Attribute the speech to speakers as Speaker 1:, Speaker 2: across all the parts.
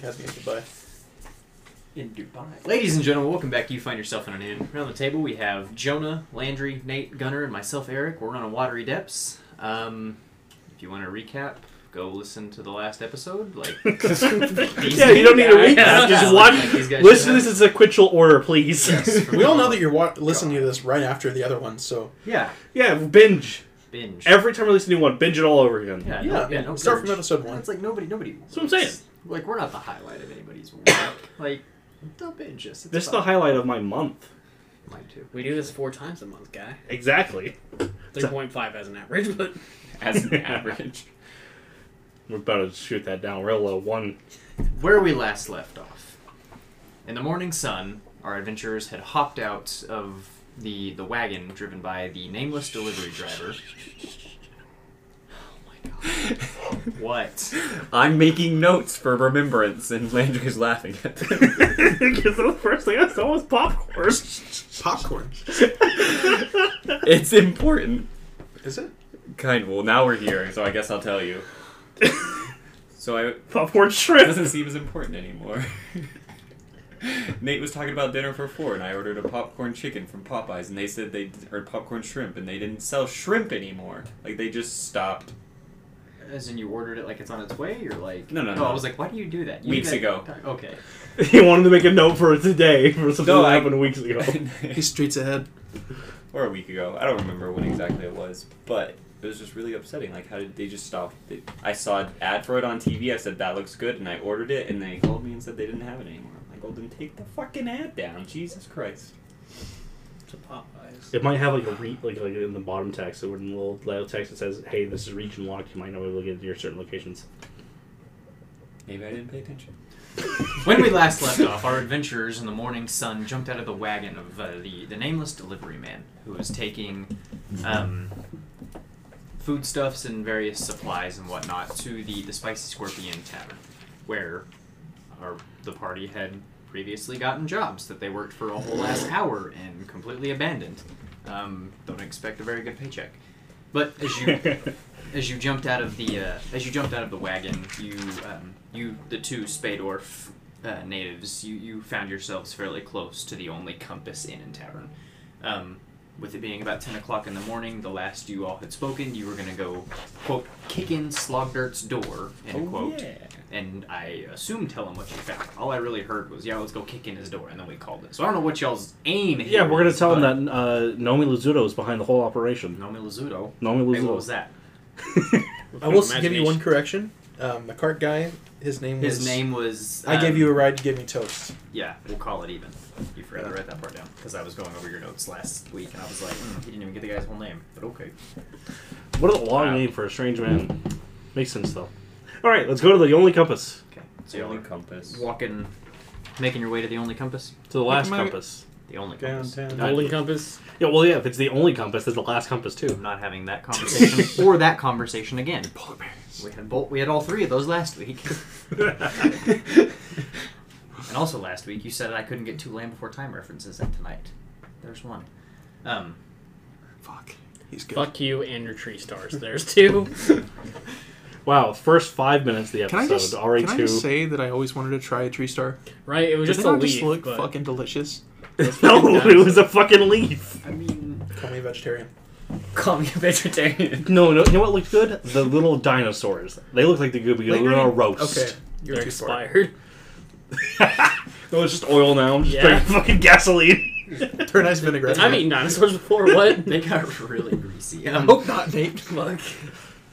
Speaker 1: Casting in Dubai.
Speaker 2: in Dubai. Ladies and gentlemen, welcome back. to You find yourself in an inn. Around the table, we have Jonah, Landry, Nate, Gunner, and myself, Eric. We're on a watery depths. Um, if you want to recap, go listen to the last episode. Like, these
Speaker 3: Yeah, you don't need to
Speaker 2: guys-
Speaker 3: recap. Just
Speaker 2: like,
Speaker 3: watch-
Speaker 2: these guys
Speaker 3: Listen to
Speaker 2: should-
Speaker 3: this as a sequential order, please.
Speaker 2: Yes.
Speaker 1: We all know that you're wa- listening to this right after the other one, so
Speaker 2: Yeah,
Speaker 3: yeah, binge.
Speaker 2: binge.
Speaker 3: Every time I release a new one, binge it all over again.
Speaker 2: yeah,
Speaker 1: yeah,
Speaker 2: no, yeah, no
Speaker 1: start from
Speaker 2: binge.
Speaker 1: episode one.
Speaker 2: It's like nobody, nobody.
Speaker 3: That's what I'm saying.
Speaker 2: Like, we're not the highlight of anybody's week. like, don't binge us. It's
Speaker 3: This is the
Speaker 2: fine.
Speaker 3: highlight of my month.
Speaker 2: Mine too.
Speaker 4: We do this four times a month, guy.
Speaker 3: Exactly.
Speaker 4: Three point five as an average, but
Speaker 5: as an average.
Speaker 3: We're about to shoot that down real low. One.
Speaker 2: Where we last left off. In the morning sun, our adventurers had hopped out of the, the wagon driven by the nameless delivery driver. What?
Speaker 5: I'm making notes for remembrance, and Landry's laughing at them.
Speaker 3: Because the first thing I saw was popcorn.
Speaker 1: Popcorn.
Speaker 5: It's important.
Speaker 1: Is it?
Speaker 5: Kind of. Well, now we're here, so I guess I'll tell you. So I, it
Speaker 3: popcorn shrimp.
Speaker 5: doesn't seem as important anymore. Nate was talking about dinner for four, and I ordered a popcorn chicken from Popeyes, and they said they or popcorn shrimp, and they didn't sell shrimp anymore. Like they just stopped.
Speaker 2: As in, you ordered it like it's on its way, or like?
Speaker 5: No, no,
Speaker 2: Oh,
Speaker 5: no.
Speaker 2: I was like, why do you do that? You do
Speaker 5: Weeks
Speaker 2: that-
Speaker 5: ago.
Speaker 2: Okay.
Speaker 3: he wanted to make a note for today for something
Speaker 5: No,
Speaker 3: that
Speaker 5: I-
Speaker 3: happened weeks ago.
Speaker 1: He streets ahead.
Speaker 5: or a week ago. I don't remember when exactly it was, but it was just really upsetting. Like, how did they just stop? They, I saw an ad for it on TV. I said that looks good, and I ordered it, and they called me and said they didn't have it anymore. I'm like, well, then take the fucking ad down, Jesus Christ.
Speaker 4: it's a Popeyes.
Speaker 3: It might have like a re- like like in the bottom text, so in the little little text that says, "Hey, this is region locked. You might not be able to get to your certain locations."
Speaker 5: Maybe I didn't pay attention.
Speaker 2: When we last left off, our adventurers in the morning sun jumped out of the wagon of uh, the, the nameless delivery man who was taking um, foodstuffs and various supplies and whatnot to the, the Spicy Scorpion Tavern, where our, the party had previously gotten jobs that they worked for a whole last hour and completely abandoned. Um, don't expect a very good paycheck. But as you as you jumped out of the uh, as you jumped out of the wagon, you um, you the two Spadorf uh, natives, you, you found yourselves fairly close to the only Compass Inn and Tavern. Um, with it being about ten o'clock in the morning, the last you all had spoken, you were gonna go quote kick in Slogdirt's door
Speaker 3: Oh,
Speaker 5: Oh,
Speaker 2: end quote, and I assume tell him what you found. All I really heard was yeah, let's go kick in his door, and then we called it. So I don't know what y'all's aim.
Speaker 3: Yeah,
Speaker 2: here
Speaker 3: we're gonna
Speaker 2: is,
Speaker 3: tell him
Speaker 2: but-
Speaker 3: that uh, Nomi Luzuto is behind the whole operation.
Speaker 2: Nomi Lazuto.
Speaker 3: Nomi
Speaker 2: Hey, what was
Speaker 3: Luzuto.
Speaker 2: that?
Speaker 1: I will s- give you one correction. Um, the cart guy, his name was.
Speaker 2: His name was.
Speaker 1: I gave
Speaker 2: um,
Speaker 1: you a ride, you gave me toast.
Speaker 2: Yeah, we'll call it even. You forgot to write that part down because I was going over your notes last week and I was like, mm, he didn't even get the guy's whole name. But okay.
Speaker 3: What a long
Speaker 5: Wow.
Speaker 3: name for a strange man. Makes sense though. All right, let's go to the only compass,
Speaker 2: Mm-hmm. Okay. So
Speaker 5: The
Speaker 2: you're
Speaker 5: only compass.
Speaker 2: walking, making your way to the only compass.
Speaker 3: to the last
Speaker 1: am I-
Speaker 3: compass.
Speaker 2: The only compass.
Speaker 1: Downtown.
Speaker 2: Not,
Speaker 4: Golden Compass.
Speaker 3: Yeah, well, yeah. If it's the only compass, there's the last compass too.
Speaker 2: not having that conversation or that conversation again. We had both. We had all three of those last week. And also last week you said I couldn't get two Land Before Time references, and tonight there's one. Um,
Speaker 1: Fuck. He's good.
Speaker 4: Fuck you and your tree stars. There's two.
Speaker 3: wow, first five minutes of the
Speaker 1: Can I
Speaker 3: episode
Speaker 1: just,
Speaker 3: already
Speaker 1: can I
Speaker 3: two.
Speaker 1: just say that I always wanted to try a tree star?
Speaker 4: Right? It was
Speaker 1: Does
Speaker 4: just
Speaker 1: it
Speaker 4: a
Speaker 1: not
Speaker 4: leaf.
Speaker 1: just look
Speaker 4: but
Speaker 1: fucking delicious?
Speaker 3: no, it was a fucking leaf.
Speaker 2: I mean,
Speaker 1: Call me a vegetarian.
Speaker 4: Call me a vegetarian.
Speaker 3: No, no. You know what looked good? The little dinosaurs. They look like they could be
Speaker 1: Wait,
Speaker 3: on a
Speaker 1: wait.
Speaker 3: roast.
Speaker 1: Okay, you're
Speaker 4: They're
Speaker 1: too far.
Speaker 4: expired.
Speaker 3: No, it's just oil now. I'm just
Speaker 4: Yeah.
Speaker 3: drinking fucking gasoline.
Speaker 1: They're nice vinaigrette.
Speaker 4: I've eaten dinosaurs before. What?
Speaker 2: they got really greasy. Um,
Speaker 1: Hope not, Nate.
Speaker 4: Fuck.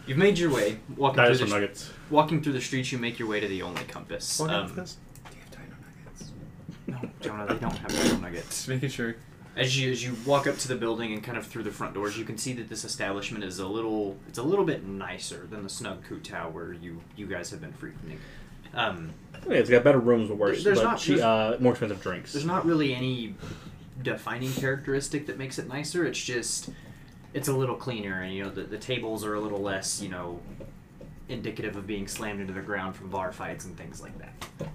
Speaker 2: You've made your way, walking through,
Speaker 3: Dinosaur
Speaker 2: the,
Speaker 3: nuggets.
Speaker 2: walking through the streets. You make your way to the only compass.
Speaker 1: What
Speaker 2: Um,
Speaker 1: is this?
Speaker 5: Do you have dino nuggets?
Speaker 2: Jonah, they don't have their own nuggets.
Speaker 5: Just making sure.
Speaker 2: As you as you walk up to the building and kind of through the front doors, you can see that this establishment is a little it's a little bit nicer than the snug kutow where you you guys have been frequenting. Um,
Speaker 3: Yeah, it's got better rooms, but worse,
Speaker 2: There's
Speaker 3: but
Speaker 2: not-
Speaker 3: che- uh, more expensive drinks.
Speaker 2: there's not really any defining characteristic that makes it nicer. It's just it's a little cleaner, and you know the, the tables are a little less you know indicative of being slammed into the ground from bar fights and things like that.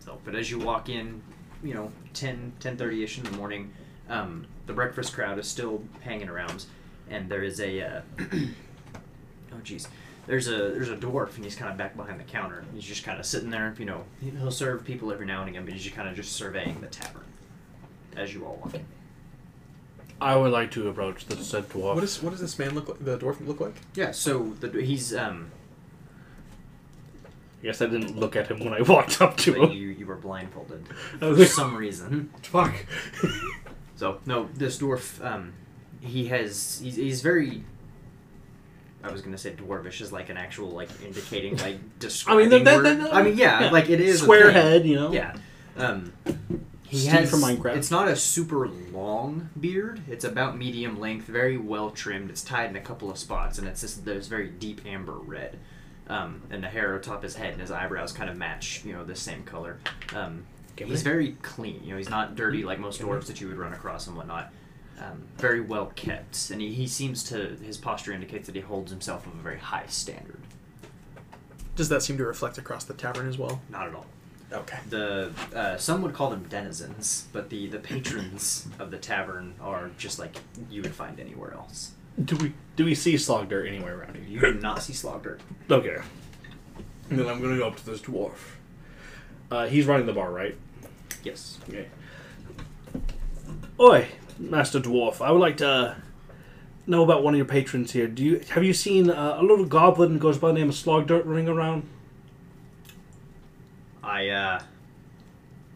Speaker 2: So, but as you walk in, you know, 10, 10.30 ish in the morning, um, the breakfast crowd is still hanging around, and there is a uh, oh geez, there's a there's a dwarf and he's kind of back behind the counter. He's just kind of sitting there. You know, he- he'll serve people every now and again, but he's just kind of just surveying the tavern as you all walk. in.
Speaker 3: I would like to approach the said dwarf.
Speaker 1: What is what does this man look like? The dwarf look like?
Speaker 2: Yeah. So the, he's um
Speaker 6: I guess I didn't look at him when I walked up to
Speaker 2: But
Speaker 6: him.
Speaker 2: you you were blindfolded
Speaker 6: Oh,
Speaker 2: for some reason.
Speaker 6: Fuck.
Speaker 2: So no, this dwarf, um, he has he's, he's very. I was gonna say dwarvish is like an actual like indicating like describing.
Speaker 3: that- that-
Speaker 2: word.
Speaker 3: that-
Speaker 2: I mean, yeah,
Speaker 3: yeah.
Speaker 2: like it is a
Speaker 3: Square
Speaker 2: thing.
Speaker 3: head, you know?
Speaker 2: Yeah. Um, he
Speaker 3: Steve
Speaker 2: has
Speaker 3: from Minecraft.
Speaker 2: It's not a super long beard. It's about medium length, very well trimmed. It's tied in a couple of spots, and it's this there's very deep amber red. Um, and the hair atop his head and his eyebrows kind of match, you know, the same color. Um,
Speaker 4: Give
Speaker 2: he's
Speaker 4: me.
Speaker 2: very clean. You know, he's not dirty
Speaker 3: Mm-hmm.
Speaker 2: like most dwarves that you would run across and whatnot. Um, very well kept, and he, he seems to his posture indicates that he holds himself of a very high standard.
Speaker 1: Does that seem to reflect across the tavern as well?
Speaker 2: Not at all.
Speaker 1: Okay.
Speaker 2: the uh, some would call them denizens, but the the patrons of the tavern are just like you would find anywhere else.
Speaker 3: Do we do we see slog dirt anywhere around here?
Speaker 2: You do not see Slogdart.
Speaker 6: Okay.
Speaker 3: And then I'm gonna go up to this dwarf. Uh, he's running the bar, right?
Speaker 2: Yes.
Speaker 3: Oi, Master Dwarf, I would like to know about one of your patrons here. Do you have you seen uh, a little goblin who goes by the name of Slog Dirt running around?
Speaker 2: I uh,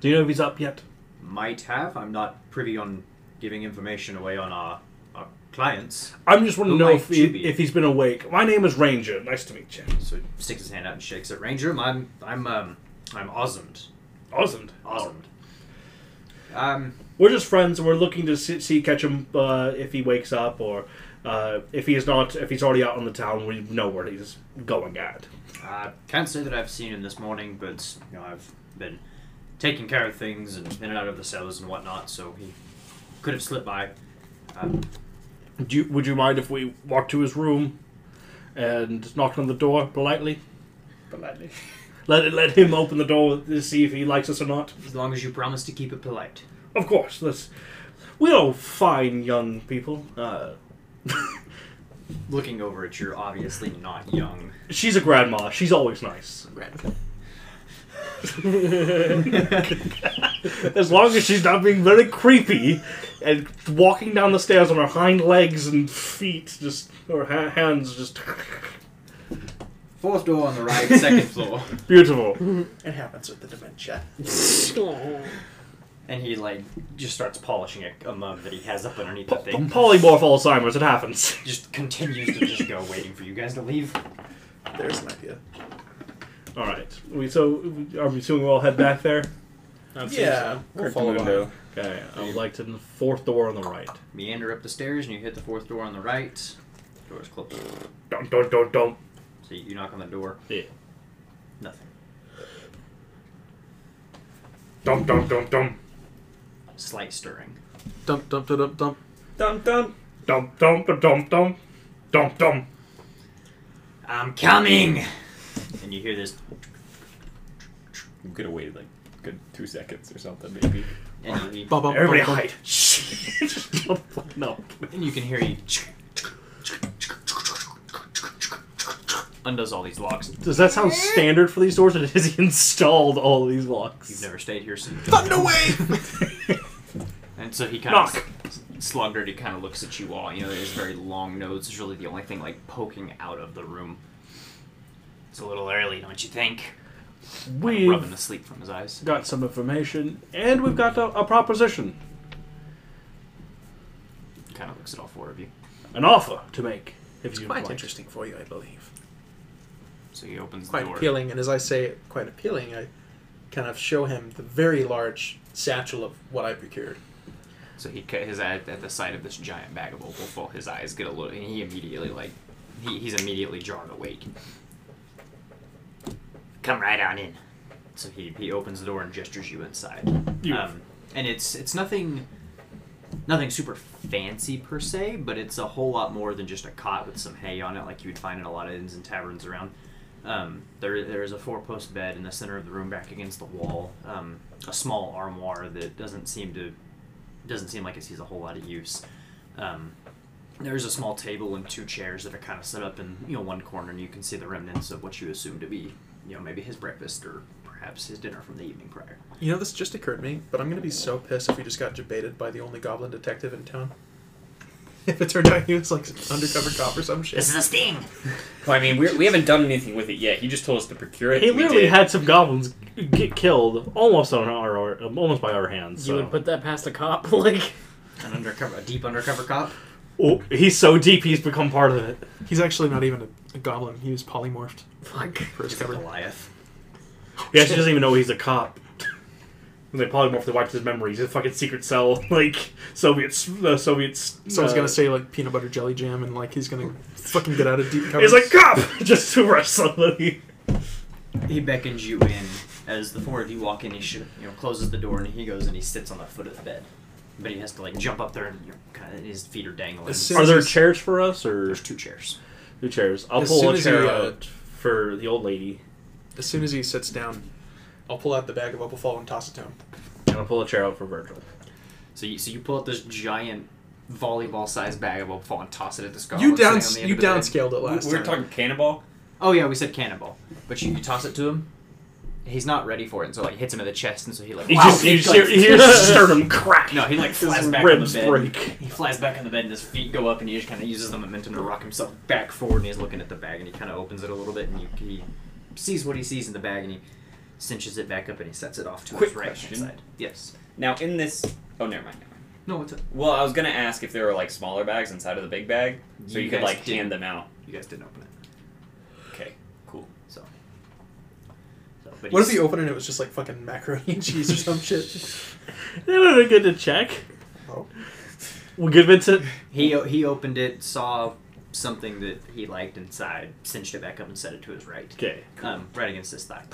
Speaker 3: Do you know if he's up yet?
Speaker 2: might have. I'm not privy on giving information away on our our clients.
Speaker 3: I'm just want to
Speaker 2: Who
Speaker 3: know
Speaker 2: might
Speaker 3: if,
Speaker 2: you
Speaker 3: he,
Speaker 2: be?
Speaker 3: if he's been awake. My name is Ranger. Nice to meet you.
Speaker 2: So he sticks his hand out and shakes it. Ranger, I'm I'm um I'm Osmond.
Speaker 3: Awesome.
Speaker 2: Osmond. Um,
Speaker 3: We're just friends. We're looking to see, see catch him uh, if he wakes up or uh, if he is not if he's already out on the town. We know where he's going at.
Speaker 2: I can't say that I've seen him this morning, but you know I've been taking care of things and in and out of the cellars and whatnot, so he could have slipped by. Um,
Speaker 3: Do you, would you mind if we walk to his room and knock on the door politely?
Speaker 4: Politely.
Speaker 3: Let let him open the door to see if he likes us or not.
Speaker 2: As long as you promise to keep it polite.
Speaker 3: Of course, let's. We are fine young people. Uh,
Speaker 2: Looking over at you, obviously not young.
Speaker 3: she's a grandma. She's always nice. as long as she's not being very creepy and walking down the stairs on her hind legs and feet, just or ha- hands, just
Speaker 2: Fourth door on the right, second floor.
Speaker 3: beautiful.
Speaker 1: It happens with the dementia.
Speaker 2: And he like just starts polishing a, a mug that he has up underneath the thing.
Speaker 3: Polymorph Alzheimer's. It happens.
Speaker 2: Just continues to just go, waiting for you guys to leave.
Speaker 1: There's an idea.
Speaker 3: All right. We so are we assuming we all head back there?
Speaker 1: Yeah, we'll follow up.
Speaker 3: Okay. I would like to the fourth door on the right.
Speaker 2: Meander up the stairs, and you hit the fourth door on the right. Door's closed.
Speaker 3: Dum dum dum dum.
Speaker 2: So you knock on the door.
Speaker 3: Yeah.
Speaker 2: Nothing.
Speaker 3: Dum dum dum dum.
Speaker 2: Slight stirring.
Speaker 1: Dump, dump, dump, dump, dump.
Speaker 5: Dum dum.
Speaker 3: Dum dum dum dum dum. Dum dum.
Speaker 2: I'm coming. And you hear this,
Speaker 5: We could have waited like a good two seconds or something maybe.
Speaker 2: and you,
Speaker 1: Bum, bum,
Speaker 3: Everybody
Speaker 1: bum, bum.
Speaker 3: hide. Just don't fucking up.
Speaker 2: and you can hear he undoes all these locks.
Speaker 3: Does that sound standard for these doors, or has he installed all these locks?
Speaker 2: You've never stayed here since. And so he kind
Speaker 3: Knock.
Speaker 2: of slug dirty kind of looks at you all. You know, there's very long nose. It's really the only thing like poking out of the room. It's a little early, don't you think?
Speaker 3: We've
Speaker 2: Rubbing the sleep from his eyes.
Speaker 3: got some information, and we've got a, a proposition,
Speaker 2: Kind of looks at all four of you.
Speaker 3: an offer to make. If you
Speaker 1: Quite
Speaker 3: like.
Speaker 1: interesting for you, I believe.
Speaker 2: So he opens
Speaker 1: Quite
Speaker 2: the door.
Speaker 1: appealing, and as I say it, quite appealing, I kind of show him the very large satchel of what I procured.
Speaker 2: So he cut his eye at the sight of this giant bag of opal full. His eyes get a little, and he immediately like, he, he's immediately drawn awake. Come right on in. So he, he opens the door and gestures you inside. Um, and it's it's nothing, nothing super fancy per se, but it's a whole lot more than just a cot with some hay on it, like you would find in a lot of inns and taverns around. Um, there, there is a four post bed in the center of the room, back against the wall. Um, a small armoire that doesn't seem to doesn't seem like it sees a whole lot of use. Um, There's a small table and two chairs that are kind of set up in you know one corner, and you can see the remnants of what you assume to be you know maybe his breakfast or perhaps his dinner from the evening prior.
Speaker 1: You know, this just occurred to me, but I'm gonna be so pissed if we just got debated by the only goblin detective in town. If it turned out he was like undercover cop or some shit.
Speaker 2: This is a sting.
Speaker 5: Well, I mean, we're, we haven't done anything with it yet. He just told us to procure it.
Speaker 3: He
Speaker 5: We
Speaker 3: literally
Speaker 5: did.
Speaker 3: had some goblins get killed almost on our, our um, almost by our hands.
Speaker 4: You
Speaker 3: so.
Speaker 4: would put that past a cop, like
Speaker 2: An undercover, a deep undercover cop.
Speaker 3: oh, he's so deep, he's become part of it.
Speaker 1: He's actually not even a, a goblin. He was polymorphed
Speaker 4: fuck.
Speaker 1: for his
Speaker 2: Just a
Speaker 1: cover.
Speaker 2: Goliath.
Speaker 3: He actually doesn't even know he's a cop. When they polymorph, they wiped his memory. He's a fucking secret cell, like Soviets. Uh, Soviets.
Speaker 1: Someone's
Speaker 3: uh,
Speaker 1: gonna say like peanut butter jelly jam, and like he's gonna fucking get out of deep cover.
Speaker 3: He's like cop, just to rush somebody.
Speaker 2: He beckons you in as the four of you walk in. He sh- you know closes the door and he goes and he sits on the foot of the bed, but he has to like jump up there and you know, kind of his feet are dangling.
Speaker 1: As soon-
Speaker 3: Are there chairs for us or
Speaker 2: There's two chairs.
Speaker 3: two chairs? I'll
Speaker 1: As
Speaker 3: pull
Speaker 1: soon
Speaker 3: a
Speaker 1: as you,
Speaker 3: chair
Speaker 1: uh,
Speaker 3: out for the old lady,
Speaker 1: as soon as he sits down, I'll pull out the bag of opal fall and toss it to him.
Speaker 3: and I'll pull a chair out for Virgil.
Speaker 2: So you so you pull out this giant volleyball-sized bag of opal and toss it at this goblin.
Speaker 1: You down
Speaker 2: sitting on the end
Speaker 1: you
Speaker 2: of the bed.
Speaker 1: downscaled it
Speaker 5: We-
Speaker 1: last
Speaker 5: we were
Speaker 1: time.
Speaker 5: talking cannonball.
Speaker 2: Oh yeah, we said cannonball, but you, you toss it to him. He's not ready for it, and so like hits him in the chest, and so he like
Speaker 3: You
Speaker 2: wow,
Speaker 3: just you
Speaker 2: he,
Speaker 3: just
Speaker 2: like-
Speaker 3: hear, you hear sternum crack.
Speaker 2: no, he like
Speaker 3: His
Speaker 2: flies back on the
Speaker 3: ribs
Speaker 2: bed.
Speaker 3: break.
Speaker 2: He flies back on the bed, and his feet go up, and he just kind of uses the momentum to rock himself back forward. And he's looking at the bag, and he kind of opens it a little bit, and you, he sees what he sees in the bag, and he cinches it back up, and he sets it off to
Speaker 5: Quick
Speaker 2: his right hand
Speaker 5: question.
Speaker 2: side. Yes.
Speaker 5: Now in this, oh never mind. Never mind.
Speaker 2: No, what's up?
Speaker 5: Well, I was gonna ask if there were like smaller bags inside of the big bag, so
Speaker 2: You
Speaker 5: you, could
Speaker 2: guys
Speaker 5: like
Speaker 2: didn't.
Speaker 5: hand them out.
Speaker 2: You guys didn't open it,
Speaker 5: Okay, cool.
Speaker 2: so. so but
Speaker 1: What
Speaker 2: he's-
Speaker 1: if he opened it? and It was just like fucking macaroni and cheese or some shit.
Speaker 3: That would have been good to check.
Speaker 1: Oh.
Speaker 3: Well, good, Vincent.
Speaker 2: He o- he opened it, saw something that he liked inside, cinched it back up, and set it to his right,
Speaker 3: Okay.
Speaker 2: um, right against his thigh.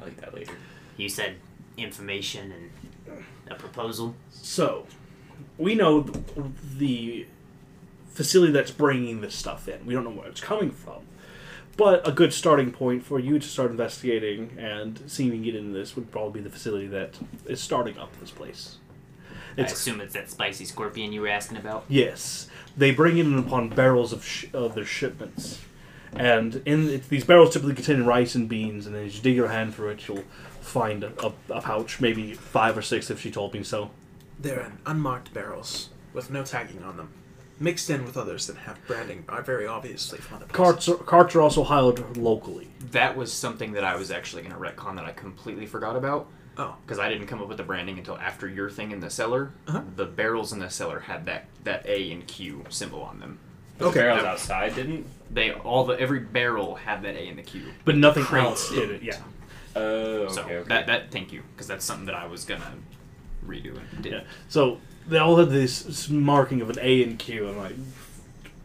Speaker 5: I'll eat that later.
Speaker 2: You said information and a proposal.
Speaker 3: So, we know th- the facility that's bringing this stuff in. We don't know where it's coming from. But a good starting point for you to start investigating and seeing you get into this would probably be the facility that is starting up this place. It's-
Speaker 2: I assume it's that spicy scorpion you were asking about.
Speaker 3: Yes, they bring it in upon barrels of, sh- of their shipments, and in it, these barrels typically contain rice and beans. And as you dig your hand through it, you'll find a, a, a pouch, maybe five or six, if she told me so.
Speaker 1: They're in unmarked barrels with no tagging on them, mixed in with others that have branding are very obviously from other places.
Speaker 3: Carts are, carts are also hired locally.
Speaker 2: That was something that I was actually going to retcon that I completely forgot about
Speaker 1: Oh,
Speaker 2: because I didn't come up with the branding until after your thing in the cellar.
Speaker 1: Uh-huh.
Speaker 2: The barrels in the cellar had that that A and Q symbol on them.
Speaker 5: But
Speaker 1: Okay.
Speaker 5: The barrels outside didn't.
Speaker 2: They all the every barrel had that A and the Q.
Speaker 3: But nothing
Speaker 2: Crates
Speaker 3: else did it. Yeah,
Speaker 5: Oh, okay.
Speaker 2: So
Speaker 5: okay.
Speaker 2: that that thank you because that's something that I was gonna redo and did.
Speaker 3: yeah. So they all had this s- marking of an A and Q, and I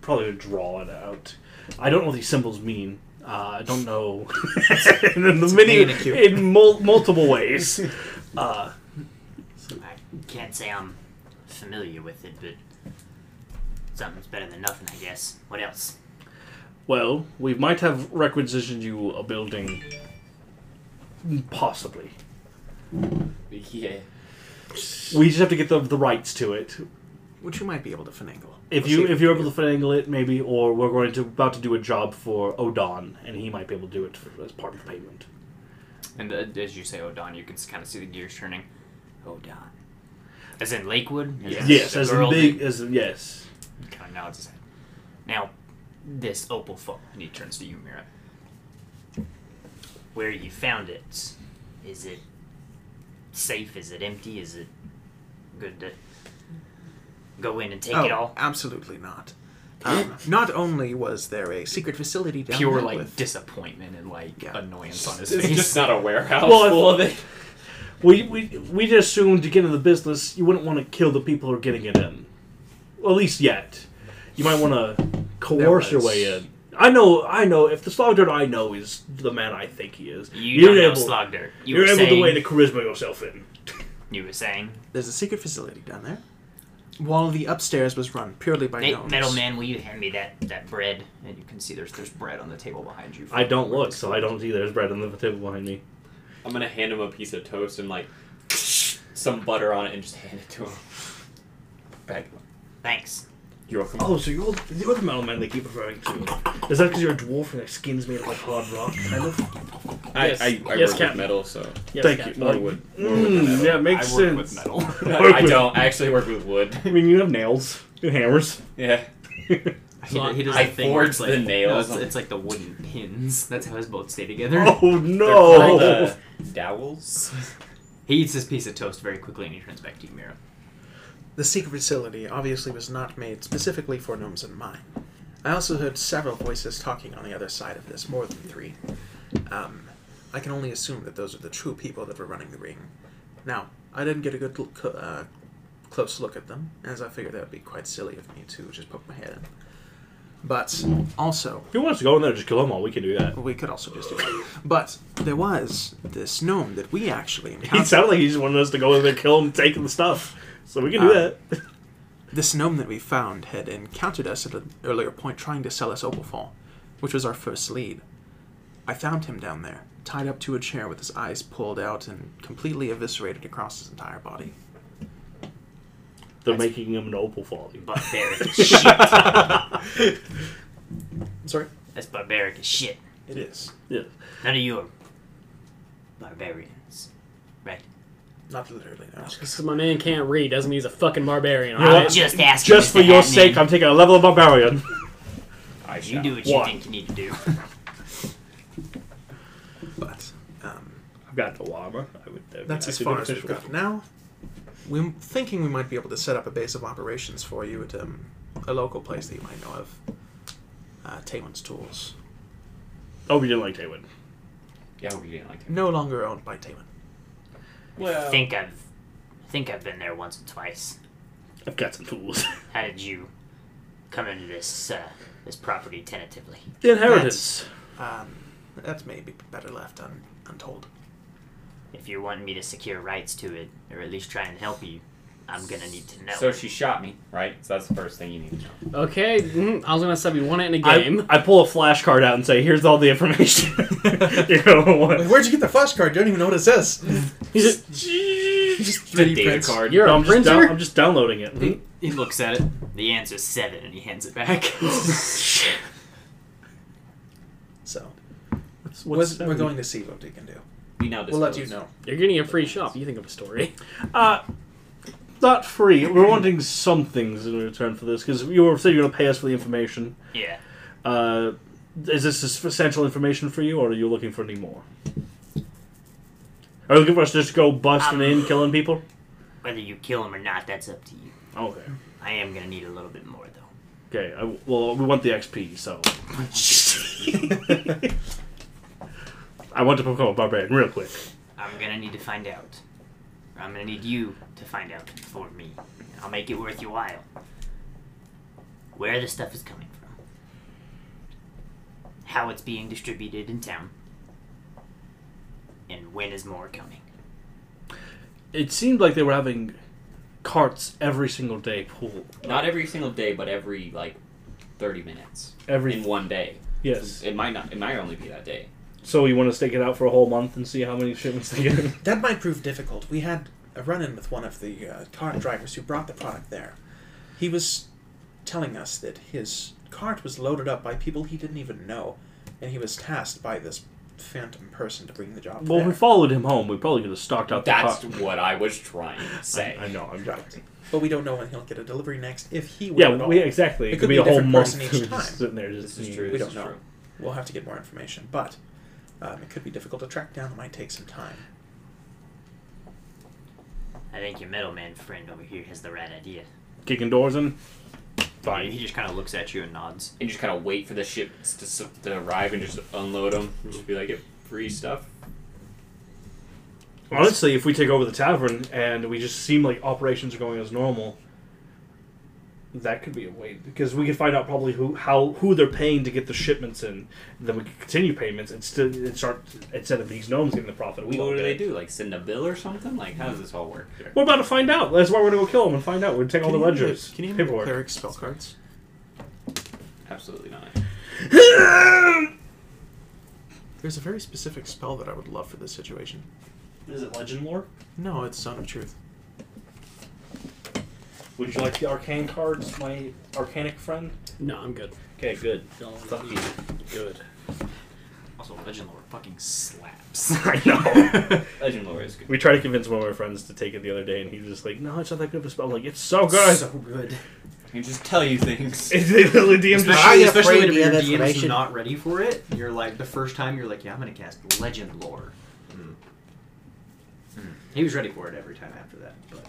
Speaker 3: probably would draw it out. I don't know what these symbols mean. Uh, I don't know. in the many,
Speaker 1: A and a Q.
Speaker 3: in mul- multiple ways. Uh,
Speaker 7: I can't say I'm familiar with it, but something's better than nothing, I guess. What else?
Speaker 3: Well, we might have requisitioned you a building. Possibly.
Speaker 5: yeah.
Speaker 3: We just have to get the, the rights to it.
Speaker 1: which you might be able to finagle. We'll
Speaker 3: If
Speaker 1: see
Speaker 3: you
Speaker 1: we
Speaker 3: if you're
Speaker 1: can
Speaker 3: able to finagle it, maybe, or we're going to about to do a job for Odon, and he might be able to do it for, as part of the payment.
Speaker 2: And uh, as you say, O'Don, you can kind of see the gears turning. O'Don. As in Lakewood?
Speaker 3: Yes,
Speaker 2: Yes.
Speaker 3: as
Speaker 2: Girl
Speaker 3: big as yes.
Speaker 2: Kind of nods his head. Now, this opal fall. And he turns to you, Mira.
Speaker 7: Where you found it? Is it safe? Is it empty? Is it good to go in and take
Speaker 1: do
Speaker 7: it
Speaker 1: Oh,
Speaker 7: all?
Speaker 1: absolutely not. Um, not only was there a secret facility down
Speaker 2: Pure,
Speaker 1: there
Speaker 2: like,
Speaker 1: with-
Speaker 2: disappointment and, like,
Speaker 1: Yeah.
Speaker 2: annoyance on his
Speaker 5: It's
Speaker 2: face.
Speaker 5: just not a warehouse
Speaker 3: Well, I-
Speaker 5: full of it.
Speaker 3: We, we we just assumed to get into the business, you wouldn't want to kill the people who are getting it in, well, at least yet. You might want to coerce your
Speaker 1: was-
Speaker 3: way in. I know, I know. If the slogdart I know is the man I think he is,
Speaker 7: You don't know
Speaker 3: able,
Speaker 7: Slogder. You
Speaker 3: you're
Speaker 7: were
Speaker 3: able
Speaker 7: saying.
Speaker 3: to way to charisma yourself in.
Speaker 7: You were saying.
Speaker 1: there's a secret facility down there. While the upstairs was run purely by
Speaker 7: Hey,
Speaker 1: gnomes.
Speaker 7: metal man, will you hand me that, that bread?
Speaker 2: And you can see there's there's bread on the table behind you.
Speaker 3: I don't look, so I don't see there's bread on the table behind me.
Speaker 5: I'm gonna hand him a piece of toast and like some butter on it and just hand it to him. Back.
Speaker 7: Thanks.
Speaker 5: You're welcome.
Speaker 3: Oh, so you're the other metal man they keep referring to. Is that because you're a dwarf and their skin's made of like hard rock, kind of?
Speaker 5: I,
Speaker 4: yes.
Speaker 5: I, I
Speaker 4: Yes,
Speaker 5: work
Speaker 4: Captain.
Speaker 5: with metal, so
Speaker 4: Yes,
Speaker 3: Thank
Speaker 4: Captain.
Speaker 3: you.
Speaker 5: or
Speaker 3: Like,
Speaker 5: wood. Or wood and
Speaker 3: Mm,
Speaker 5: metal.
Speaker 3: yeah, it makes
Speaker 2: I work
Speaker 3: sense.
Speaker 2: with metal.
Speaker 3: Work
Speaker 5: I
Speaker 3: with-
Speaker 5: don't. I actually work with wood.
Speaker 3: I mean, you have nails and hammers.
Speaker 5: Yeah.
Speaker 2: He,
Speaker 4: So
Speaker 2: he does
Speaker 5: I
Speaker 2: the thing where it's
Speaker 5: forged
Speaker 2: like,
Speaker 5: the nails
Speaker 2: no, it's,
Speaker 5: on-
Speaker 2: it's like the wooden pins. That's how his boats stay together.
Speaker 3: Oh
Speaker 5: Called,
Speaker 3: no!
Speaker 5: uh, dowels.
Speaker 2: He eats his piece of toast very quickly and he turns back to you, Mira.
Speaker 1: The secret facility obviously was not made specifically for gnomes and mine. I also heard several voices talking on the other side of this, more than three. Um, I can only assume that those are the true people that were running the ring. Now, I didn't get a good look, uh, close look at them, as I figured that would be quite silly of me to just poke my head in. But also,
Speaker 3: If he wants to go in there, just kill them all. We can do that.
Speaker 1: we could also just do that. But there was this gnome that we actually
Speaker 3: He
Speaker 1: encountered.
Speaker 3: sounded like he just wanted us to go in there, kill him, take the stuff. So we can do
Speaker 1: Uh,
Speaker 3: that.
Speaker 1: This gnome that we found had encountered us at an earlier point trying to sell us Opalfall, which was our first lead. I found him down there, tied up to a chair with his eyes pulled out and completely eviscerated across his entire body.
Speaker 3: They're making him an opal fall.
Speaker 7: Barbaric as shit.
Speaker 1: I'm sorry?
Speaker 7: That's barbaric as shit.
Speaker 1: It is.
Speaker 3: Yeah.
Speaker 7: None of you are barbarians, right?
Speaker 1: Not literally, no.
Speaker 4: Because my man can't read doesn't mean he's a fucking barbarian.
Speaker 3: You know
Speaker 4: alright?
Speaker 7: I'm
Speaker 3: what?
Speaker 7: just asking.
Speaker 3: Just for
Speaker 7: Mr.
Speaker 3: your
Speaker 7: Hatman.
Speaker 3: sake, I'm taking a level of barbarian.
Speaker 5: I
Speaker 7: You do what you
Speaker 3: Why?
Speaker 7: think you need to do.
Speaker 1: But um,
Speaker 3: I've got the llama. I would. uh, I would
Speaker 1: that's as
Speaker 3: actually
Speaker 1: far
Speaker 3: do
Speaker 1: as we've
Speaker 3: official.
Speaker 1: got now. We're thinking we might be able to set up a base of operations for you at um, a local place that you might know of. Uh, Taywin's Tools.
Speaker 3: Oh, we didn't like Taywin.
Speaker 5: Yeah, we didn't like that.
Speaker 1: No longer owned by Taywin.
Speaker 7: I think I've, I think I've been there once or twice.
Speaker 3: I've got some tools.
Speaker 7: How did you come into this uh, this property tentatively?
Speaker 3: the
Speaker 1: inheritance. Um, that's maybe better left un- untold.
Speaker 7: If you're wanting me to secure rights to it, or at least try and help you, I'm gonna need to know.
Speaker 5: So she shot me, right? So that's the first thing you need to know.
Speaker 4: Okay, mm, I was gonna say we won it in a game.
Speaker 3: I, I pull a flashcard out and say, "Here's all the information." you know what?
Speaker 1: where'd you get the flashcard? You don't even know what it says.
Speaker 4: He's just,
Speaker 1: just
Speaker 5: The data card.
Speaker 4: you're
Speaker 3: No,
Speaker 4: a
Speaker 3: I'm, just down-
Speaker 4: printer.
Speaker 3: I'm just downloading it.
Speaker 2: He, he looks at it. The answer's seven and he hands it back.
Speaker 1: So
Speaker 3: What's- what's
Speaker 1: we're, we're
Speaker 3: that?
Speaker 1: going to see what we can do.
Speaker 5: We now
Speaker 1: We'll let you
Speaker 5: disclose.
Speaker 1: know.
Speaker 4: You're getting a free shop. You think of a story.
Speaker 3: Uh, not free. We're wanting some things in return for this because you were said you're going to pay us for the information.
Speaker 7: yeah,
Speaker 3: Uh, is this essential information for you, or are you looking for any more? Are you looking for us to just go busting in, killing people?
Speaker 7: whether you kill him or not, that's up to you.
Speaker 3: Okay.
Speaker 7: I am gonna need a little bit more though.
Speaker 3: Okay. I, well, we want the XP, so I want to become a barbarian real quick.
Speaker 7: I'm gonna need to find out. I'm gonna need you to find out for me. I'll make it worth your while. Where the stuff is coming from, how it's being distributed in town, and when is more coming.
Speaker 3: It seemed like they were having carts every single day pull
Speaker 5: Not every single day, but every like thirty minutes in
Speaker 3: every
Speaker 5: one day.
Speaker 3: yes.
Speaker 5: It might not. It might only be that day.
Speaker 3: So you want to stake it out for a whole month and see how many shipments they get?
Speaker 1: That might prove difficult. We had a run-in with one of the uh, cart drivers who brought the product there. He was telling us that his cart was loaded up by people he didn't even know, and he was tasked by this phantom person to bring the job.
Speaker 3: Well,
Speaker 1: there.
Speaker 3: we followed him home. We probably could have stocked up.
Speaker 5: That's
Speaker 3: the
Speaker 5: what I was trying to say.
Speaker 3: I, I know. I'm
Speaker 1: Right. But we don't know when he'll get a delivery next, if he will. at
Speaker 3: Yeah,
Speaker 1: all.
Speaker 3: we, exactly.
Speaker 1: It
Speaker 3: It,
Speaker 1: could
Speaker 3: could be
Speaker 1: be
Speaker 3: a
Speaker 1: a
Speaker 3: whole
Speaker 1: different
Speaker 3: month
Speaker 1: person each
Speaker 3: just
Speaker 1: time.
Speaker 3: sitting there. Just
Speaker 5: This is true.
Speaker 1: we
Speaker 5: This
Speaker 1: don't
Speaker 5: is
Speaker 1: know.
Speaker 5: true.
Speaker 1: We'll have to get more information, but um, it could be difficult to track down. It might take some time.
Speaker 7: I think your middleman friend over here has the right idea.
Speaker 3: Kicking doors in.
Speaker 2: he
Speaker 3: Fine.
Speaker 2: just kind of looks at you and nods.
Speaker 5: And just kind of wait for the ships to, s- to arrive and just unload them. And just be like, "Get free stuff."
Speaker 3: Honestly, if we take over the tavern and we just seem like operations are going as normal, that could be a way because we could find out probably who how who they're paying to get the shipments in. And then we could continue payments and still and start instead of these gnomes getting the profit. We
Speaker 5: What
Speaker 3: all
Speaker 5: do
Speaker 3: get.
Speaker 5: they do? Like send a bill or something? Like how does this all work?
Speaker 3: We're about to find out. That's why we're gonna go kill them and find out. We're gonna take all the
Speaker 1: you have
Speaker 3: ledgers.
Speaker 1: the- Can you have the
Speaker 3: paperwork.
Speaker 1: cleric spell cards?
Speaker 5: Absolutely not.
Speaker 1: There's a very specific spell that I would love for this situation.
Speaker 3: Is it legend lore?
Speaker 1: No, it's Zone of Truth.
Speaker 3: Would you like the arcane cards, my arcanic friend?
Speaker 4: No, I'm good.
Speaker 3: Okay, good.
Speaker 4: Don't
Speaker 3: Fuck you. Good.
Speaker 2: Also, Legend Lore fucking slaps.
Speaker 3: I know.
Speaker 5: Legend lore is good.
Speaker 3: we tried to convince one of our friends to take it the other day, and he was just like, "No, it's not that good of a spell." I'm like, it's so good.
Speaker 2: So good.
Speaker 5: I can just tell you things.
Speaker 3: It's literally DMs.
Speaker 1: Are
Speaker 2: Especially,
Speaker 1: you
Speaker 2: especially
Speaker 1: afraid
Speaker 2: when
Speaker 1: we
Speaker 2: your
Speaker 1: have
Speaker 2: DM's
Speaker 1: information?
Speaker 2: not ready for it. You're like the first time you're like, yeah, I'm gonna cast Legend Lore.
Speaker 3: Hmm.
Speaker 2: Mm. He was ready for it every time after that, but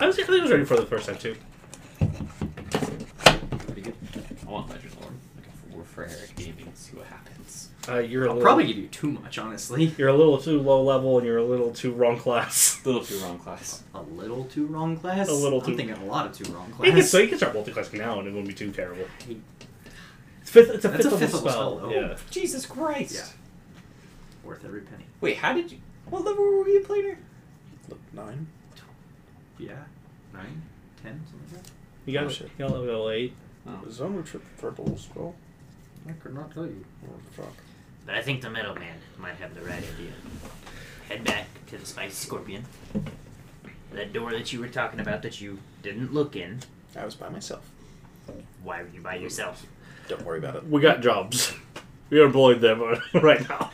Speaker 3: I was, I think I was ready for the first time too.
Speaker 5: Pretty good. I want Legend lore. Like a for Eric Gaming. See what happens.
Speaker 3: Uh, you're a
Speaker 2: I'll
Speaker 3: little,
Speaker 2: probably give you too much, honestly.
Speaker 3: you're a little too low level, and you're a little too wrong class.
Speaker 5: Little too wrong class.
Speaker 2: A little too wrong class.
Speaker 3: A little
Speaker 2: I'm
Speaker 3: too-
Speaker 2: thinking a lot of too wrong
Speaker 3: You
Speaker 2: class.
Speaker 3: can, so you can start multiclassing now, and it won't be too terrible.
Speaker 2: Hey.
Speaker 3: It's fifth. It's a
Speaker 2: That's
Speaker 3: fifth,
Speaker 2: a fifth
Speaker 3: level
Speaker 2: level
Speaker 3: spell.
Speaker 2: spell,
Speaker 3: Yeah.
Speaker 5: Jesus Christ.
Speaker 2: Yeah. Worth every penny.
Speaker 5: Wait, how did you? What level were we a player?
Speaker 1: Nine.
Speaker 2: Yeah, nine, ten, something like that.
Speaker 3: You got
Speaker 1: Oh,
Speaker 3: it.
Speaker 1: shit.
Speaker 3: You got level eight.
Speaker 1: Zone trip verbal spell.
Speaker 2: I could not tell you.
Speaker 1: Oh, fuck.
Speaker 7: But I think the middleman might have the right idea. Head back to the spicy scorpion. That door that you were talking about that you didn't look in.
Speaker 1: I was by myself.
Speaker 7: Why were you by yourself?
Speaker 1: Don't worry about it.
Speaker 3: We got jobs. We are employed them right now.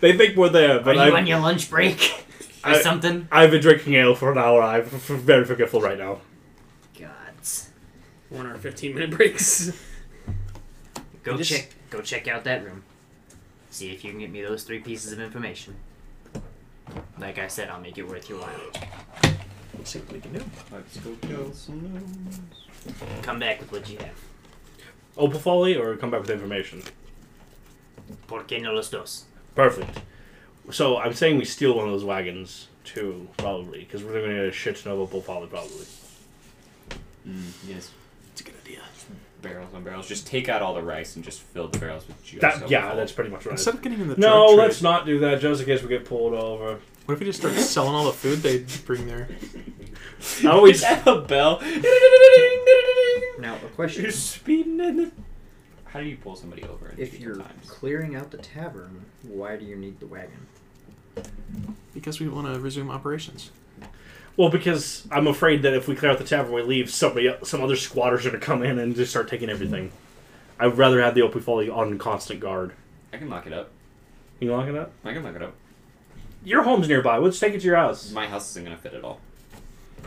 Speaker 3: They think we're there,
Speaker 7: Are
Speaker 3: but
Speaker 7: you on
Speaker 3: I've,
Speaker 7: your lunch break or
Speaker 3: I-
Speaker 7: something?
Speaker 3: I've been drinking ale for an hour. I'm f- f- very forgetful right now.
Speaker 7: Gods.
Speaker 4: One hour, fifteen minute breaks.
Speaker 7: Go
Speaker 1: I just-
Speaker 7: check. Go check out that room. See if you can get me those three pieces of information. Like I said, I'll make it worth your while.
Speaker 1: Let's see what we can do.
Speaker 5: Let's go kill some gnomes.
Speaker 7: Come back with what you have.
Speaker 3: Opal Folly or come back with information.
Speaker 7: Por qué no los dos?
Speaker 3: Perfect. So I'm saying we steal one of those wagons too, probably, because we're going to get a shit ton of Opal Folly probably.
Speaker 5: Mm, yes.
Speaker 1: It's a good idea.
Speaker 5: Barrels on barrels. Just take out all the rice and just fill the barrels with juice.
Speaker 3: That, yeah, that's pretty much right.
Speaker 1: Instead of getting in the
Speaker 3: no,
Speaker 1: drug
Speaker 3: let's
Speaker 1: trade,
Speaker 3: not do that just in case we get pulled over.
Speaker 1: What if we just start selling all the food they bring there?
Speaker 3: I always
Speaker 5: Oh, Just have a bell.
Speaker 2: Now, a question.
Speaker 5: You're speeding in the. How do you pull somebody over? in
Speaker 2: If
Speaker 5: speed
Speaker 2: you're
Speaker 5: times?
Speaker 2: clearing out the tavern, why do you need the wagon?
Speaker 1: Because we want to resume operations.
Speaker 3: Well, because I'm afraid that if we clear out the tavern, we leave somebody, el- some other squatters are gonna come in and just start taking everything. I'd rather have the Opifoli on constant guard.
Speaker 5: I can lock it up.
Speaker 3: You can lock it up.
Speaker 5: I can lock it up.
Speaker 3: Your home's nearby. Let's take it to your house.
Speaker 5: My house isn't gonna fit at all,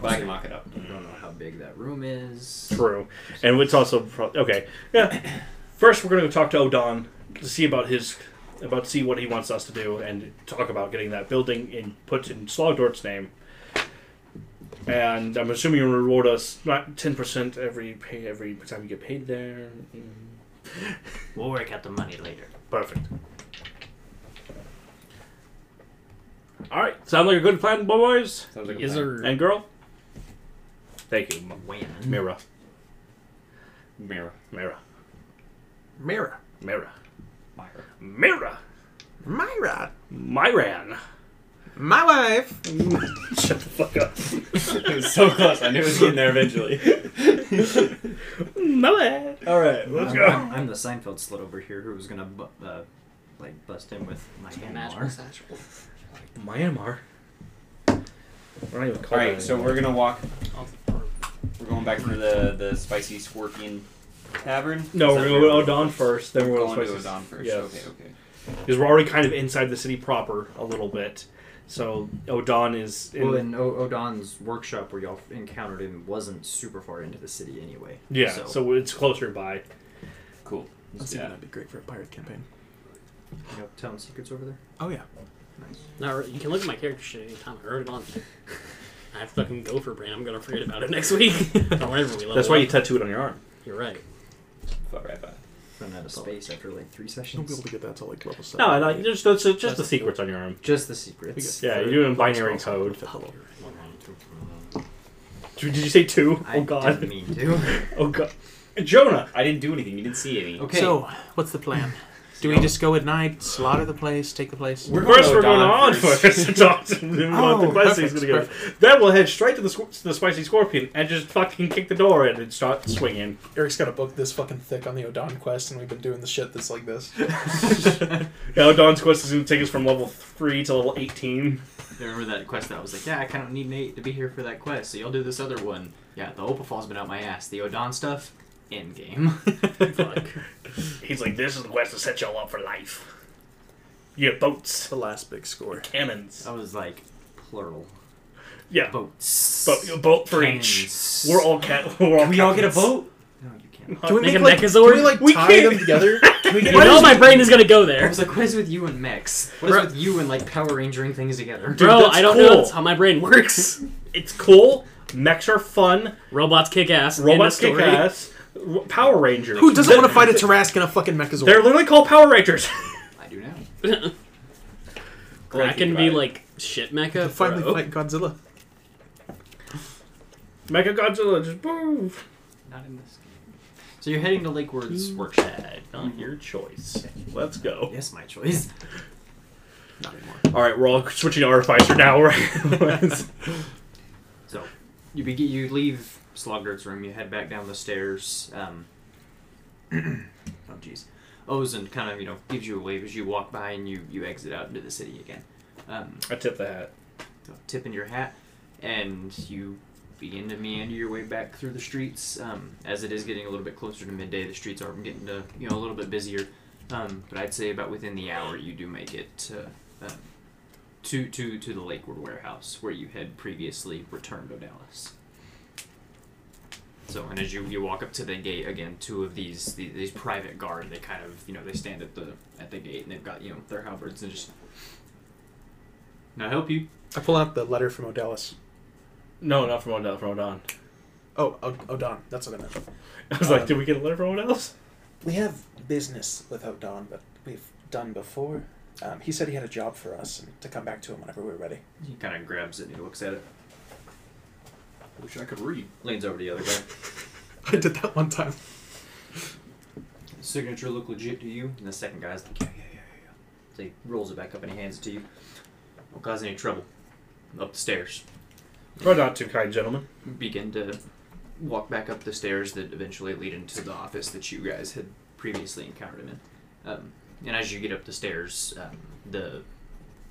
Speaker 5: but I can lock it up.
Speaker 2: I don't know how big that room is.
Speaker 3: True, and it's also pro- okay. Yeah. First, we're gonna go talk to Odon to see about his, about see what he wants us to do, and talk about getting that building in put in Slogdort's name. And I'm assuming you'll reward us not ten percent every pay every time you get paid there. Mm.
Speaker 7: We'll work out the money later.
Speaker 3: Perfect. All right, sound like a good plan, boys
Speaker 5: Sounds like a
Speaker 4: Is
Speaker 5: plan.
Speaker 4: there?
Speaker 3: and girl. Thank you,
Speaker 2: When?
Speaker 3: Mira,
Speaker 5: Mira,
Speaker 3: Mira,
Speaker 1: Myra.
Speaker 3: Mira,
Speaker 5: Myra,
Speaker 3: Mira,
Speaker 1: Myra.
Speaker 3: Myran.
Speaker 1: My wife.
Speaker 3: Shut the fuck up.
Speaker 5: it was so close. I knew it was getting there eventually.
Speaker 3: Myra.
Speaker 5: All right,
Speaker 3: Let's
Speaker 2: I'm,
Speaker 3: go.
Speaker 2: I'm, I'm the Seinfeld slut over here who was gonna bu- uh, like bust in with my Myanmar.
Speaker 3: Myanmar. We're not even calling.
Speaker 5: All right.
Speaker 3: it
Speaker 5: So
Speaker 3: anymore.
Speaker 5: we're gonna walk. We're going back to the the spicy scorpion tavern.
Speaker 3: No,
Speaker 5: Is
Speaker 3: we're
Speaker 5: that
Speaker 3: gonna
Speaker 5: where
Speaker 3: go to Odon first, then we're
Speaker 5: We're
Speaker 3: going
Speaker 5: going
Speaker 3: to
Speaker 5: to
Speaker 3: Spices.
Speaker 5: Odon first.
Speaker 3: Yes.
Speaker 5: Okay, okay.
Speaker 3: Because we're already kind of inside the city proper a little bit. So Odon is. In,
Speaker 2: Well, in o- Odon's workshop where y'all encountered him wasn't super far into the city anyway.
Speaker 3: yeah,
Speaker 2: So,
Speaker 3: so it's closer by.
Speaker 5: Cool.
Speaker 1: Let's see.
Speaker 5: Yeah.
Speaker 1: That'd be great for a pirate campaign.
Speaker 2: you know, tell him secrets over there.
Speaker 1: Oh yeah.
Speaker 2: Nice.
Speaker 4: Not really. You can look at my character sheet anytime. I wrote it on. there. I have fucking gopher brain. I'm gonna forget about it next week or whenever we level
Speaker 3: That's why you
Speaker 4: up.
Speaker 3: tattoo it on your arm.
Speaker 4: You're right.
Speaker 5: Fuck right back.
Speaker 2: Run out of space after like three
Speaker 1: You won't be able
Speaker 2: sessions.
Speaker 1: to get that till like level seven.
Speaker 3: No, no, just just, just
Speaker 2: That's
Speaker 3: the secrets on your arm.
Speaker 2: Just the secrets.
Speaker 3: Yeah, you're doing binary code. Did you say two?
Speaker 2: I
Speaker 3: oh god.
Speaker 2: didn't mean to.
Speaker 3: Oh god. Jonah.
Speaker 5: I didn't do anything. You didn't see any.
Speaker 2: Okay.
Speaker 1: So, what's the plan? Do we just go at night, slaughter the place, take the place?
Speaker 5: We're
Speaker 3: First,
Speaker 5: gonna
Speaker 3: we're
Speaker 5: go
Speaker 3: going on
Speaker 5: Don
Speaker 3: first to talk to him
Speaker 1: Oh,
Speaker 3: about the spicy
Speaker 1: perfect,
Speaker 3: he's gonna go. Then we'll head straight to the, squ- to the spicy scorpion and just fucking kick the door in and start swinging.
Speaker 1: Eric's got a book this fucking thick on the Odon quest, and we've been doing the shit that's like this.
Speaker 3: Now, Don's quest is gonna take us from level three to level eighteen.
Speaker 2: I remember that quest that I was like, yeah, I kind of need Nate to be here for that quest, so y'all do this other one. Yeah, the Opal Fall's been out my ass. The Odon stuff, end game.
Speaker 4: Fuck.
Speaker 3: He's like, "This is the quest to set y'all up for life. Your boats,
Speaker 1: the last big score.
Speaker 3: cannons.
Speaker 2: I was like, plural.
Speaker 3: Yeah,
Speaker 2: Boats.
Speaker 3: boat, a boat for each.
Speaker 2: Cannons.
Speaker 3: We're all cat. We're all.
Speaker 5: we all get a
Speaker 3: captains.
Speaker 5: vote?
Speaker 2: No, you can't.
Speaker 1: Do we
Speaker 4: Make
Speaker 1: make,
Speaker 4: a
Speaker 1: like, do
Speaker 4: Megazord?
Speaker 1: we like
Speaker 3: We
Speaker 1: tie
Speaker 3: can't-
Speaker 1: them together? Can we get
Speaker 4: You
Speaker 1: a-
Speaker 4: know my brain is gonna go
Speaker 2: I
Speaker 4: there.
Speaker 2: was like, what is with you and mechs? What is with you and like Power Rangering things together?
Speaker 3: Dude,
Speaker 4: Bro,
Speaker 3: that's
Speaker 4: I don't
Speaker 3: cool.
Speaker 4: know that's how my brain works.
Speaker 3: It's cool. Mechs are fun.
Speaker 4: Robots kick ass. End of
Speaker 3: Robots kick
Speaker 4: story.
Speaker 3: ass. R- Power Rangers.
Speaker 1: Who doesn't want to fight a Tarrasque in a fucking Mechazord?
Speaker 3: They're literally called Power Rangers.
Speaker 2: I do now.
Speaker 4: Kraken be like shit mecha.
Speaker 1: They finally
Speaker 4: bro.
Speaker 1: fight Godzilla.
Speaker 3: Mega Godzilla just move.
Speaker 2: Not in this game. So you're heading to Lakewood's workshop.
Speaker 3: Not your choice. Let's go.
Speaker 2: Yes, my choice.
Speaker 1: Not anymore.
Speaker 3: All right, we're all switching artificer now, right?
Speaker 2: So you begin, you leave Sloggert's room. You head back down the stairs. Um, oh jeez, Ozen kind of you know gives you a wave as you walk by and you you exit out into the city again. Um,
Speaker 3: I tip the hat.
Speaker 2: so tip in your hat, and you begin to meander your way back through the streets. Um, as it is getting a little bit closer to midday, the streets are getting to you know a little bit busier. Um, but I'd say about within the hour, you do make it to, um, to to to the Lakewood warehouse where you had previously returned Odalis. So, and as you, you walk up to the gate again, two of these, these these private guard, they kind of you know they stand at the at the gate and they've got you know their halberds and just. Now help you.
Speaker 1: I pull out the letter from Odalis.
Speaker 3: No, not from Odon. From Odon.
Speaker 1: Oh, o- Odon. That's what I meant.
Speaker 3: I was like, did we get a letter from anyone else?
Speaker 1: We have business with Odon, but we've done before. Um, he said he had a job for us and to come back to him whenever we are ready.
Speaker 2: He kind of grabs it and he looks at it. Wish I could read. Leans over to the other guy.
Speaker 1: I did that one time.
Speaker 2: Signature look legit to you? And the second guy's like, yeah, yeah, yeah, yeah. yeah." So he rolls it back up and he hands it to you. Don't cause any trouble. Up the stairs.
Speaker 3: We're not too kind, gentlemen.
Speaker 2: Begin to walk back up the stairs that eventually lead into the office that you guys had previously encountered him in. Um, and as you get up the stairs, um, the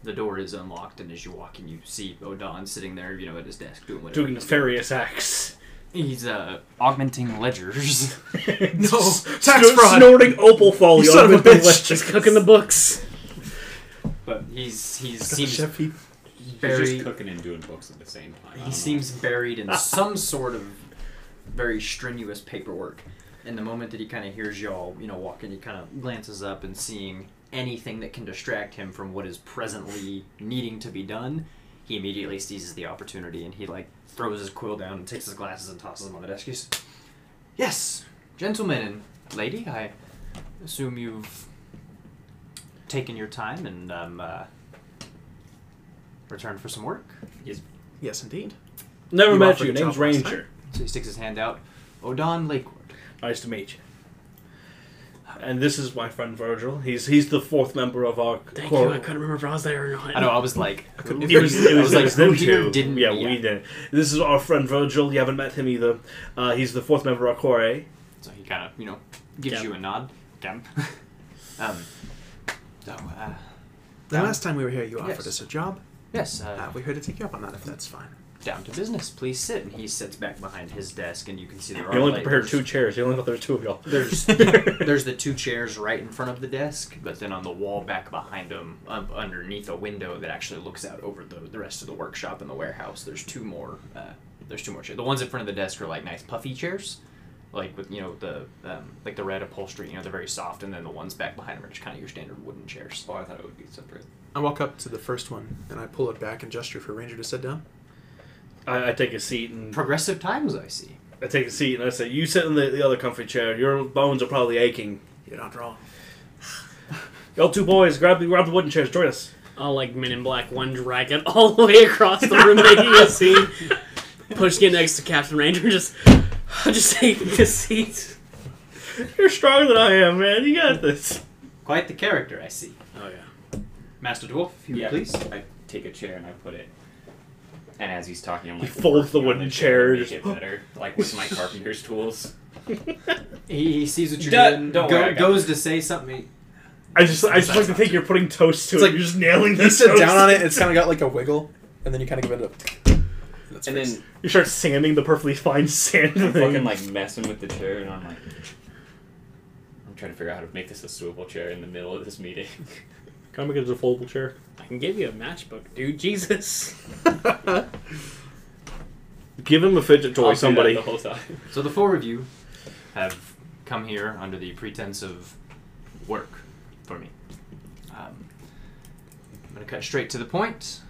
Speaker 2: the door is unlocked, and as you walk in, you see Odon sitting there, you know, at his desk doing whatever.
Speaker 3: Doing
Speaker 2: he's
Speaker 3: nefarious acts.
Speaker 2: He's uh, augmenting ledgers.
Speaker 1: No,
Speaker 3: Just
Speaker 1: tax
Speaker 3: sno-
Speaker 1: fraud.
Speaker 3: Snorting opal folio.
Speaker 1: You son of a
Speaker 3: with the
Speaker 1: bitch.
Speaker 3: left-
Speaker 4: Just cooking the books.
Speaker 2: but he's he
Speaker 1: Got
Speaker 2: seems
Speaker 1: Chef Heath.
Speaker 5: You're
Speaker 2: buried.
Speaker 5: just cooking and doing books at the same time. I don't
Speaker 2: He
Speaker 5: know.
Speaker 2: seems buried in some sort of very strenuous paperwork. And the moment that he kind of hears y'all, you know, walking, he kind of glances up and seeing anything that can distract him from what is presently needing to be done, he immediately seizes the opportunity and he like throws his quill down and takes his glasses and tosses them on the desk. He's, yes, gentlemen and lady, I assume you've taken your time and um, uh, returned for some work.
Speaker 1: Yes, indeed.
Speaker 3: Never
Speaker 1: You
Speaker 3: met
Speaker 1: offered
Speaker 3: you.
Speaker 1: a job
Speaker 3: Name's
Speaker 1: last
Speaker 3: Ranger.
Speaker 2: So he sticks his hand out. Odon Lakewood.
Speaker 3: Nice to meet you. And this is my friend Virgil. He's he's the fourth member of our
Speaker 4: Thank
Speaker 3: core.
Speaker 4: you. I couldn't remember if I was there or not.
Speaker 2: I know. I was like,
Speaker 1: couldn't
Speaker 2: who-
Speaker 3: It was, it
Speaker 2: I
Speaker 3: was,
Speaker 2: was
Speaker 3: it
Speaker 2: like,
Speaker 3: was
Speaker 2: who
Speaker 3: them
Speaker 2: here
Speaker 3: two.
Speaker 2: didn't?
Speaker 3: yeah, we did. This is our friend Virgil. You haven't met him either. Uh, he's the fourth member of our core. eh?
Speaker 2: So he kind of, you know, gives
Speaker 4: Gem.
Speaker 2: you a nod. Gem. um. So, uh,
Speaker 1: The
Speaker 2: Um,
Speaker 1: last time we were here, you offered
Speaker 2: yes.
Speaker 1: us a job.
Speaker 2: yes.
Speaker 1: Uh,
Speaker 2: Uh,
Speaker 1: we're here to take you up on that if that's fine.
Speaker 2: down to business. Please sit. And he sits back behind his desk, and you can see there are.
Speaker 3: He only
Speaker 2: like-
Speaker 3: prepared two chairs. He only thought there were two of y'all.
Speaker 2: There's there's the two chairs right in front of the desk, but then on the wall back behind them, um, underneath a window that actually looks out over the, the rest of the workshop and the warehouse. There's two more. Uh, there's two more chairs. The ones in front of the desk are like nice puffy chairs, like with you know the um, like the red upholstery. You know they're very soft, and then the ones back behind them are just kind of your standard wooden chairs.
Speaker 5: Oh, I thought it would be separate.
Speaker 1: I walk up to the first one and I pull it back and gesture for Ranger to sit down.
Speaker 3: I, I take a seat and
Speaker 2: Progressive times, I see.
Speaker 3: I take a seat and I say, "You sit in the, the other comfy chair. Your bones are probably aching.
Speaker 1: You're not wrong.
Speaker 3: Y'all two boys, grab the grab the wooden chairs. Join us."
Speaker 4: I'll like Men in Black one drag it all the way across the room, making a scene. Pushing it next to Captain Ranger, just just taking the seat.
Speaker 3: You're stronger than I am, man. You got this.
Speaker 2: Quite the character, I see.
Speaker 4: Oh yeah.
Speaker 2: Master Dwarf, if you would
Speaker 5: Yeah.
Speaker 2: please.
Speaker 5: I take a chair and I put it. And as he's talking, I'm
Speaker 3: He
Speaker 5: like,
Speaker 3: folds the
Speaker 5: working on
Speaker 3: wooden
Speaker 5: chair,
Speaker 3: chair,
Speaker 5: to make it
Speaker 3: just-
Speaker 5: better, like with my carpenter's tools.
Speaker 2: He, he sees what you're
Speaker 5: Duh,
Speaker 2: doing.
Speaker 5: don't
Speaker 2: go-
Speaker 5: worry, I got
Speaker 2: goes to say something.
Speaker 3: I just, I just like to think you're putting toast to
Speaker 1: It's
Speaker 3: it.
Speaker 1: like-
Speaker 3: you're just nailing
Speaker 1: You
Speaker 3: this.
Speaker 1: sit
Speaker 3: toast.
Speaker 1: down on it. It's kind of got like a wiggle, and then you kind of give it a. That's
Speaker 5: And
Speaker 1: fixed.
Speaker 5: then
Speaker 3: You start sanding the perfectly fine sand. thing.
Speaker 5: I'm fucking like messing with the chair, and I'm like, I'm trying to figure out how to make this a swivel chair in the middle of this meeting.
Speaker 6: Can I make it as a foldable chair?
Speaker 4: I can give you a matchbook, dude. Jesus.
Speaker 3: Give him a fidget
Speaker 5: I'll
Speaker 3: toy,
Speaker 5: do that
Speaker 3: somebody.
Speaker 5: the whole time.
Speaker 2: So the four of you have come here under the pretense of work for me. Um, I'm going to cut straight to the point.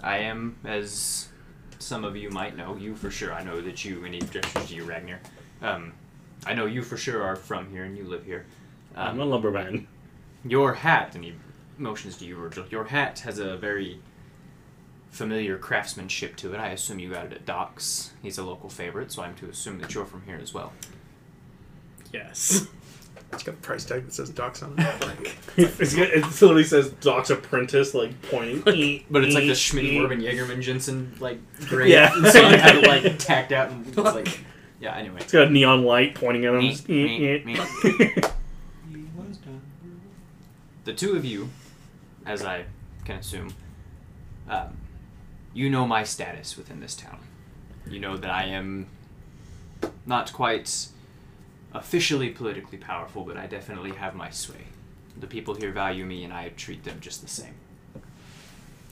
Speaker 2: I am, as some of you might know, you for sure. I know that you, and he gestures to you, Ragnar. Um, I know you for sure are from here and you live here.
Speaker 6: I'm
Speaker 2: Um,
Speaker 6: a lumberman.
Speaker 2: your hat, and he motions to you, Virgil. Your hat has a very familiar craftsmanship to it. I assume you got it at Doc's. He's a local favorite, so I'm to assume that you're from here as well.
Speaker 4: Yes.
Speaker 1: It's got a price tag that says docs on it. Like,
Speaker 3: It's got- it literally says Doc's apprentice, like pointing.
Speaker 2: But it's like the Schmidt Morven Jagerman Jensen like grade.
Speaker 3: Yeah.
Speaker 2: And so you have it like tacked out and it's like yeah. Anyway,
Speaker 3: It's got a neon light pointing at him.
Speaker 2: Meep,
Speaker 3: Just,
Speaker 2: meep,
Speaker 3: eh, eh.
Speaker 2: the two of you, as I can assume, um, you know my status within this town. You know that I am not quite officially politically powerful, but I definitely have my sway. The people here value me, and I treat them just the same.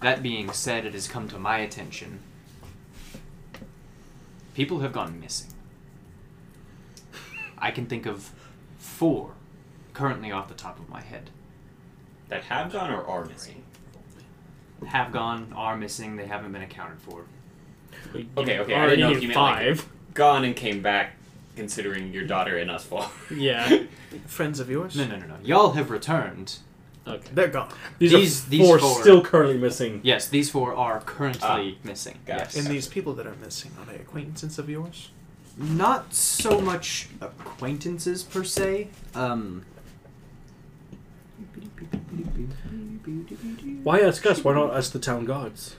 Speaker 2: That being said, it has come to my attention. People have gone missing. I can think of four currently off the top of my head.
Speaker 5: That have gone or are missing.
Speaker 2: Have gone, are missing, they haven't been accounted for.
Speaker 5: Okay, okay. I
Speaker 4: Already
Speaker 5: didn't know if you meant like,
Speaker 4: five.
Speaker 5: gone and came back, considering your daughter and us fall.
Speaker 4: Yeah.
Speaker 1: friends of yours?
Speaker 2: No, no, no, no. Y'all have returned.
Speaker 4: Okay.
Speaker 1: They're gone.
Speaker 3: These,
Speaker 2: These-
Speaker 3: are
Speaker 2: these
Speaker 3: four
Speaker 2: four.
Speaker 3: still currently missing.
Speaker 2: Yes, these four are currently missing.
Speaker 5: got
Speaker 2: Yes.
Speaker 5: it.
Speaker 1: And these people that are missing are they acquaintances of yours?
Speaker 2: Not so much acquaintances per se. Um,
Speaker 3: Why ask us? Why not ask the town gods?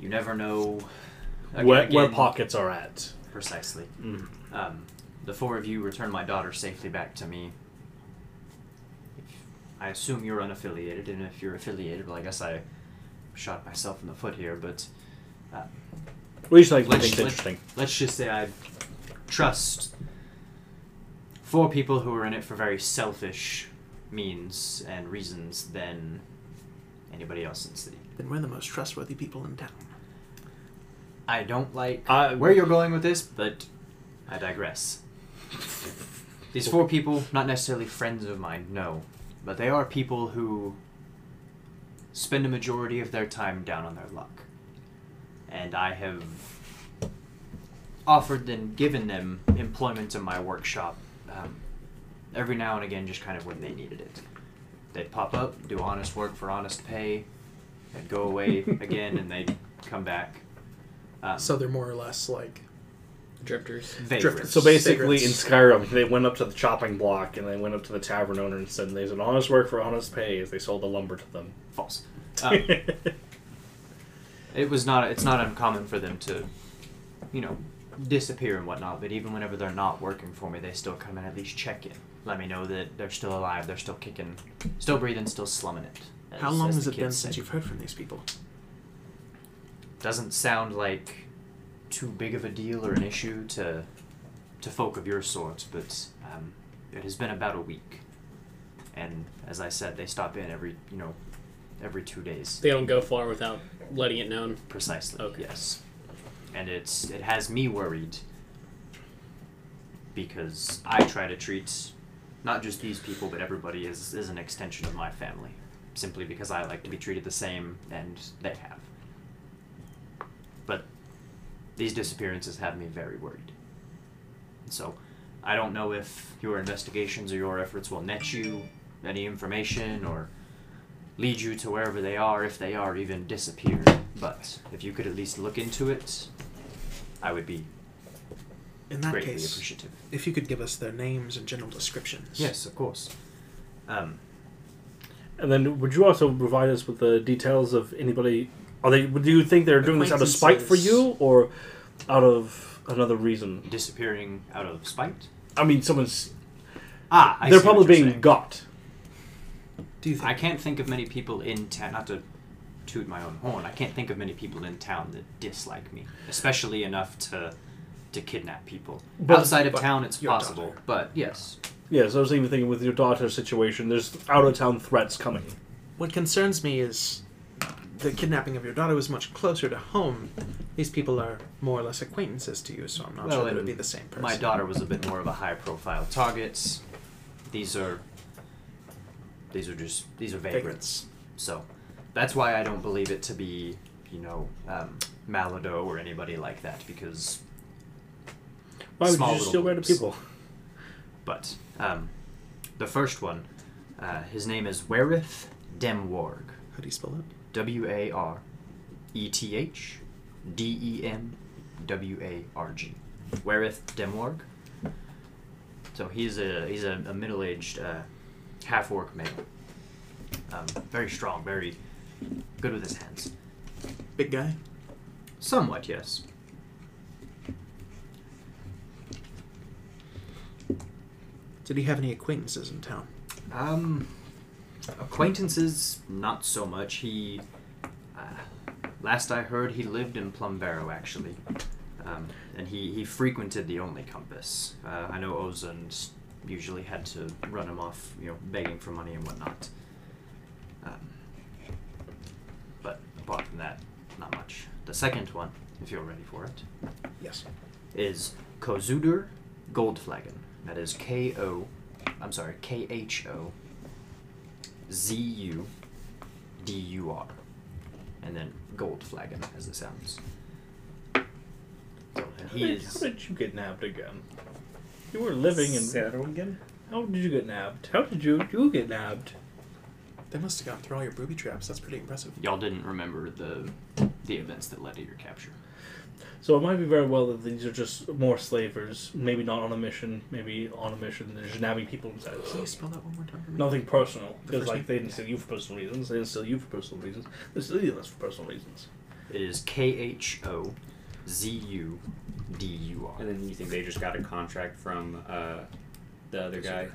Speaker 2: you never know.
Speaker 3: where, where
Speaker 2: Again,
Speaker 3: pockets are at.
Speaker 2: Precisely.
Speaker 3: Mm.
Speaker 2: Um, the four of you returned my daughter safely back to me. I assume you're unaffiliated, and if you're affiliated, well, I guess I shot myself in the foot here, but uh,
Speaker 3: We just like to
Speaker 2: Let's-
Speaker 3: think it's
Speaker 2: let's-
Speaker 3: interesting.
Speaker 2: let's just say I trust four people who are in it for very selfish means and reasons than anybody else in the city.
Speaker 1: Then we're the most trustworthy people in town.
Speaker 2: I don't like
Speaker 3: I-
Speaker 2: where you're going with this, but I digress. These four people, not necessarily friends of mine, no, but they are people who spend a majority of their time down on their luck. And I have offered them, given them employment in my workshop um, every now and again, just kind of when they needed it. They'd pop up, do honest work for honest pay, and go away again, and they'd come back. Um,
Speaker 1: So they're more or less like
Speaker 4: Drifters.
Speaker 2: vagrants.
Speaker 3: So basically,
Speaker 1: Cigarettes.
Speaker 3: in Skyrim, they went up to the chopping block and they went up to the tavern owner and said, "There's an honest work for honest pay," as they sold the lumber to them.
Speaker 2: false. Um, it was not. It's not uncommon for them to, you know, disappear and whatnot. But even whenever they're not working for me, they still come and at least check in, let me know that they're still alive, they're still kicking, still breathing, still slumming it. as-
Speaker 1: How long
Speaker 2: as
Speaker 1: has
Speaker 2: the
Speaker 1: it been
Speaker 2: kids
Speaker 1: since
Speaker 2: say.
Speaker 1: you've heard from these people?
Speaker 2: Doesn't sound like too big of a deal or an issue to to folk of your sort, but um, it has been about a week. And as I said, they stop in every you know every two days.
Speaker 4: They don't go far without letting it known.
Speaker 2: Precisely.
Speaker 4: Okay.
Speaker 2: Yes. And it's it has me worried because I try to treat not just these people but everybody as is an extension of my family. Simply because I like to be treated the same and they have. But these disappearances have me very worried. And so I don't know if your investigations or your efforts will net you any information or lead you to wherever they are if they are even disappeared. But if you could at least look into it, I would be
Speaker 1: In that
Speaker 2: greatly
Speaker 1: case,
Speaker 2: appreciative.
Speaker 1: if you could give us their names and general descriptions.
Speaker 2: Yes, of course. Um,
Speaker 3: And then, would you also provide us with the details of anybody? Are they? Do you think they're doing this out of spite for you, or out of another reason?
Speaker 2: disappearing out of spite.
Speaker 3: I mean, someone's.
Speaker 2: Ah, I
Speaker 3: they're
Speaker 2: see what
Speaker 3: probably
Speaker 2: you're
Speaker 3: being
Speaker 2: saying.
Speaker 3: got.
Speaker 1: Do you think?
Speaker 2: I can't think of many people in town. Not to toot my own horn. I can't think of many people in town that dislike me, especially enough to to kidnap people.
Speaker 3: But-
Speaker 2: Outside of
Speaker 1: but
Speaker 2: town, it's
Speaker 1: your
Speaker 2: possible.
Speaker 1: daughter.
Speaker 2: But yes,
Speaker 3: Yes, I was even thinking with your daughter's situation. There's out of town threats coming.
Speaker 1: What concerns me is the kidnapping of your daughter was much closer to home. These people are more or less acquaintances to you, so I'm not
Speaker 2: Well,
Speaker 1: sure that it would
Speaker 2: and
Speaker 1: be the same person.
Speaker 2: my daughter was a bit more of a high-profile target. These are these are just these are vagrants.
Speaker 1: Vagrants.
Speaker 2: So that's why I don't believe it to be, you know, um, Malado or anybody like that, because.
Speaker 3: Why would
Speaker 2: Small
Speaker 3: you just
Speaker 2: little
Speaker 3: steal random
Speaker 2: groups.
Speaker 3: people?
Speaker 2: But um, the first one, uh, his name is Werith Demwarg.
Speaker 1: How do you spell it?
Speaker 2: W A R E T H D E M W A R G. Werith Demwarg. So he's a he's a, a middle aged uh, half orc male. Um, very strong, very good with his hands.
Speaker 1: Big guy.
Speaker 2: Somewhat, yes.
Speaker 1: Did he have any acquaintances in town?
Speaker 2: Um, acquaintances, not so much. He, uh, last I heard, he lived in Plumbarrow actually, um, and he he frequented the Only Compass. Uh, I know Ozund usually had to run him off, you know, begging for money and whatnot. Um, but apart from that, not much. The second one, if you're ready for it
Speaker 1: Yes.
Speaker 2: is Kozudur Goldflagon. That is K O, I'm sorry, K H O Z U D U R. And then Goldflagon, as it sounds. So, and he
Speaker 3: How
Speaker 2: is.
Speaker 3: did you get nabbed again? You were living in.
Speaker 5: again?
Speaker 3: How did you get nabbed? How did you you get nabbed?
Speaker 1: They must have gone through all your booby traps. That's pretty impressive.
Speaker 2: Y'all didn't remember the the events that led to your capture.
Speaker 3: So it might be very well that these are just more slavers, maybe not on a mission, maybe on a mission. They're just nabbing people inside. of
Speaker 1: Can you
Speaker 3: cells.
Speaker 1: spell that one more time for me?
Speaker 3: Nothing personal,
Speaker 1: The
Speaker 3: because
Speaker 1: first
Speaker 3: like
Speaker 1: name?
Speaker 3: they didn't steal you for personal reasons. They didn't steal you for personal reasons. They steal us for personal reasons.
Speaker 2: It is K H O Z U D U
Speaker 5: And
Speaker 2: R.
Speaker 5: then you think they just got a contract from uh, the other guy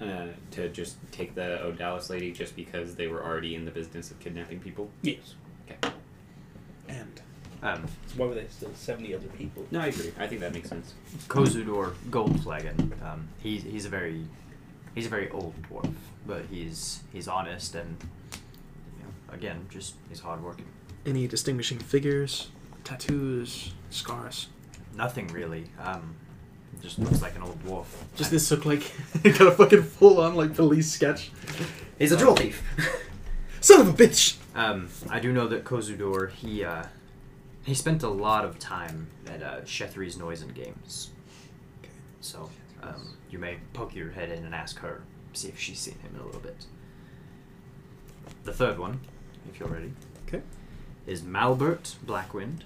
Speaker 5: uh, to just take the O'Dallas lady just because they were already in the business of kidnapping people?
Speaker 3: Yes.
Speaker 1: And
Speaker 2: Um,
Speaker 3: So why would they steal seventy other people?
Speaker 5: No, I agree. I think that makes sense.
Speaker 2: Kozudor Goldflagon. Um, he's he's a very he's a very old dwarf, but he's he's honest and you know, again just he's hardworking.
Speaker 1: any distinguishing figures, tattoos, scars?
Speaker 2: Nothing really. Um, just looks like an old dwarf.
Speaker 1: Just this look like got a fucking full on like police sketch.
Speaker 2: He's a jewel thief.
Speaker 1: Son of a bitch.
Speaker 2: um, I do know that Kozudor he uh, he spent a lot of time at uh, Shethri's Noise and Games. So um, you may poke your head in and ask her, see if she's seen him in a little bit. The third one, if you're ready.
Speaker 1: Okay.
Speaker 2: is Malbert Blackwind.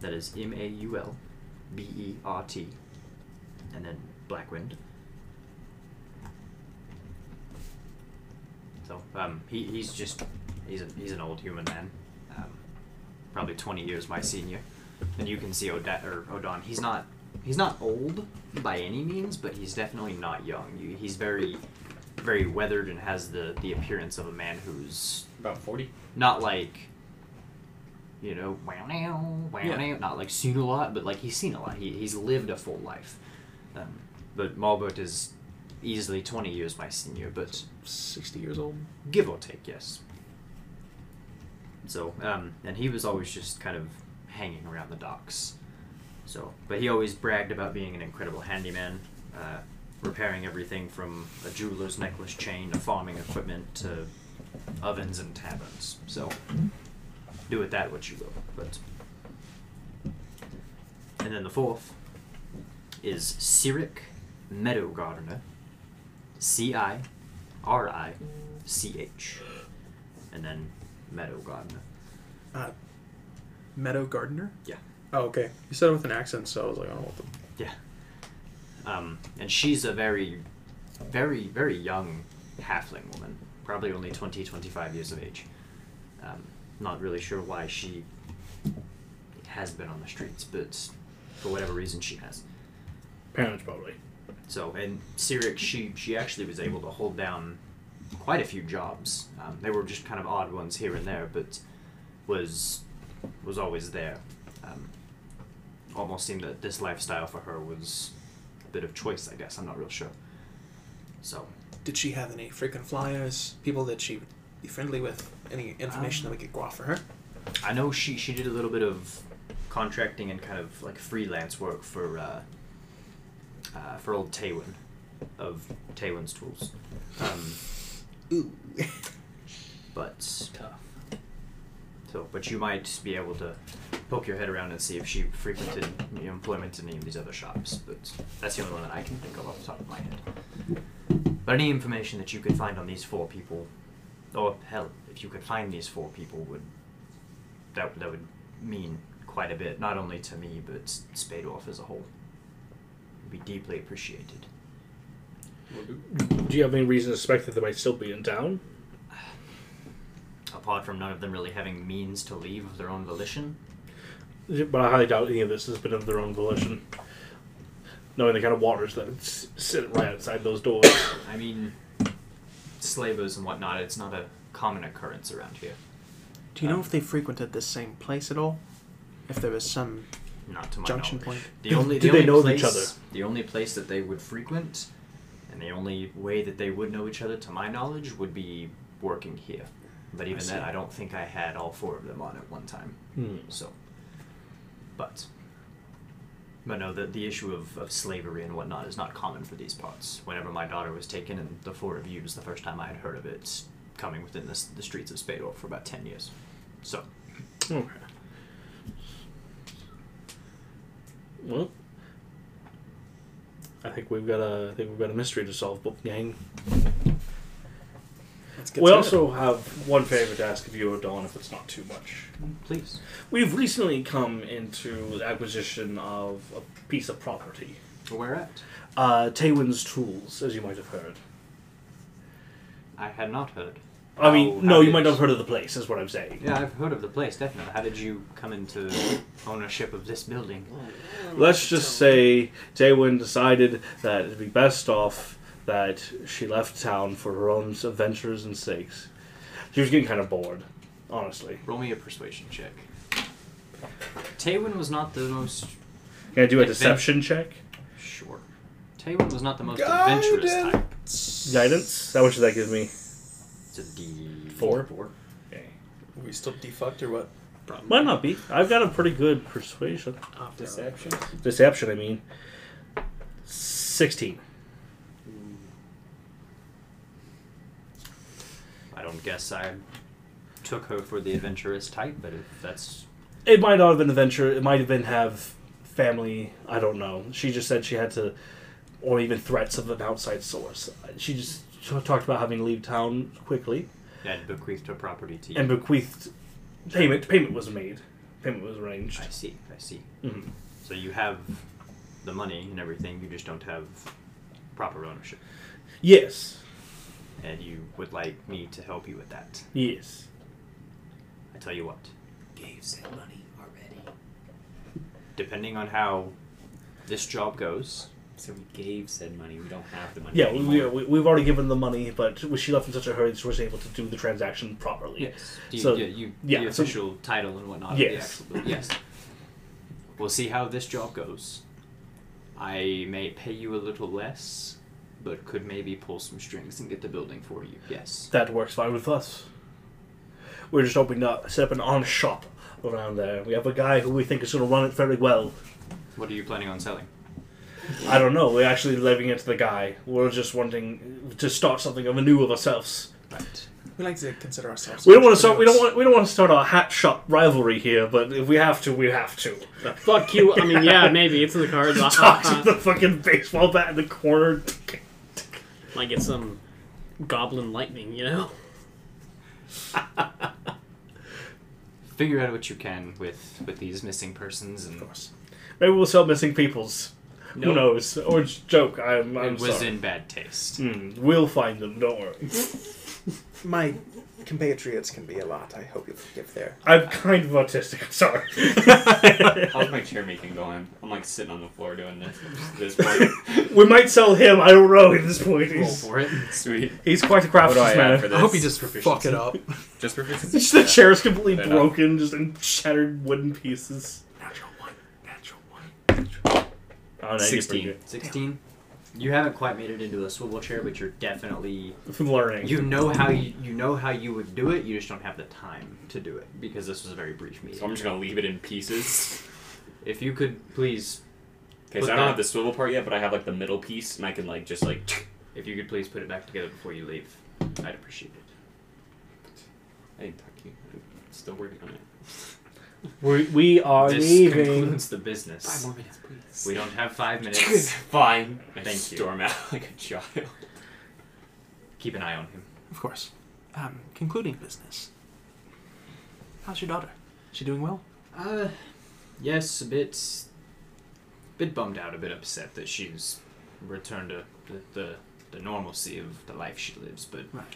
Speaker 2: That is M A U L B E R T. And then Blackwind. So um, he, he's just he's a, he's an old human man, um, probably twenty years my senior. And you can see Oda- or Odon. He's not he's not old by any means, but he's definitely not young. You, he's very very weathered and has the the appearance of a man who's
Speaker 5: About 40?
Speaker 2: not like you know wow now wow now not like seen a lot but like he's seen a lot he, he's lived a full life um, but malbert is easily 20 years my senior but
Speaker 1: Sixty years old.
Speaker 2: give or take yes so um, and he was always just kind of hanging around the docks so but he always bragged about being an incredible handyman uh, repairing everything from a jeweler's necklace chain to farming equipment to ovens and taverns so do with that what you will but and then the fourth is Cyric Meadow Gardener. C I R I C H. And then Meadow Gardener.
Speaker 1: Uh, Meadow Gardener.
Speaker 2: Yeah.
Speaker 1: Oh, okay. You said it with an accent, so I was like, oh, what the
Speaker 2: Yeah. Um, and she's a very, very, very young halfling woman, probably only 20, 25 years of age. Um, not really sure why she has been on the streets, but for whatever reason she has.
Speaker 3: Parents probably.
Speaker 2: So, and Cyric, she she actually was able to hold down quite a few jobs. Um, they were just kind of odd ones here and there, but was was always there. Um, almost seemed that this lifestyle for her was a bit of choice, I guess. I'm not real sure. So,
Speaker 1: Did she have any frequent flyers? People that she would be friendly with? Any information that we could go off for her?
Speaker 2: I know she she did a little bit of contracting and kind of like freelance work for uh, uh, for old Taywin of Taywin's Tools. Um,
Speaker 1: Ooh.
Speaker 2: but tough. So, but you might be able to poke your head around and see if she frequented you know, employment in any of these other shops. But that's the only one that I can think of off the top of my head. But any information that you could find on these four people, or hell, if you could find these four people, would that that would mean quite a bit, not only to me but Spadorf as a whole. Would be deeply appreciated.
Speaker 3: Do you have any reason to suspect that they might still be in town?
Speaker 2: Apart from none of them really having means to leave of their own volition,
Speaker 3: But I highly doubt any of this has been of their own volition. Knowing the kind of waters that s- sit right outside those doors.
Speaker 2: I mean, slavers and whatnot, it's not a common occurrence around here.
Speaker 1: Do you know if they frequented this same place at all? If there was some
Speaker 2: Not to my
Speaker 1: junction
Speaker 2: knowledge.
Speaker 1: point?
Speaker 2: The only,
Speaker 3: Do
Speaker 2: the
Speaker 3: they
Speaker 2: only
Speaker 3: know each
Speaker 2: place-
Speaker 3: other?
Speaker 2: The only place that they would frequent, and the only way that they would know each other, to my knowledge, would be working here. But even
Speaker 1: see.
Speaker 2: then, I don't think I had all four of them on at one time.
Speaker 3: Hmm.
Speaker 2: So, but, but no, the, the issue of, of slavery and whatnot is not common for these parts. Whenever my daughter was taken, and the four of you was the first time I had heard of it, coming within this, the streets of Spador for about 10 years. So,
Speaker 3: Okay. Well, I think we've got a I think we've got a mystery to solve, but gang.
Speaker 1: Let's
Speaker 3: we
Speaker 1: to it.
Speaker 3: also have one favor to ask of you, O'Donnell, if it's not too much.
Speaker 2: please.
Speaker 3: We've recently come into the acquisition of a piece of property.
Speaker 2: Where at?
Speaker 3: Uh, Taywin's Tools, as you might have heard.
Speaker 2: I had not heard.
Speaker 3: I
Speaker 2: How-
Speaker 3: mean, no,
Speaker 2: Oh, how
Speaker 3: you
Speaker 2: did-
Speaker 3: might not have heard of the place, is what I'm saying.
Speaker 2: Yeah, I've heard of the place, definitely. How did you come into ownership of this building?
Speaker 3: Let's just say Daywin decided that it'd be best off that she left town for her own adventures and sakes. She was getting kind of bored, honestly.
Speaker 2: Roll me a persuasion check. Taywin was not the most
Speaker 3: Can I do a
Speaker 2: Advent-
Speaker 3: deception check?
Speaker 2: sure. Taywin was not the most adventurous type.
Speaker 3: Guidance? That what should that give me?
Speaker 2: It's a D
Speaker 3: Four.
Speaker 2: Four.
Speaker 3: Okay.
Speaker 1: Are we still defucked or what?
Speaker 3: Might not be. I've got a pretty good persuasion.
Speaker 1: Off
Speaker 5: Deception.
Speaker 3: Deception, I mean. 16.
Speaker 2: I don't guess I took her for the adventurous type, but if that's
Speaker 3: It might not have been adventure. It might have been have family. I don't know. She just said she had to, or even threats of an outside source. She just t- talked about having to leave town quickly
Speaker 2: that bequeathed her property to you.
Speaker 3: and bequeathed payment. Payment was made. Payment was arranged.
Speaker 2: I see. I see.
Speaker 3: Mhm.
Speaker 2: So you have the money and everything. You just don't have proper ownership,
Speaker 3: Yes.
Speaker 2: and you would like me to help you with that.
Speaker 3: Yes.
Speaker 2: I tell you what.
Speaker 7: Gave said money already.
Speaker 2: Depending on how this job goes,
Speaker 5: So we gave said money. We don't have the money.
Speaker 3: Yeah. We, we,
Speaker 5: anymore.
Speaker 3: we, we've already given the money, but she left in such a hurry that she was able to do the transaction properly.
Speaker 2: yes. Do you,
Speaker 3: So-
Speaker 2: yeah, you,
Speaker 3: yeah,
Speaker 2: the
Speaker 3: so-
Speaker 2: official title and whatnot. of
Speaker 3: Yes.
Speaker 2: The actual, yes. We'll see how this job goes. I may pay you a little less, but could maybe pull some strings and get the building for you. Yes.
Speaker 3: That works fine with us. We're just hoping to set up an honest shop around there. We have a guy who we think is going to run it very well.
Speaker 2: What are you planning on selling?
Speaker 3: I don't know. We're actually leaving it to the guy. We're just wanting to start something of a new of ourselves.
Speaker 2: Right.
Speaker 1: We like to consider ourselves.
Speaker 3: We don't want to start. We don't want. We don't want to start our hat shop rivalry here. But if we have to, we have to.
Speaker 4: Fuck you. I mean, yeah, maybe it's in the cards. Uh,
Speaker 3: Talk to the fucking baseball bat in the corner.
Speaker 4: Might get some goblin lightning, you know?
Speaker 2: Figure out what you can with with these missing persons and
Speaker 3: Maybe we'll sell missing peoples. Who
Speaker 2: Nope.
Speaker 3: knows? Or it's a joke. I'm, I'm
Speaker 2: It was
Speaker 3: sorry.
Speaker 2: in bad taste.
Speaker 3: Hmm, we'll find them. Don't worry.
Speaker 1: My compatriots can be a lot. I hope you forgive their.
Speaker 3: I'm kind of autistic. I'm sorry.
Speaker 5: How's my chair making going? I'm like sitting on the floor doing this. This part.
Speaker 3: we might sell him. I don't know at this point.
Speaker 2: Roll
Speaker 3: He's,
Speaker 2: for it.
Speaker 5: Sweet.
Speaker 3: he's quite a
Speaker 5: Oh, What do I
Speaker 3: craftsman.
Speaker 5: add for
Speaker 3: man.
Speaker 5: this?
Speaker 1: I hope you just
Speaker 5: Proficiency.
Speaker 1: fuck it up.
Speaker 5: Just proficiency.
Speaker 3: Just the chair's completely
Speaker 5: Fair enough.
Speaker 3: broken, just in shattered wooden pieces.
Speaker 1: Natural one. Natural one.
Speaker 3: Oh,
Speaker 5: Sixteen.
Speaker 2: 16. You haven't quite made it into a swivel chair, but you're definitely
Speaker 3: From learning.
Speaker 2: you know how you, you know how you would do it. You just don't have the time to do it because this was a very brief meeting.
Speaker 5: So I'm just gonna leave it in pieces.
Speaker 2: If you could please,
Speaker 5: Okay,
Speaker 2: Put
Speaker 5: so I
Speaker 2: that-
Speaker 5: don't have the swivel part yet, but I have like the middle piece, and I can like just like.
Speaker 2: if you could please put it back together before you leave, I'd appreciate it.
Speaker 5: I didn't talk to you. I'm still working on it.
Speaker 3: We, we are
Speaker 2: this
Speaker 3: leaving.
Speaker 2: concludes the business.
Speaker 4: Five more minutes, please.
Speaker 2: We don't have five minutes.
Speaker 5: Fine. I
Speaker 2: Thank you.
Speaker 5: storm out like a child.
Speaker 2: Keep an eye on him.
Speaker 1: Of course. Um, concluding business. How's your daughter? She doing well?
Speaker 2: Uh, yes, a bit, bit bummed out, a bit upset that she's returned to the the, the normalcy of the life she lives, but
Speaker 1: Right.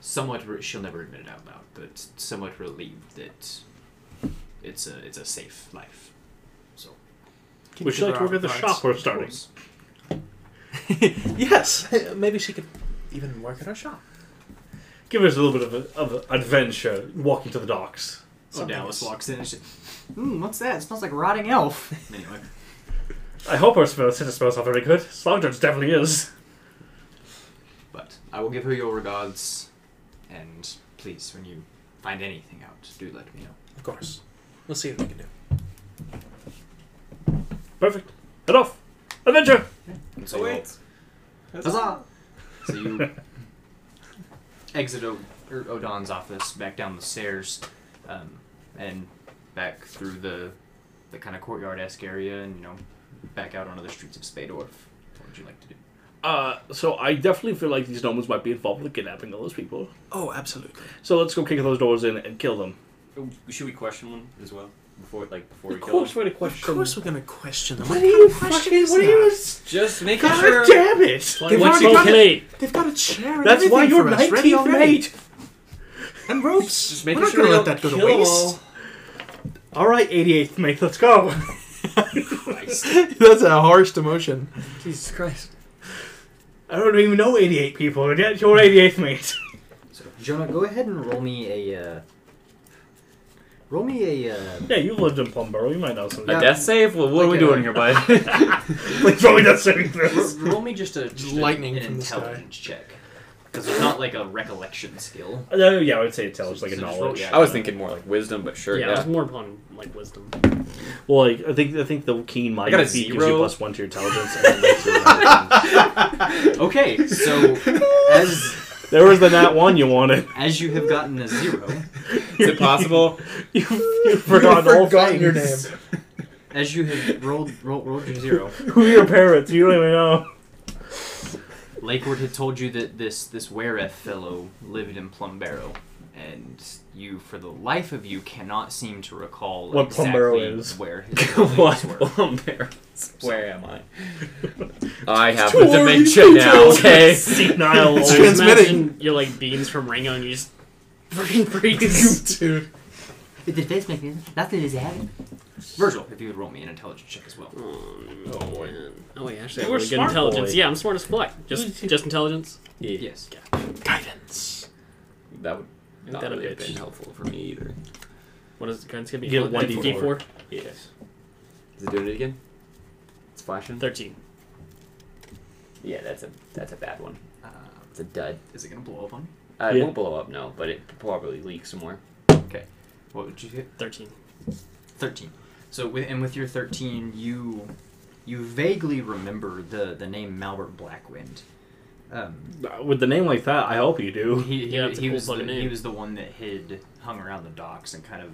Speaker 2: somewhat re- she'll never admit it out loud, but somewhat relieved that it's a it's a safe life. So
Speaker 1: Can
Speaker 3: Would you
Speaker 1: give
Speaker 3: like to
Speaker 1: her
Speaker 3: work at the
Speaker 1: our
Speaker 3: shop we're starting?
Speaker 1: regards? yes. Maybe she could even work at our shop.
Speaker 3: Give us a little bit of, a, of a adventure walking to the docks.
Speaker 2: So
Speaker 1: Something
Speaker 2: Dallas
Speaker 1: is-
Speaker 2: walks in and she's mm, what's that? It smells like rotting elf. Anyway,
Speaker 3: I hope our smell, scent smells not very good. Slogdurge definitely is.
Speaker 2: but I will give her your regards, and please, when you find anything out, do let me know.
Speaker 1: Of course. We'll see what we can do.
Speaker 3: Perfect. Head off. Adventure.
Speaker 2: And so you'll- Huzzah! So you exit o- er, Odon's office, back down the stairs, um, and back through the the kind of courtyard esque area, and you know, back out onto the streets of Spadorf. What would you like to do?
Speaker 3: Uh, so I definitely feel like these gnomes might be involved with kidnapping all those people.
Speaker 1: Oh, absolutely.
Speaker 3: So let's go kick those doors in and kill them.
Speaker 5: Should we question one as well before like before we
Speaker 3: Of
Speaker 5: kill?
Speaker 3: course,
Speaker 5: him?
Speaker 3: we're gonna
Speaker 1: Of
Speaker 3: question.
Speaker 1: course, we're gonna question them.
Speaker 3: What
Speaker 1: What
Speaker 3: are you
Speaker 1: kind of question
Speaker 3: fucking?
Speaker 1: is
Speaker 3: What are
Speaker 1: that?
Speaker 3: you?
Speaker 5: Just making sure.
Speaker 3: God damn it!
Speaker 1: They've
Speaker 4: Once
Speaker 1: already
Speaker 4: you
Speaker 1: got
Speaker 4: kill
Speaker 1: it.
Speaker 4: it,
Speaker 1: They've got a chair. And
Speaker 3: That's why
Speaker 1: everything
Speaker 3: you're
Speaker 1: for us, ready
Speaker 3: 19th
Speaker 1: already.
Speaker 3: mate.
Speaker 1: And ropes.
Speaker 5: Just
Speaker 1: we're
Speaker 5: making
Speaker 1: not
Speaker 5: sure
Speaker 1: gonna
Speaker 5: we
Speaker 1: let
Speaker 5: don't
Speaker 1: that go to
Speaker 5: kill them all.
Speaker 1: waste.
Speaker 3: All right, 88th mate, let's go.
Speaker 1: That's a harsh demotion.
Speaker 4: Jesus Christ.
Speaker 3: I don't even know 88 people, and yet you're 88th mate.
Speaker 2: So Jonah, go ahead and roll me a uh, roll me a uh,
Speaker 3: Yeah, you've lived in Plumborough, you might know something.
Speaker 5: A death save? Well, what are we
Speaker 2: Like a-
Speaker 5: doing here, bud?
Speaker 3: Please roll me that saving
Speaker 2: ro-
Speaker 3: throw.
Speaker 2: roll me just a just a-
Speaker 1: Lightning
Speaker 2: an
Speaker 1: from the sky.
Speaker 2: intelligence check because it's not like a recollection skill.
Speaker 3: Uh, No, yeah, I would say it tells like a
Speaker 2: So just roll-
Speaker 3: knowledge.
Speaker 2: yeah.
Speaker 5: I was thinking more like wisdom, but sure.
Speaker 4: yeah,
Speaker 5: Yeah.
Speaker 4: it was more upon like wisdom.
Speaker 3: Well, like, I think I think the keen mind
Speaker 5: got a
Speaker 3: feat gives you
Speaker 5: zero.
Speaker 3: plus one to your intelligence. And makes you remember.
Speaker 2: Okay, so as
Speaker 3: there was the nat one you wanted.
Speaker 2: as you have gotten a zero.
Speaker 5: Is it possible?
Speaker 3: You you forgot all
Speaker 1: forgotten your name.
Speaker 3: things.
Speaker 2: As you have rolled, rolled, rolled your zero,
Speaker 3: Who are your parents? You don't even know.
Speaker 2: Lakewood had told you that this this weref fellow lived in Plumbarrow, and you, for the life of you, cannot seem to recall
Speaker 3: What
Speaker 2: exactly
Speaker 3: Plumbarrow is.
Speaker 2: where his buildings were.
Speaker 5: Where am I? I have
Speaker 3: Two
Speaker 5: the dementia now. Okay.
Speaker 3: Senile.
Speaker 1: It's
Speaker 4: Just
Speaker 3: old-
Speaker 1: transmitting.
Speaker 4: Oh, imagine You're like beans from Ringo, and you just freaking freeze.
Speaker 1: Dude.
Speaker 7: With the defense mechanism, nothing is happening.
Speaker 2: Virgil, if you would roll me an intelligence check as well.
Speaker 4: Oh,
Speaker 5: boy.
Speaker 4: man. Oh wait, actually,
Speaker 3: You
Speaker 4: I have
Speaker 3: were
Speaker 4: really good
Speaker 3: smart
Speaker 4: intelligence.
Speaker 3: boy.
Speaker 4: Yeah, I'm smart as fuck. Just, just intelligence.
Speaker 2: Yes.
Speaker 1: Guidance.
Speaker 5: That would not
Speaker 4: That'd be
Speaker 5: really have
Speaker 4: a
Speaker 5: been
Speaker 4: bitch.
Speaker 5: helpful for me either.
Speaker 4: What is it? It's gonna be
Speaker 3: You get one D4.
Speaker 4: D4.
Speaker 5: Yes. Is it doing it again? It's flashing.
Speaker 4: Thirteen.
Speaker 5: Yeah, that's a that's a bad one.
Speaker 2: Uh,
Speaker 5: It's a dud.
Speaker 2: is it gonna blow up on you?
Speaker 5: Uh,
Speaker 3: Yeah.
Speaker 5: It won't blow up, no, but it probably leaks somewhere.
Speaker 2: What would you hit?
Speaker 4: Thirteen.
Speaker 2: Thirteen. So, with, and with your thirteen, you you vaguely remember the the name Malbert Blackwind. Um,
Speaker 3: With the name like that, I hope you do.
Speaker 2: He, he,
Speaker 4: Yeah, it's a
Speaker 2: he
Speaker 4: cool
Speaker 2: was the,
Speaker 4: fucking name.
Speaker 2: he was the one that hid, hung around the docks, and kind of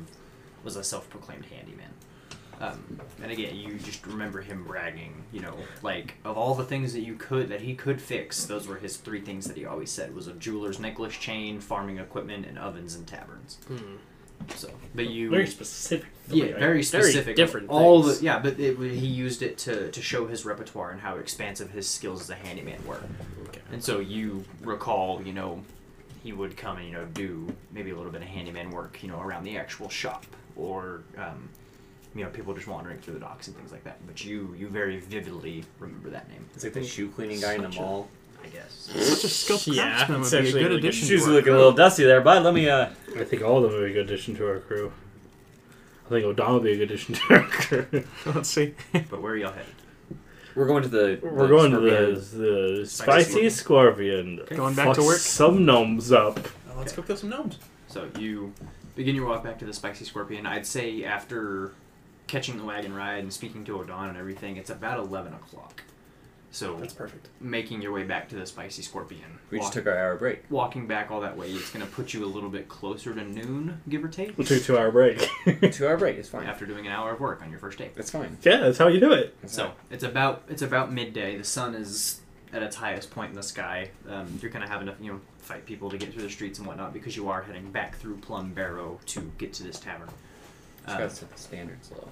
Speaker 2: was a self-proclaimed handyman. Um, and again, you just remember him bragging, you know, like of all the things that you could that he could fix, those were his three
Speaker 4: Hmm.
Speaker 2: things that he always said was a jeweler's necklace chain, farming equipment, and ovens and taverns. So, but you
Speaker 4: Very specific.
Speaker 2: yeah,
Speaker 4: three,
Speaker 2: very specific.
Speaker 4: different
Speaker 2: All
Speaker 4: things.
Speaker 2: the yeah, but it, he used it to, to show his repertoire and how expansive his skills as a handyman were.
Speaker 4: Okay.
Speaker 2: And so you recall, you know, he would come and you know do maybe a little bit of handyman work, you know, around the actual shop or um, you know people just wandering through the docks and things like that. But you you very vividly remember that name,
Speaker 5: It's like the shoe cleaning guy in the mall.
Speaker 2: I guess.
Speaker 1: Such a skilled
Speaker 4: Yeah,
Speaker 1: craftsman would
Speaker 4: it's
Speaker 1: be a
Speaker 4: actually
Speaker 1: good
Speaker 4: really good.
Speaker 1: addition.
Speaker 5: Shoes
Speaker 1: to
Speaker 5: are
Speaker 1: our
Speaker 5: looking a
Speaker 1: crew.
Speaker 5: little dusty there, bud. Let me uh
Speaker 3: I think all of them would be a good addition to our crew. I think Odama would be a good addition to our crew.
Speaker 1: Let's see.
Speaker 2: But where are y'all headed?
Speaker 5: We're going to the
Speaker 3: We're going to
Speaker 5: Scorpion.
Speaker 3: the, the
Speaker 2: Spicy
Speaker 3: spicy scorpion.
Speaker 1: Going back
Speaker 3: Fuck
Speaker 1: to work?
Speaker 3: Some gnomes up.
Speaker 1: Uh, let's go kill some gnomes.
Speaker 2: So you begin your walk back to the Spicy Scorpion. I'd say after catching the wagon ride and speaking to O'Don and everything, it's about 11 o'clock. So
Speaker 1: That's perfect.
Speaker 2: making your way back to the Spicy Scorpion.
Speaker 5: We just
Speaker 2: walk-
Speaker 5: took our hour break.
Speaker 2: walking back all that way, it's going to put you a little bit closer to noon, give or take,
Speaker 3: We took a two-hour break.
Speaker 5: Two hour break. It's fine.
Speaker 2: after doing an hour of work on your first day.
Speaker 5: It's fine.
Speaker 3: yeah, that's how you do it.
Speaker 2: So it's about it's about midday. The sun is at its highest point in the sky. Um, you're gonna have enough, you know, fight people to get through the streets and whatnot because you are heading back through Plum Barrow to get to this tavern.
Speaker 5: Just
Speaker 2: Um,
Speaker 5: gotta set the standards low.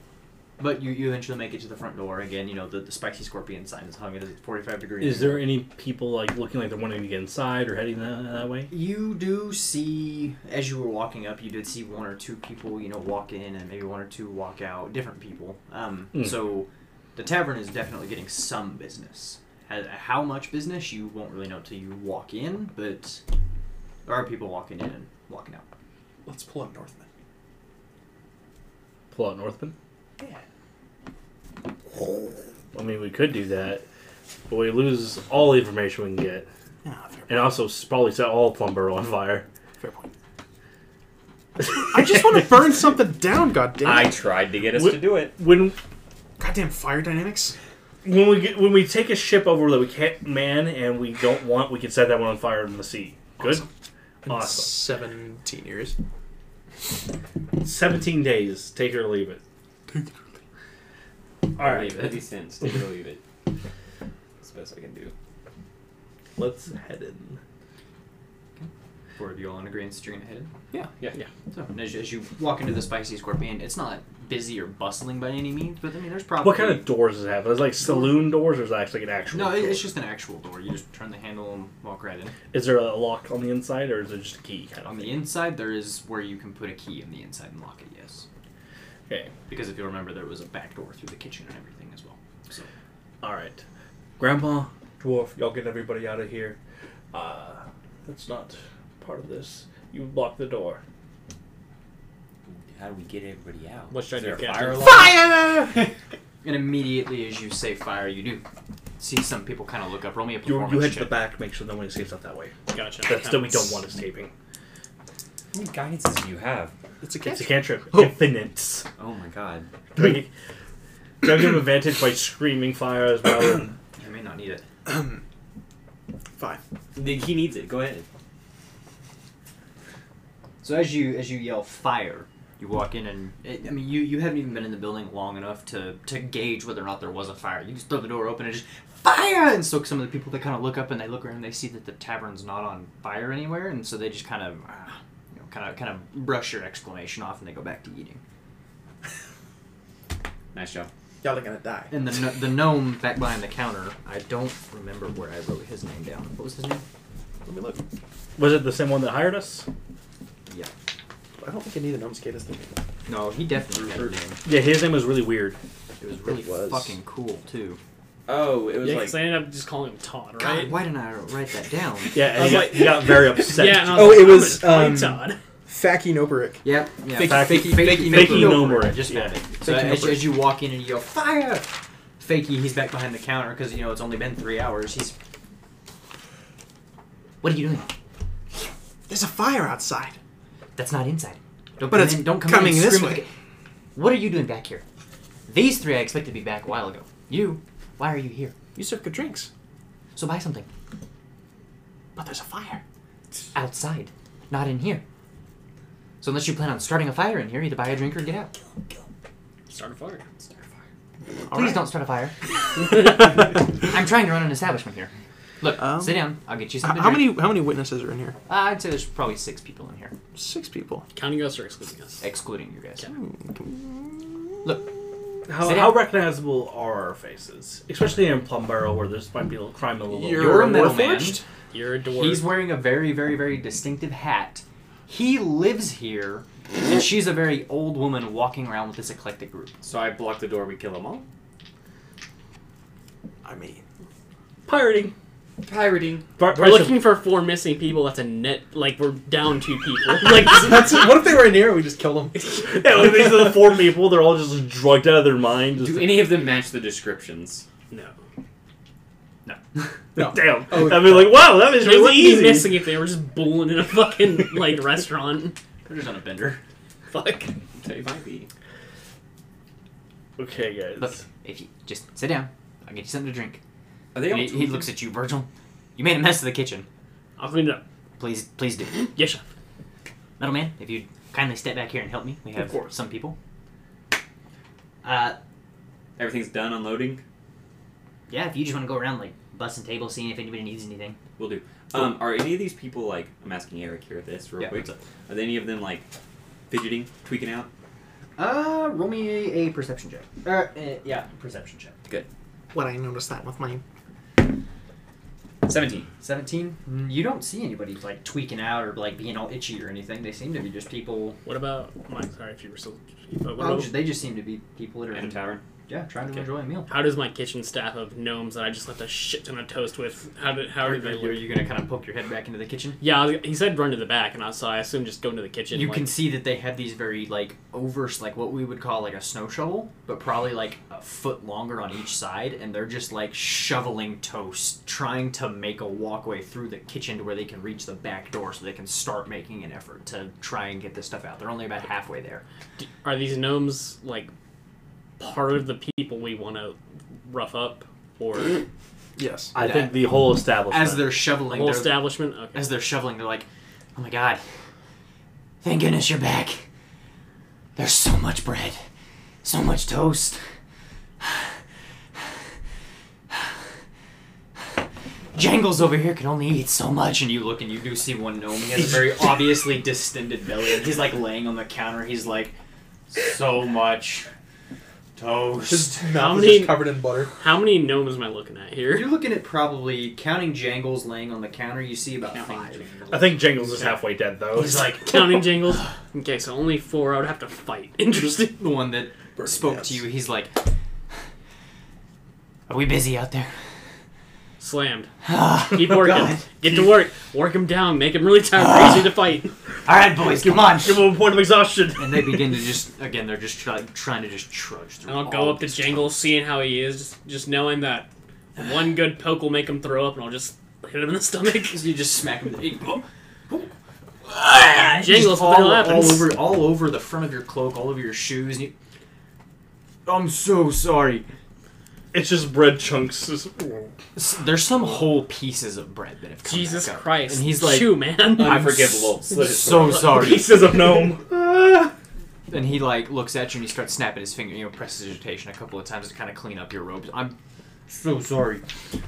Speaker 2: But you, you eventually make it to the front door again. You know the, the spicy scorpion sign is hung. It is 45 degrees.
Speaker 3: Is there any people like looking like they're wanting to get inside or heading that, that way?
Speaker 2: You do see as you were walking up, you did see one or two people. You know, walk in and maybe one or two walk out. Different people. Um,
Speaker 3: Mm.
Speaker 2: So the tavern is definitely getting some business. Ha- How much business you won't really know till you walk in, but there are people walking in and walking out.
Speaker 1: Let's pull up Northman.
Speaker 3: Pull out Northman.
Speaker 1: Yeah.
Speaker 3: I mean, we could do that, but we lose all the information we can get,
Speaker 1: Ah, fair,
Speaker 3: and also s- probably set all Plumborough on fire.
Speaker 1: fair point. I just want to burn something down,
Speaker 5: I
Speaker 1: goddamn.
Speaker 5: tried to get us
Speaker 3: Wh-
Speaker 5: to do it.
Speaker 3: When
Speaker 1: Goddamn fire dynamics.
Speaker 3: when we get, when we take a ship over that we can't man and we don't want, we can set that one on fire in the sea. Good.
Speaker 1: Awesome.
Speaker 3: Awesome.
Speaker 1: Seventeen years.
Speaker 3: Seventeen days. Take it or leave it. All right.
Speaker 5: Leave it. Fifty cents. Take it or leave it. That's the best I can do.
Speaker 3: Let's head in.
Speaker 2: Or do you all in agreement that you're gonna head in?
Speaker 5: Yeah. Yeah.
Speaker 2: So and as, as you walk into the spicy scorpion, it's not busy or bustling by any means, but I mean there's probably
Speaker 3: What kind of doors does it have? Is it like saloon doors, or is it actually an actual?
Speaker 2: no, it-
Speaker 3: door?
Speaker 2: it's just an actual door. You just turn the handle and walk right in.
Speaker 3: Is there a lock on the inside, or is it just a key kind of
Speaker 2: On the
Speaker 3: thing?
Speaker 2: inside, there is where you can put a key in the inside and lock it. Yes,
Speaker 3: Okay.
Speaker 2: because if you remember, there was a back door through the kitchen and everything as well. So
Speaker 3: All right. Grandpa, dwarf, y'all get everybody out of here. Uh, that's not part of this. You block the door.
Speaker 5: How do we get everybody out?
Speaker 4: What should I
Speaker 5: Is
Speaker 4: do,
Speaker 5: there a
Speaker 4: Captain?
Speaker 5: fire alarm?
Speaker 2: and immediately as you say fire, you do see some people kind of look up. Roll me a
Speaker 3: You,
Speaker 2: performance
Speaker 3: you head to
Speaker 2: check.
Speaker 3: the back, make sure no one escapes out that way.
Speaker 4: Gotcha.
Speaker 3: That's that we don't want escaping.
Speaker 5: How many guidances do you have?
Speaker 1: It's a
Speaker 3: It's a
Speaker 1: catch.
Speaker 3: cantrip.
Speaker 1: Oh.
Speaker 3: Infinite.
Speaker 5: Oh my god.
Speaker 3: Do I, do I give him advantage by screaming fire as well?
Speaker 2: You may not need it.
Speaker 1: Five.
Speaker 5: He needs it. Go ahead.
Speaker 2: So as you as you yell fire, you walk in and it, I mean you you haven't even been in the building long enough to to gauge whether or not there was a fire. You just throw the door open and just fire and so some of the people they kind of look up and they look around and they see that the tavern's not on fire anywhere and so they just kind of ah, you know kind of kind of brush your exclamation off and they go back to eating.
Speaker 5: Nice job.
Speaker 1: Y'all are gonna die.
Speaker 2: And the gno- the gnome back behind the counter, I don't remember where I wrote his name down. What was his name?
Speaker 1: Let me look.
Speaker 3: Was it the same one that hired us?
Speaker 2: Yeah.
Speaker 1: I don't think any of the gnomes gave us the name.
Speaker 2: No, he definitely had a name.
Speaker 3: Yeah, his name was really weird.
Speaker 2: It was really
Speaker 1: was.
Speaker 2: fucking cool too.
Speaker 5: Oh, it was
Speaker 4: Yeah,
Speaker 5: like.
Speaker 4: because I ended up just calling him Todd,
Speaker 2: God,
Speaker 4: right?
Speaker 2: why didn't I write that down?
Speaker 3: Yeah, and he, got, he got very upset.
Speaker 4: yeah, and I
Speaker 1: Oh,
Speaker 4: was like,
Speaker 1: it
Speaker 4: I'm
Speaker 1: was,
Speaker 4: gonna call you
Speaker 1: um,
Speaker 4: Todd.
Speaker 1: Facky Noberic.
Speaker 2: Yep. Yeah.
Speaker 1: Fake- fakey-
Speaker 2: Fakie- Fakie-
Speaker 1: fakey
Speaker 2: Fakie
Speaker 3: Fakie
Speaker 2: Nobler.
Speaker 3: Nobler.
Speaker 2: Just
Speaker 3: Yeah.
Speaker 2: found it. So
Speaker 1: Fakie
Speaker 2: as,
Speaker 1: Nobler.
Speaker 2: as you walk in and you yell fire, Fakie, he's back behind the counter because you know it's only been three hours. He's. What are you doing?
Speaker 1: There's a fire outside.
Speaker 8: That's not inside.
Speaker 2: Don't
Speaker 1: But
Speaker 2: come
Speaker 1: it's
Speaker 2: in, don't come
Speaker 1: coming
Speaker 2: in and
Speaker 1: this
Speaker 2: scream at
Speaker 1: way.
Speaker 2: the- What are you doing back here? These three I expect to be back a while ago. You, why are you here?
Speaker 1: You serve good drinks,
Speaker 8: So buy something
Speaker 1: but there's a fire.
Speaker 8: outside, not in here. So unless you plan on starting a fire in here, either buy a drink or get out.
Speaker 4: Start a fire.
Speaker 8: Please don't start a fire. I'm trying to run an establishment here.
Speaker 2: Look,
Speaker 1: Um,
Speaker 2: sit down. I'll get you
Speaker 1: How,
Speaker 2: something.
Speaker 1: how many how many witnesses are in here?
Speaker 2: Uh, I'd say there's probably six people in here,
Speaker 1: Six people.
Speaker 4: Counting us or excluding us?
Speaker 2: excluding you guys.
Speaker 4: Yeah.
Speaker 2: Look,
Speaker 3: How,
Speaker 2: Sit
Speaker 3: how
Speaker 2: down.
Speaker 3: recognizable are our faces, especially in Plumborough, where there's might be a little crime a little.
Speaker 2: You're a middleman.
Speaker 1: Warforged?
Speaker 4: You're a dwarf.
Speaker 2: he's wearing a very, very, very distinctive hat. He lives here, and she's a very old woman walking around with this eclectic group.
Speaker 5: So I block the door. We kill them all.
Speaker 1: I mean,
Speaker 4: pirating.
Speaker 5: Pirating.
Speaker 3: Bar-
Speaker 4: We're looking for four missing people. That's a net. Like we're down two people. like
Speaker 1: that's what if they were in here and we just killed them?
Speaker 3: yeah, like, these are the four people. They're all just drugged out of their mind. Just
Speaker 5: Do any of them match the descriptions?
Speaker 4: no.
Speaker 2: No.
Speaker 1: No.
Speaker 3: damn.
Speaker 1: Oh,
Speaker 3: I mean, like, wow, that was
Speaker 4: They
Speaker 3: really
Speaker 4: wouldn't be
Speaker 3: easy.
Speaker 4: missing if they were just bowling in a fucking like restaurant.
Speaker 2: They're just on a bender.
Speaker 4: Fuck.
Speaker 5: They might be.
Speaker 3: Okay, guys.
Speaker 2: Look, if you just sit down, I'll get you something to drink.
Speaker 5: Are they all?
Speaker 2: And he, he looks at you, Virgil. You made a mess of the kitchen.
Speaker 4: I'll clean it up.
Speaker 2: Please, please do.
Speaker 4: Yes, chef.
Speaker 7: Middleman, if you'd kindly step back here and help me, we have
Speaker 3: course.
Speaker 7: some people. Uh,
Speaker 5: Everything's done unloading.
Speaker 7: yeah, if you just want to go around like busting tables, seeing if anybody needs anything.
Speaker 5: We'll do. Um, are any of these people like? I'm asking Eric here this real
Speaker 2: Yeah,
Speaker 5: quick.
Speaker 2: what's
Speaker 5: Are any of them like fidgeting, tweaking out?
Speaker 7: Uh, roll me a, a perception check. Uh, uh, yeah, perception check.
Speaker 1: When I noticed that with mine.
Speaker 5: Seventeen.
Speaker 7: 17 Mm, you don't see anybody like tweaking out or like being all itchy or anything they seem to be just people
Speaker 4: What about Mike? Sorry if you were still. But what
Speaker 7: well,
Speaker 4: about,
Speaker 7: ju- they just seem to be people that are
Speaker 5: At a tavern.
Speaker 7: yeah trying to
Speaker 4: Okay.
Speaker 7: enjoy a meal
Speaker 4: how does my kitchen staff of gnomes that I just left a shit ton of toast with? How did how
Speaker 2: Are,
Speaker 4: did they
Speaker 2: you, are
Speaker 4: look?
Speaker 2: you gonna kind of poke your head back into the kitchen?
Speaker 4: Yeah, I was- he said run to the back, and I so I assume just go into the kitchen.
Speaker 2: You
Speaker 4: like,
Speaker 2: can see that they had these very like over like what we would call like a snow shovel, but probably like a foot longer on each side, and they're just like shoveling toast, trying to make a walkway through the kitchen to where they can reach the back door, so they can start making an effort to try and get this stuff out. They're only about halfway there.
Speaker 4: d- are these gnomes like part of the people we want to rough up or the
Speaker 1: Yes.
Speaker 3: I
Speaker 2: Yeah.
Speaker 3: think the whole establishment.
Speaker 2: As they're shoveling,
Speaker 4: whole
Speaker 2: they're-
Speaker 4: establishment? Okay.
Speaker 2: as they're shoveling, they're like,
Speaker 7: oh my god thank goodness you're back there's so much bread so much toast
Speaker 2: Jangles over here can only eat so much, and you look and you do see one gnome. He has a very obviously distended belly, and he's like laying on the counter. He's like, so much toast.
Speaker 1: Mouth is
Speaker 4: many-
Speaker 1: just covered in butter.
Speaker 4: How many gnomes am I looking at here?
Speaker 2: You're looking at probably counting Jangles laying on the counter. You see about five.
Speaker 3: I think Jingles is halfway dead though.
Speaker 2: He's like
Speaker 4: Counting jingles. Okay, so only four. I would have to fight. Interesting.
Speaker 2: the one that
Speaker 1: Burning
Speaker 2: spoke
Speaker 1: yes.
Speaker 2: to you. He's like,
Speaker 7: are we busy out there
Speaker 4: Slammed.
Speaker 7: Ah,
Speaker 4: Keep working.
Speaker 7: God.
Speaker 4: Get to work. Work them down. Make them really tired. Easy to fight.
Speaker 7: all right
Speaker 2: Oh,
Speaker 7: boys come on
Speaker 3: give him a point of exhaustion.
Speaker 2: and they begin to just again. They're just try, trying to just trudge through.
Speaker 4: And I'll
Speaker 2: all
Speaker 4: go up to
Speaker 2: this
Speaker 4: Jingles, seeing how he is, just, just knowing that one good poke will make him throw up, and I'll just hit him in the stomach.
Speaker 2: toast. You just smack him. Oh.
Speaker 4: Jingles,
Speaker 2: all,
Speaker 4: Ah, what the hell
Speaker 2: all
Speaker 4: happens?
Speaker 2: over all over the front of your cloak, all over your shoes. And you, I'm so sorry.
Speaker 3: It's just bread chunks. Just,
Speaker 2: S- There's some whole pieces of bread that have come
Speaker 4: Jesus
Speaker 2: back up.
Speaker 4: Christ!
Speaker 2: And he's like,
Speaker 4: "Chew, man."
Speaker 2: I'm
Speaker 5: Unforgivable. Slit his
Speaker 2: so
Speaker 5: throat.
Speaker 2: sorry.
Speaker 3: pieces of gnome.
Speaker 2: And he like looks at you and he starts snapping his finger. You know, presses his irritation a couple of times to kind of clean up your robes. I'm so sorry.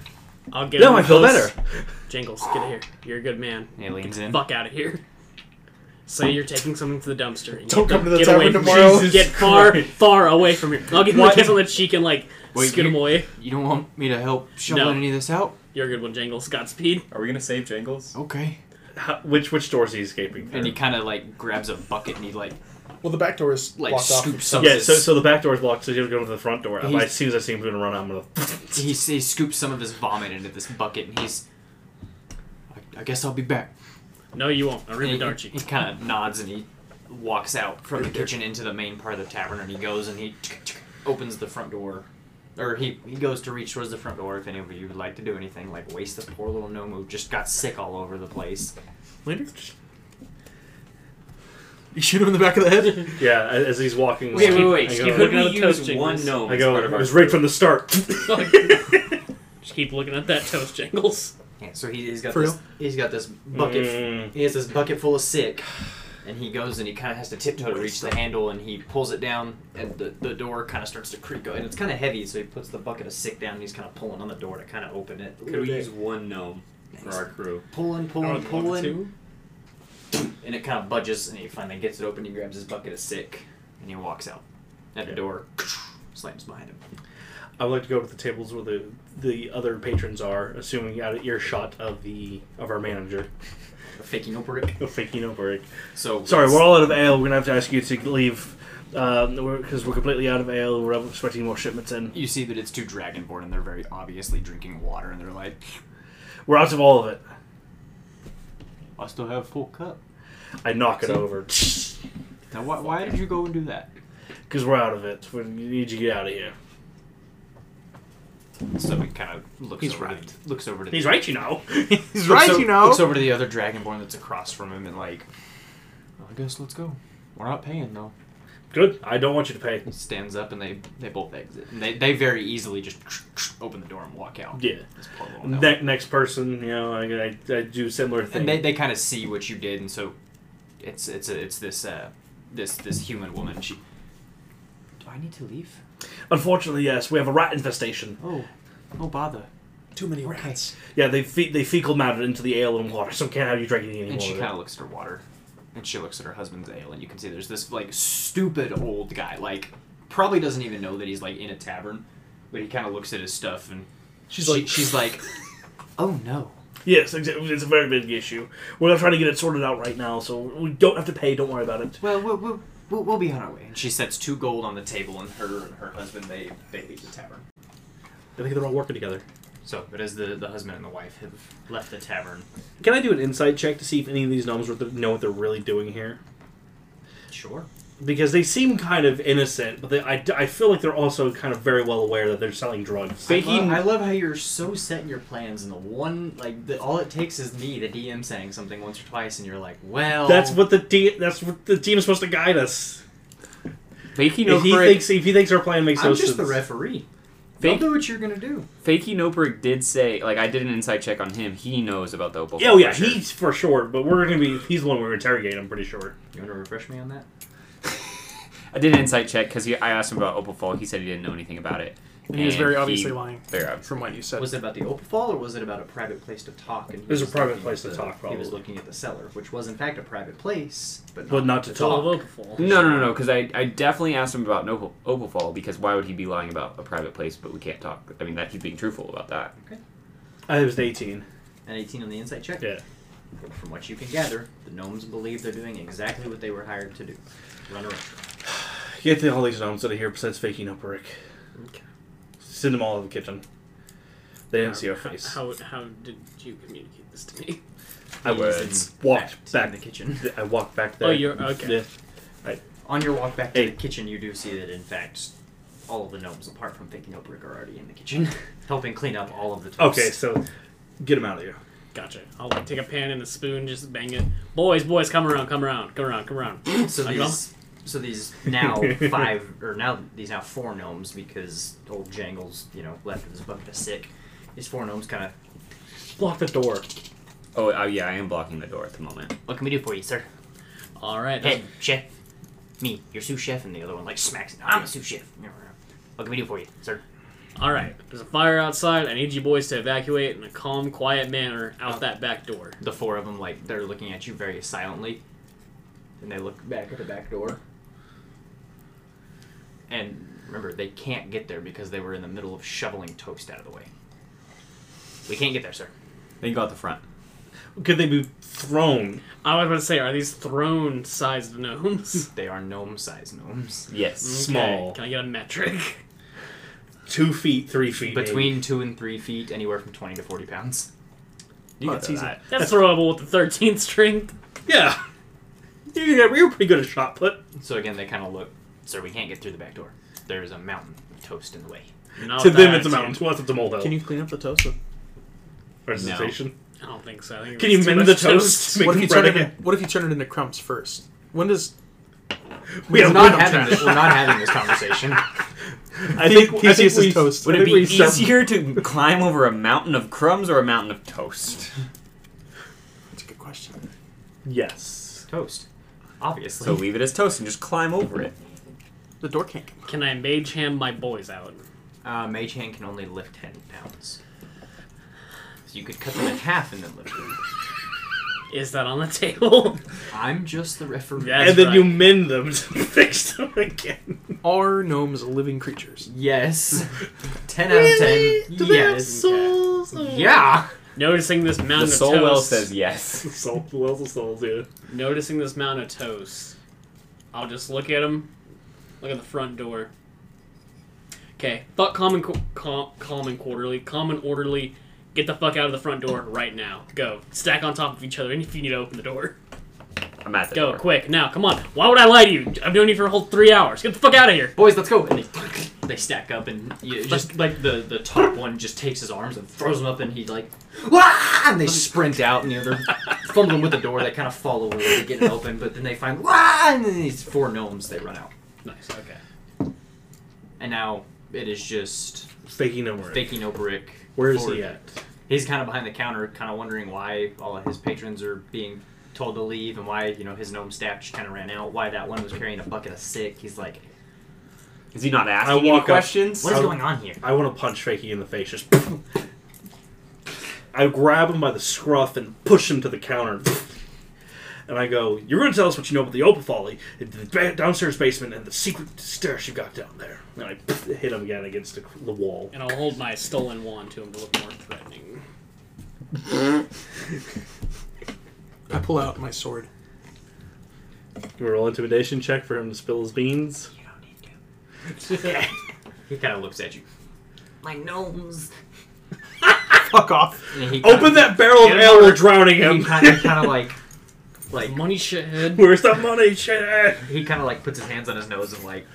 Speaker 4: I'll get
Speaker 3: No,
Speaker 4: him
Speaker 3: I feel
Speaker 4: close.
Speaker 3: better.
Speaker 4: Jingles, get here. You're a good man.
Speaker 2: And he leans in.
Speaker 4: Fuck out of here. Say you're taking something to the dumpster.
Speaker 1: Don't come to the
Speaker 4: get
Speaker 1: tavern
Speaker 4: away from-
Speaker 1: tomorrow.
Speaker 4: Jesus, get far, far away from here. I'll give him a
Speaker 2: What?
Speaker 4: kiss on the cheek and like
Speaker 2: Wait,
Speaker 4: scoot him
Speaker 2: you-
Speaker 4: away.
Speaker 2: You don't want me to help shoveling
Speaker 4: No.
Speaker 2: any of this out?
Speaker 4: You're a good one, Jingles. Godspeed.
Speaker 5: Are we gonna save Jangles?
Speaker 2: Okay.
Speaker 3: How, which which doors is he escaping
Speaker 2: And he
Speaker 3: through?
Speaker 2: kind of like grabs a bucket and he like
Speaker 1: Well, the back door is
Speaker 2: like
Speaker 1: locked off.
Speaker 2: scoops some.
Speaker 3: Yeah,
Speaker 2: of
Speaker 3: so
Speaker 2: his,
Speaker 3: so the back door is locked, so he'll go to the front door.
Speaker 2: He's-
Speaker 3: As soon as I see him gonna run, I'm gonna.
Speaker 2: he, s- he scoops some of his vomit into this bucket and he's. I, I guess I'll be back.
Speaker 4: No, you won't. I really
Speaker 2: And
Speaker 4: dart
Speaker 2: he, he
Speaker 4: you.
Speaker 2: kind of nods and he walks out from the kitchen into the main part of the tavern and he goes and he opens the front door. Or he, he goes to reach towards the front door if any of you would like to do anything, like waste the poor little gnome who just got sick all over the place.
Speaker 1: You shoot him in the back of the head.
Speaker 3: Yeah, as as he's walking.
Speaker 4: Wait, wait, wait.
Speaker 3: I
Speaker 4: Keep
Speaker 3: go,
Speaker 4: looking
Speaker 5: we
Speaker 4: at the toast
Speaker 5: use
Speaker 4: jingles.
Speaker 5: one gnome
Speaker 3: I
Speaker 5: as
Speaker 3: go.
Speaker 5: part of
Speaker 3: It
Speaker 5: our
Speaker 3: was right
Speaker 5: crew?
Speaker 3: from the start.
Speaker 4: Just keep looking at that toast, Jingles.
Speaker 2: Yeah, so he, he's got
Speaker 1: For
Speaker 2: this,
Speaker 1: real?
Speaker 2: he's got this bucket.
Speaker 3: Mm.
Speaker 2: He has this bucket full of sick, and he goes and he kind of has to tiptoe to reach the handle, and he pulls it down, and the, the door kind of starts to creak, and it's kind of heavy, so he puts the bucket of sick down, and he's kind of pulling on the door to kind of open it.
Speaker 5: Could we use one gnome for our crew?
Speaker 2: Pulling,
Speaker 4: I
Speaker 2: pulling,
Speaker 4: would love
Speaker 2: pulling,
Speaker 4: to.
Speaker 2: and it kind of budges, and he finally gets it open. He grabs his bucket of sick, and he walks out, and the door slams behind him.
Speaker 3: I would like to go to the tables where the the other patrons are, assuming out of earshot of the of our manager,
Speaker 2: Faking over it.
Speaker 3: of faking over.
Speaker 2: So
Speaker 3: Sorry,
Speaker 2: it's-
Speaker 3: we're all out of ale. We're gonna have to ask you to leave because we're, 'cause we're completely out of ale. We're expecting more shipments in.
Speaker 2: You see that it's two dragonborn, and they're very obviously drinking water, and they're like,
Speaker 3: We're out of all of it.
Speaker 2: "I still have full cup."
Speaker 3: I knock it
Speaker 2: So-
Speaker 3: over
Speaker 2: Now, why, why did you go and do that?
Speaker 3: because we're out of it. We need you to get out of here.
Speaker 2: So he kind of looks
Speaker 3: He's
Speaker 2: over
Speaker 3: right.
Speaker 2: to, looks over to
Speaker 3: He's right, you know.
Speaker 2: He's
Speaker 1: right,
Speaker 2: o-
Speaker 1: you know.
Speaker 2: Looks over to the other dragonborn that's across from him, and like, well, I guess let's go. We're not paying though.
Speaker 3: Good. I don't want you to pay.
Speaker 2: He stands up, and they they both exit. And they they very easily just open the door and walk out.
Speaker 3: Yeah.
Speaker 2: This poor little gnome.
Speaker 3: Ne- next person, you know, I, I, I do similar thing.
Speaker 2: and they, they kind of see what you did, and so it's it's a, it's this uh this this human woman. She. Do I need to leave?
Speaker 3: Unfortunately, yes, we have a rat infestation.
Speaker 2: Oh, oh bother.
Speaker 1: Too many
Speaker 2: Okay.
Speaker 1: rats.
Speaker 3: Yeah, they fe- they fecal mattered into the ale and water, so can't have you drinking anymore.
Speaker 2: And she kind of looks at her water, and she looks at her husband's ale, and you can see there's this like stupid old guy, like probably doesn't even know that he's like in a tavern, but he kind of looks at his stuff, and
Speaker 3: She's
Speaker 2: she-
Speaker 3: like-
Speaker 2: she's like, oh no.
Speaker 3: Yes, exa- it's a very big issue. We're trying to get it sorted out right now, so we don't have to pay. Don't worry about it.
Speaker 2: Well, we'll we'll, we'll, we'll be on our way. And she sets two gold on the table, and her and her husband they they leave the tavern.
Speaker 4: I think they're all working together.
Speaker 2: So, but as the the husband and the wife have left the tavern,
Speaker 4: Can I do an insight check to see if any of these gnomes were know what they're really doing here?
Speaker 2: sure.
Speaker 3: Because they seem kind of innocent, but they, I, I feel like they're also kind of very well aware that they're selling drugs.
Speaker 2: I love, I love how you're so set in your plans, and the one like the, all it takes is me, the DM, saying something once or twice, and you're like, well,
Speaker 3: That's what the team. That's what the team is supposed to guide us.
Speaker 4: Fakey
Speaker 3: If he
Speaker 4: Nobrick,
Speaker 3: thinks if he thinks our plan makes no
Speaker 2: I'm just
Speaker 3: sense,
Speaker 2: the referee.
Speaker 5: Fake-
Speaker 2: Don't do what you're gonna do.
Speaker 5: Fakey Nobrick did say, like, I did an inside check on him. He knows about the opal.
Speaker 3: yeah, oh yeah, he's for sure. But we're gonna be. He's the one we're interrogating. I'm pretty sure.
Speaker 2: You want to refresh me on that?
Speaker 5: I did an insight check because I asked him about Opal Fall. He said he didn't know anything about it.
Speaker 4: And he was very obviously lying.
Speaker 5: Very obvious.
Speaker 1: From what you said.
Speaker 2: Was it about the opal fall, or was it about a private place to talk? And he
Speaker 3: It was a private
Speaker 2: looking
Speaker 3: place
Speaker 2: at the-
Speaker 3: to talk,
Speaker 2: He was
Speaker 3: probably.
Speaker 2: looking at the cellar, which was in fact a private place, but not,
Speaker 3: But not to
Speaker 2: talk.
Speaker 3: talk.
Speaker 5: No, no, no, no, because I, I definitely asked him about Opal, Opal Fall because why would he be lying about a private place but we can't talk? I mean, that he's being truthful about that.
Speaker 3: I was 18.
Speaker 2: An 18 on the insight check.
Speaker 3: Yeah.
Speaker 2: From what you can gather, the gnomes believe they're doing exactly what they were hired to do. Run around.
Speaker 3: Get the, all these gnomes out of here besides faking up Rick. Send them all to the kitchen. They didn't see our face.
Speaker 4: How, how did you communicate this to me?
Speaker 3: I
Speaker 5: would.
Speaker 3: walked
Speaker 2: Back
Speaker 3: back.
Speaker 2: in the kitchen.
Speaker 3: I walked back there.
Speaker 4: Oh, you're okay.
Speaker 3: Yeah.
Speaker 2: On your walk back to
Speaker 3: Hey.
Speaker 2: the kitchen, you do see that, in fact, all of the gnomes, apart from Thinking Up Rick, are already in the kitchen, helping clean up all of the toast.
Speaker 3: Okay, so get them out of here.
Speaker 4: Gotcha. I'll like take a pan and a spoon, just bang it. Boys, boys, come around, come around, come around, come around.
Speaker 2: So
Speaker 4: I go.
Speaker 2: these, so these now five, or now these now four gnomes, because old Jangles, you know, left with his bucket of sick. These four gnomes kind of,
Speaker 3: Lock the door.
Speaker 5: Oh, uh, yeah, I am blocking the door at the moment.
Speaker 7: What can we do for you, sir?
Speaker 4: All right. that's-
Speaker 7: Head chef, me, your sous chef, and the other one like smacks. I'm a sous chef. What can we do for you, sir?
Speaker 4: All right. There's a fire outside. I need you boys to evacuate in a calm, quiet manner
Speaker 3: Oh.
Speaker 4: out that back door.
Speaker 2: the four of them, like, they're looking at you very silently. And they look back at the back door. And remember, they can't get there because they were in the middle of shoveling toast out of the way.
Speaker 7: We can't get there, sir.
Speaker 5: They can go out the front.
Speaker 3: Could they be thrown?
Speaker 4: I was about to say, are these throne-sized gnomes?
Speaker 2: They are gnome sized gnomes.
Speaker 5: Yes.
Speaker 3: Small.
Speaker 4: Okay, Can I get a metric?
Speaker 3: Two feet, three feet. maybe.
Speaker 2: Between two and three feet, anywhere from 20 to 40 pounds.
Speaker 5: You
Speaker 1: Oh,
Speaker 5: can
Speaker 1: it's
Speaker 5: do
Speaker 1: easy.
Speaker 5: that.
Speaker 4: That's throwable with the 13th strength.
Speaker 3: Yeah. You were pretty good at shot put.
Speaker 2: So again, they kind of look, sir, we can't get through the back door. There's a mountain of toast in the way.
Speaker 4: Not
Speaker 3: to them,
Speaker 4: that.
Speaker 3: it's a mountain. To us, it's a molehill.
Speaker 1: Can you clean up the toast? with-
Speaker 3: Or it's a
Speaker 5: No.
Speaker 3: station.
Speaker 4: I don't think so. I think
Speaker 3: Can
Speaker 4: it's
Speaker 3: you
Speaker 4: too
Speaker 3: mend
Speaker 4: much
Speaker 3: the toast? Make
Speaker 1: What if
Speaker 3: it
Speaker 1: you turn
Speaker 3: bread
Speaker 1: it?
Speaker 3: again?
Speaker 1: what if you turn it into crumbs first? When does
Speaker 3: We
Speaker 2: We're
Speaker 3: have
Speaker 2: not
Speaker 3: not
Speaker 2: having this. We're not having this conversation.
Speaker 3: I think, I think
Speaker 1: Theseus'
Speaker 3: we,
Speaker 1: toast.
Speaker 5: Would
Speaker 3: I
Speaker 5: it
Speaker 3: think
Speaker 5: be
Speaker 3: we sub-
Speaker 5: easier to climb over a mountain of crumbs or a mountain of toast?
Speaker 1: That's a good question.
Speaker 3: Yes.
Speaker 2: Toast. obviously.
Speaker 5: So leave it as toast and just climb over it.
Speaker 1: The door can't. Come.
Speaker 4: Can I mage hand my boys out?
Speaker 2: Uh, Mage Hand can only lift 10 pounds. So you could cut them in half and then lift them.
Speaker 4: Is that on the table?
Speaker 2: I'm just the referee.
Speaker 4: That's
Speaker 3: and then
Speaker 4: right.
Speaker 3: you mend them to fix them again.
Speaker 1: Are gnomes living creatures?
Speaker 2: Yes. 10 out of 10. yes. Yeah.
Speaker 4: Noticing this mountain
Speaker 5: The
Speaker 4: of
Speaker 5: soul
Speaker 4: toast.
Speaker 5: well says yes.
Speaker 3: Soul, wells of souls, yeah.
Speaker 4: Noticing this mountain of toast, I'll just look at him. Look at the front door. Okay, fuck common, qu- com- common quarterly, common orderly. Get the fuck out of the front door right now. Go stack on top of each other, and if you need to open the door,
Speaker 5: I'm at the
Speaker 4: go
Speaker 5: door.
Speaker 4: quick now. Come on. Why would I lie to you? I've known you for a whole three hours. Get the fuck out of here.
Speaker 2: Boys, let's go. And they, they stack up and you just like the, the top one just takes his arms and throws them up and he like Wah! and they sprint out and you know they're fumbling with the door. They kind of fall over to get it open, but then they find Wah! and then these four gnomes they run out.
Speaker 4: Nice. Okay.
Speaker 2: And now it is just
Speaker 3: Faking them were.
Speaker 2: Faking O'Brick.
Speaker 3: Where is
Speaker 2: forward.
Speaker 3: he at?
Speaker 2: He's kind of behind the counter, kind of wondering why all of his patrons are being told to leave and why, you know, his gnome staff just kind of ran out, why that one was carrying a bucket of sick. He's like,
Speaker 5: Is he not
Speaker 3: I
Speaker 5: asking
Speaker 3: walk
Speaker 5: any
Speaker 3: up.
Speaker 5: questions?
Speaker 7: What is
Speaker 3: Um,
Speaker 7: going on here?
Speaker 3: I want to punch Faking in the face. Just. I grab him by the scruff and push him to the counter. And I go, You're going to tell us what you know about the Opafoli, the ba- downstairs basement, and the secret stairs you got down there. And I hit him again against the, the wall.
Speaker 4: And I'll hold my stolen wand to him to look more threatening.
Speaker 1: I pull out my sword.
Speaker 3: You roll intimidation check for him to spill his beans.
Speaker 7: You don't need to.
Speaker 2: he kind of looks at you.
Speaker 7: My gnomes.
Speaker 1: Fuck off.
Speaker 2: And he kinda-
Speaker 3: Open that barrel of
Speaker 2: Get him
Speaker 3: ale,
Speaker 2: over.
Speaker 3: we're drowning
Speaker 2: He
Speaker 3: him.
Speaker 2: kind of, kind of like, like
Speaker 4: Money shithead.
Speaker 3: Where's the money? Shit.
Speaker 2: he kind of like puts his hands on his nose and like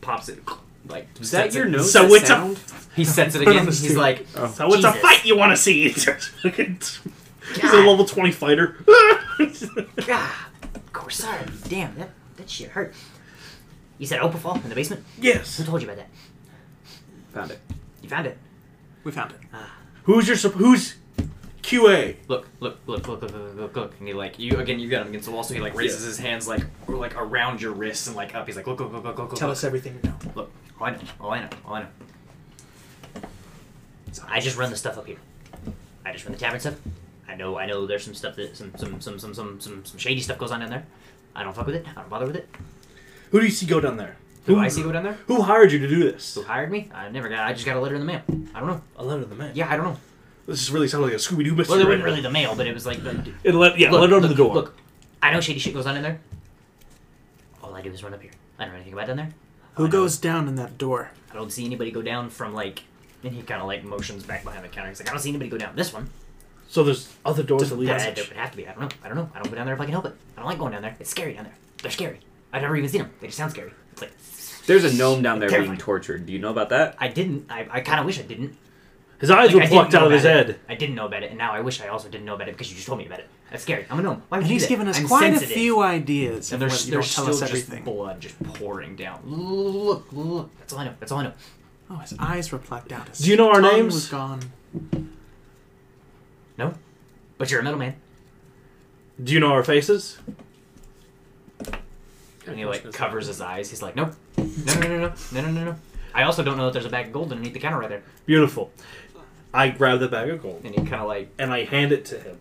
Speaker 2: pops it, like
Speaker 5: Is that your nose?
Speaker 3: So
Speaker 5: that
Speaker 3: it's a-
Speaker 5: sound?
Speaker 2: He sets it again. He's like,
Speaker 5: Oh.
Speaker 3: So it's a
Speaker 7: Jesus.
Speaker 3: fight you want to see. He's a
Speaker 7: God,
Speaker 3: level 20 fighter.
Speaker 7: God. Corsair, damn, that, that shit hurt. You said Opafall in the basement? Who
Speaker 3: yes.
Speaker 7: told you about that?
Speaker 5: Found it.
Speaker 7: You found it.
Speaker 1: We found it.
Speaker 3: Who's your sup- who's QA?
Speaker 2: look, look, look, look, look, look, look, look, and he like you again. You got him against the wall, so he like raises his hands like or, like around your wrists and like up. He's like, look, look, look, look, look, look.
Speaker 1: Tell
Speaker 2: look.
Speaker 1: us everything you know.
Speaker 2: Look, oh, I know, oh, I know, oh, I know.
Speaker 7: I just run the stuff up here. I just run the tavern stuff. I know, I know. There's some stuff that some some some some some some, some shady stuff goes on down there. I don't fuck with it. I don't bother with it.
Speaker 3: Who do you see go down there?
Speaker 2: Who do I see go down there?
Speaker 3: Who hired you to do this?
Speaker 7: Who hired me? I never got. I just got a letter in the mail. I don't know.
Speaker 3: A letter to the man.
Speaker 7: Yeah, I don't know.
Speaker 3: This is really sounding like a Scooby Doo mystery.
Speaker 7: Well, it
Speaker 3: right
Speaker 7: wasn't really the mail, but it was like. The,
Speaker 3: now. It let yeah, let it under the door.
Speaker 7: Look, I know shady shit goes on in there. All I do is run up here. I don't know anything about down there.
Speaker 1: Who goes down in that door?
Speaker 7: I don't see anybody go down from like. And he kind of like motions back behind the counter. He's like, I don't see anybody go down this one.
Speaker 3: So there's other doors that lead.
Speaker 7: Yeah,
Speaker 3: out.
Speaker 7: there would have to be. I don't know. I don't know. I don't go down there if I can help it. I don't like going down there. It's scary down there. They're scary. I've never even seen them. They just sound scary. It's like
Speaker 5: There's a gnome down there being
Speaker 7: Terrifying.
Speaker 5: tortured. Do you know about that?
Speaker 7: I didn't. I, I kind of wish I didn't.
Speaker 3: His eyes
Speaker 7: Like, I
Speaker 3: were
Speaker 7: didn't
Speaker 3: plucked
Speaker 7: know
Speaker 3: out of his
Speaker 7: about it.
Speaker 3: head.
Speaker 7: I didn't know about it, and now I wish I also didn't know about it because you just told me about it. That's scary. I'm a gnome. Why would
Speaker 1: And
Speaker 7: you do
Speaker 1: he's
Speaker 7: that?
Speaker 1: given us
Speaker 7: I'm
Speaker 1: quite
Speaker 7: sensitive.
Speaker 1: a few ideas.
Speaker 2: And
Speaker 1: of
Speaker 2: there's
Speaker 1: what you
Speaker 2: there's
Speaker 1: don't
Speaker 2: still
Speaker 1: tell us
Speaker 2: just
Speaker 1: everything.
Speaker 2: blood just pouring down. Look, look.
Speaker 7: That's all I know. That's all I know.
Speaker 1: Oh, his eyes were plucked out. His
Speaker 3: Do you know our
Speaker 1: tongue
Speaker 3: names?
Speaker 1: Was gone.
Speaker 7: No, but you're a metal man.
Speaker 3: Do you know our faces?
Speaker 2: And he like covers his eyes. He's like, nope. No, no, no, no, no, no, no, no.
Speaker 7: I also don't know that there's a bag of gold underneath the counter right there.
Speaker 3: Beautiful. I grab the bag of gold.
Speaker 2: And he kind of like,
Speaker 3: and I hand it to him.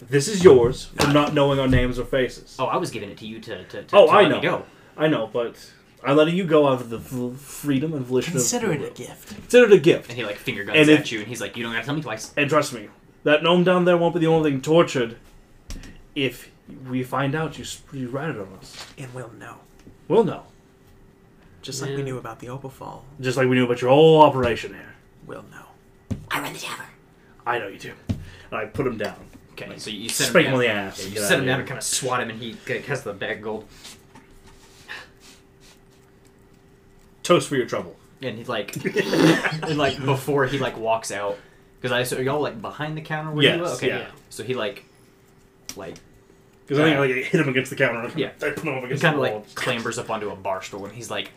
Speaker 3: This is yours for not knowing our names or faces.
Speaker 7: Oh, I was giving it to you to to, to,
Speaker 3: Oh,
Speaker 7: to
Speaker 3: I
Speaker 7: let
Speaker 3: know.
Speaker 7: me go.
Speaker 3: I know, but I let you go out of the v- freedom and volition
Speaker 1: Consider
Speaker 3: of
Speaker 1: it a gift.
Speaker 3: Consider it a gift.
Speaker 2: and he like finger guns
Speaker 3: And
Speaker 2: at
Speaker 3: if-
Speaker 2: you, and he's like, you don't
Speaker 7: You
Speaker 2: have
Speaker 7: gotta tell me twice.
Speaker 3: And trust me, that gnome down there won't be the only thing tortured. If we find out you s- you ratted on us,
Speaker 1: And we'll know.
Speaker 3: we'll know.
Speaker 1: Just like
Speaker 4: Yeah.
Speaker 1: we knew about the opal fall,
Speaker 3: Just like we knew about your whole operation here.
Speaker 1: we'll know.
Speaker 7: I run the tavern.
Speaker 3: I know you do. And I put him down.
Speaker 2: Okay, so you set him
Speaker 3: Spank him
Speaker 2: down.
Speaker 3: on the ass.
Speaker 2: you
Speaker 3: Get
Speaker 2: set
Speaker 3: out
Speaker 2: him down
Speaker 3: of here.
Speaker 2: and kind of swat him, and he like, has the bag of gold.
Speaker 3: Toast for your trouble.
Speaker 2: And he like, and like before he like walks out, because I so are y'all like behind the counter where you
Speaker 3: Yes,
Speaker 2: were? Okay,
Speaker 3: yeah.
Speaker 2: So he like, like
Speaker 3: Because I think I like, hit him against the counter.
Speaker 2: Yeah.
Speaker 3: I put him up
Speaker 2: he
Speaker 3: against
Speaker 2: kind
Speaker 3: the
Speaker 2: of
Speaker 3: wall.
Speaker 2: like clambers up onto a bar stool, and he's like,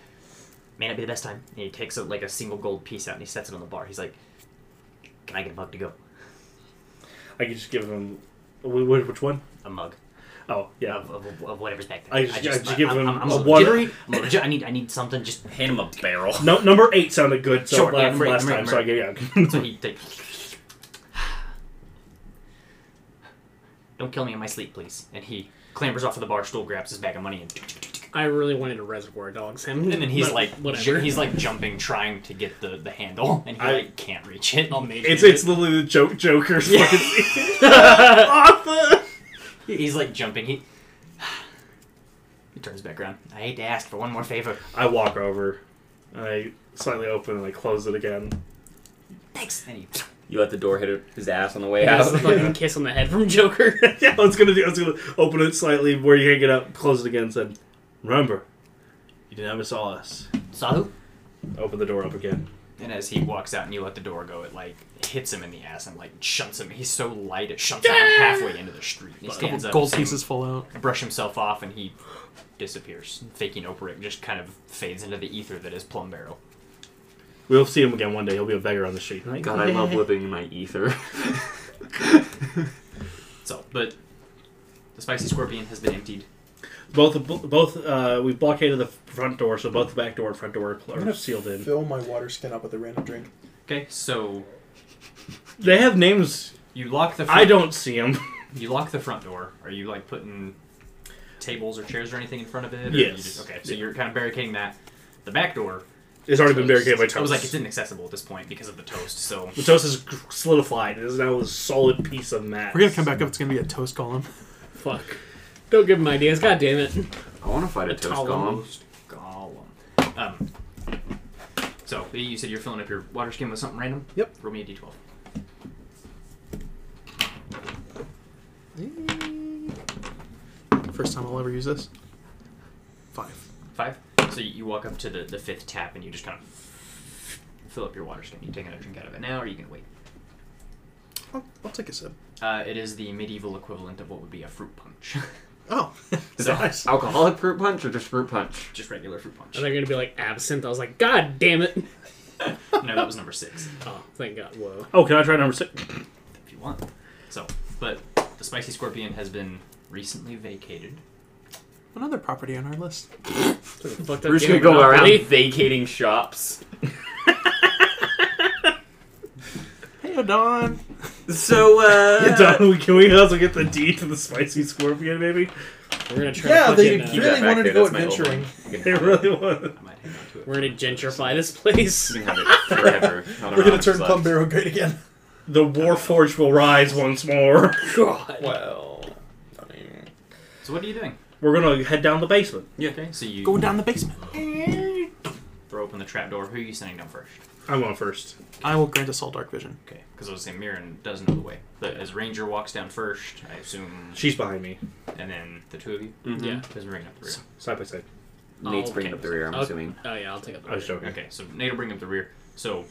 Speaker 7: May not be the best time. And he takes a, like a single gold piece out and he sets it on the bar. He's like, "Can I get a mug to go?
Speaker 3: I could just give him. wh- wh- Which one?
Speaker 7: A mug."
Speaker 3: Oh yeah.
Speaker 7: of, of, of whatever's back there.
Speaker 3: I just- I just give
Speaker 7: I'm-
Speaker 3: him
Speaker 7: I'm- I'm
Speaker 3: a
Speaker 7: legit-
Speaker 3: watery-
Speaker 7: I'm legit- I need I need something just
Speaker 5: Hand him a barrel.
Speaker 3: No, number eight sounded good. So
Speaker 7: Sure, yeah,
Speaker 3: last,
Speaker 7: number eight,
Speaker 3: last
Speaker 7: number
Speaker 3: time,
Speaker 7: eight,
Speaker 3: so I gave
Speaker 7: so
Speaker 3: yeah.
Speaker 7: he takes. Don't kill me in my sleep, please. And he clambers off of the bar stool, grabs his bag of money, and
Speaker 4: I really wanted a Reservoir Dogs him.
Speaker 7: and then he's
Speaker 4: but
Speaker 7: like
Speaker 4: whatever.
Speaker 7: ju- he's like jumping, trying to get the, the handle, and he
Speaker 3: I-
Speaker 7: like can't reach it.
Speaker 4: I'll make
Speaker 3: It's
Speaker 4: it.
Speaker 3: it's literally the joke Joker's
Speaker 7: Yeah.
Speaker 3: fucking scene. Arthur.
Speaker 7: He's like jumping. He he turns back around. I hate to ask for one more favor.
Speaker 3: I walk over, I slightly open and I close it again.
Speaker 7: Thanks. And he
Speaker 5: You let the door hit his ass on the way
Speaker 4: Yeah,
Speaker 5: out.
Speaker 4: it's a fucking kiss on the head from Joker.
Speaker 3: yeah, I was gonna do. I was gonna open it slightly where you hang it up, close it again. Said, remember, you never saw us.
Speaker 7: saw who?
Speaker 3: Open the door up again.
Speaker 2: And as he walks out and you let the door go, it like hits him in the ass and like shunts him. He's so light it shunts him halfway into the street. He stands up,
Speaker 1: Gold
Speaker 2: same-
Speaker 1: pieces fall out.
Speaker 2: brush himself off, and he disappears, faking over it, and just kind of fades into the ether that is Plum Barrel.
Speaker 3: We'll see him again one day. He'll be a beggar on the street. Like,
Speaker 5: God, I love living in my ether.
Speaker 2: So, but the spicy scorpion has been emptied.
Speaker 3: both both uh, we blockaded the front door, so both the back door and front door are sealed in.
Speaker 1: Fill my water skin up with a random drink.
Speaker 2: Okay, so
Speaker 3: They have names.
Speaker 2: you lock the. Front,
Speaker 3: I don't see them.
Speaker 2: You lock the front door. Are you like putting tables or chairs or anything in front of it? Or
Speaker 3: Yes.
Speaker 2: You just, okay, so you're kind of barricading that. The back door.
Speaker 3: It's already been barricaded by
Speaker 2: I was
Speaker 3: toast.
Speaker 2: like, it's inaccessible at this point because of the toast. So
Speaker 3: the toast is gr- solidified. It is now a solid piece of mass.
Speaker 1: We're gonna come back up. It's gonna be a toast column.
Speaker 4: Fuck. Don't give him ideas. God damn it.
Speaker 5: I want to fight a toast golem.
Speaker 2: Golem. Um, so you said you're filling up your water skin with something random.
Speaker 1: Yep.
Speaker 2: Roll me a d12.
Speaker 1: First time I'll ever use this. Five.
Speaker 2: Five. So you- you walk up to the, the fifth tap and you just kind of fill up your water skin. You take another drink out of it now, or you can wait.
Speaker 1: I'll, I'll take a sip.
Speaker 2: Uh, it is the medieval equivalent of what would be a fruit punch,
Speaker 1: Oh,
Speaker 5: Is that
Speaker 1: nice.
Speaker 5: alcoholic fruit punch or just fruit punch?
Speaker 2: just regular fruit punch.
Speaker 4: Are they gonna be like absinthe? I was like, God damn it.
Speaker 2: no, that was number six,
Speaker 4: Oh, thank God. Whoa.
Speaker 3: Oh, can I try number six?
Speaker 2: if you want. So, but the spicy scorpion has been recently vacated.
Speaker 1: Another property on our list.
Speaker 4: Fucked up
Speaker 5: We're just
Speaker 4: game
Speaker 5: gonna
Speaker 4: of
Speaker 5: go around
Speaker 4: Monopoly.
Speaker 5: vacating shops.
Speaker 1: Hey, Don.
Speaker 5: So, uh.
Speaker 3: Yeah, Don, we- can we also get the D to the spicy scorpion? Maybe
Speaker 4: We're gonna try
Speaker 1: Yeah,
Speaker 4: to
Speaker 1: they
Speaker 4: fucking, uh,
Speaker 5: that
Speaker 1: really
Speaker 5: back
Speaker 1: wanted to
Speaker 5: there,
Speaker 1: go
Speaker 5: that's my old
Speaker 1: adventuring.
Speaker 3: they really want.
Speaker 2: I might hang on to it.
Speaker 4: We're gonna gentrify this place.
Speaker 5: You can have it forever.
Speaker 1: We're gonna turn Plum Barrel great again.
Speaker 3: The Warforge will rise once more.
Speaker 1: God. Well, I mean,
Speaker 2: So, what are you doing?
Speaker 3: We're gonna head down the basement.
Speaker 2: Yeah. Okay. So you
Speaker 1: go down the basement.
Speaker 2: throw open the trap door. Who are you sending down first?
Speaker 3: I'm going first.
Speaker 1: I will grant us all dark vision.
Speaker 2: Okay, because I was saying Mirren does know the way. But as Ranger walks down first, I assume,
Speaker 3: She's behind me,
Speaker 2: and then the two of you,
Speaker 1: Mm.
Speaker 4: Yeah.
Speaker 2: does bring up the rear.
Speaker 3: side by side.
Speaker 5: Nate's
Speaker 4: Oh,
Speaker 5: bringing
Speaker 4: okay.
Speaker 5: up the rear, I'm
Speaker 4: Okay.
Speaker 5: assuming.
Speaker 4: Oh yeah, I'll take up the
Speaker 3: I was
Speaker 4: rear.
Speaker 3: joking.
Speaker 2: Okay, so Nate will bring up the rear. So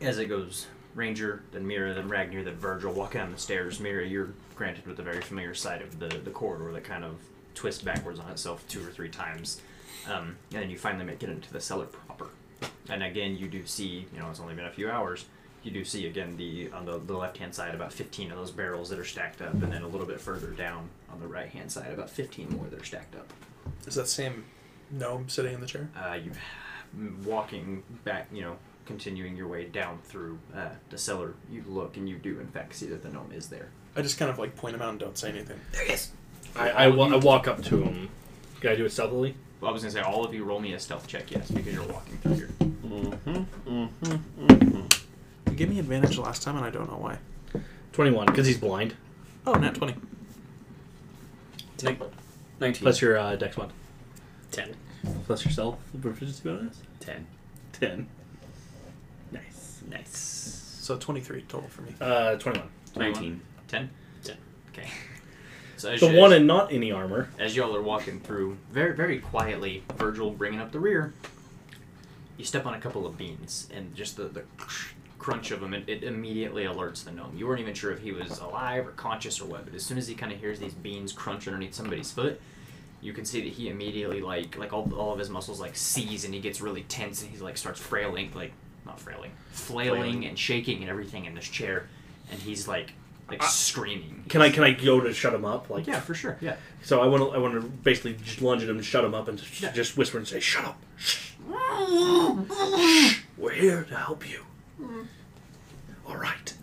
Speaker 2: as it goes, Ranger, then Mira, then Ragnar, then Virgil walk down the stairs. Mira, you're granted with the very familiar sight of the, the corridor that kind of twists backwards on itself two or three times. Um, and then you finally make it into the cellar proper. And again, you do see, you know, it's only been a few hours. You do see again the on the, the left hand side about 15 of those barrels that are stacked up, and then a little bit further down on the right hand side about 15 more that are stacked up.
Speaker 1: Is that same gnome sitting in the chair?
Speaker 2: Uh, you walking back, you know, continuing your way down through uh, the cellar. You look and you do, in fact, see that the gnome is there.
Speaker 1: I just kind of like point him out and don't say anything.
Speaker 3: I, I, wa- I walk up to him. Can I do it stealthily?
Speaker 2: Well, I was gonna say all of you roll me a stealth check, yes, because you're walking through here.
Speaker 1: You gave me advantage last time, and I don't know why.
Speaker 3: 21, because he's blind.
Speaker 1: Oh, nat twenty.
Speaker 5: 19.
Speaker 3: Plus your uh, dex mod.
Speaker 4: Ten.
Speaker 3: Plus yourself. Proficiency bonus?
Speaker 2: Ten.
Speaker 3: 10.
Speaker 2: Nice. Nice.
Speaker 1: So twenty-three total for me.
Speaker 3: Uh, 21.
Speaker 5: 19.
Speaker 2: Ten.
Speaker 4: Ten.
Speaker 2: Okay. So as
Speaker 3: The
Speaker 2: you-
Speaker 3: one
Speaker 2: as-
Speaker 3: and not any armor.
Speaker 2: as y'all are walking through, very very quietly, Virgil bringing up the rear. You step on a couple of beans, and just the, the crunch of them, it, it immediately alerts the gnome. You weren't even sure if he was alive or conscious or what, but as soon as he kind of hears these beans crunch underneath somebody's foot, you can see that he immediately like like all, all of his muscles like seize and he gets really tense and he like starts frailing like not frailing flailing,
Speaker 3: Flailing.
Speaker 2: and shaking and everything in this chair and he's like like screaming.
Speaker 3: Uh, Can I can I go to shut him up? Like
Speaker 2: Yeah, for sure. Yeah.
Speaker 3: So I want to I want to basically just lunge at him, shut him up, and just,
Speaker 2: Yeah.
Speaker 3: just whisper and say, "Shut up! Shh. Shh. We're here to help you." All right.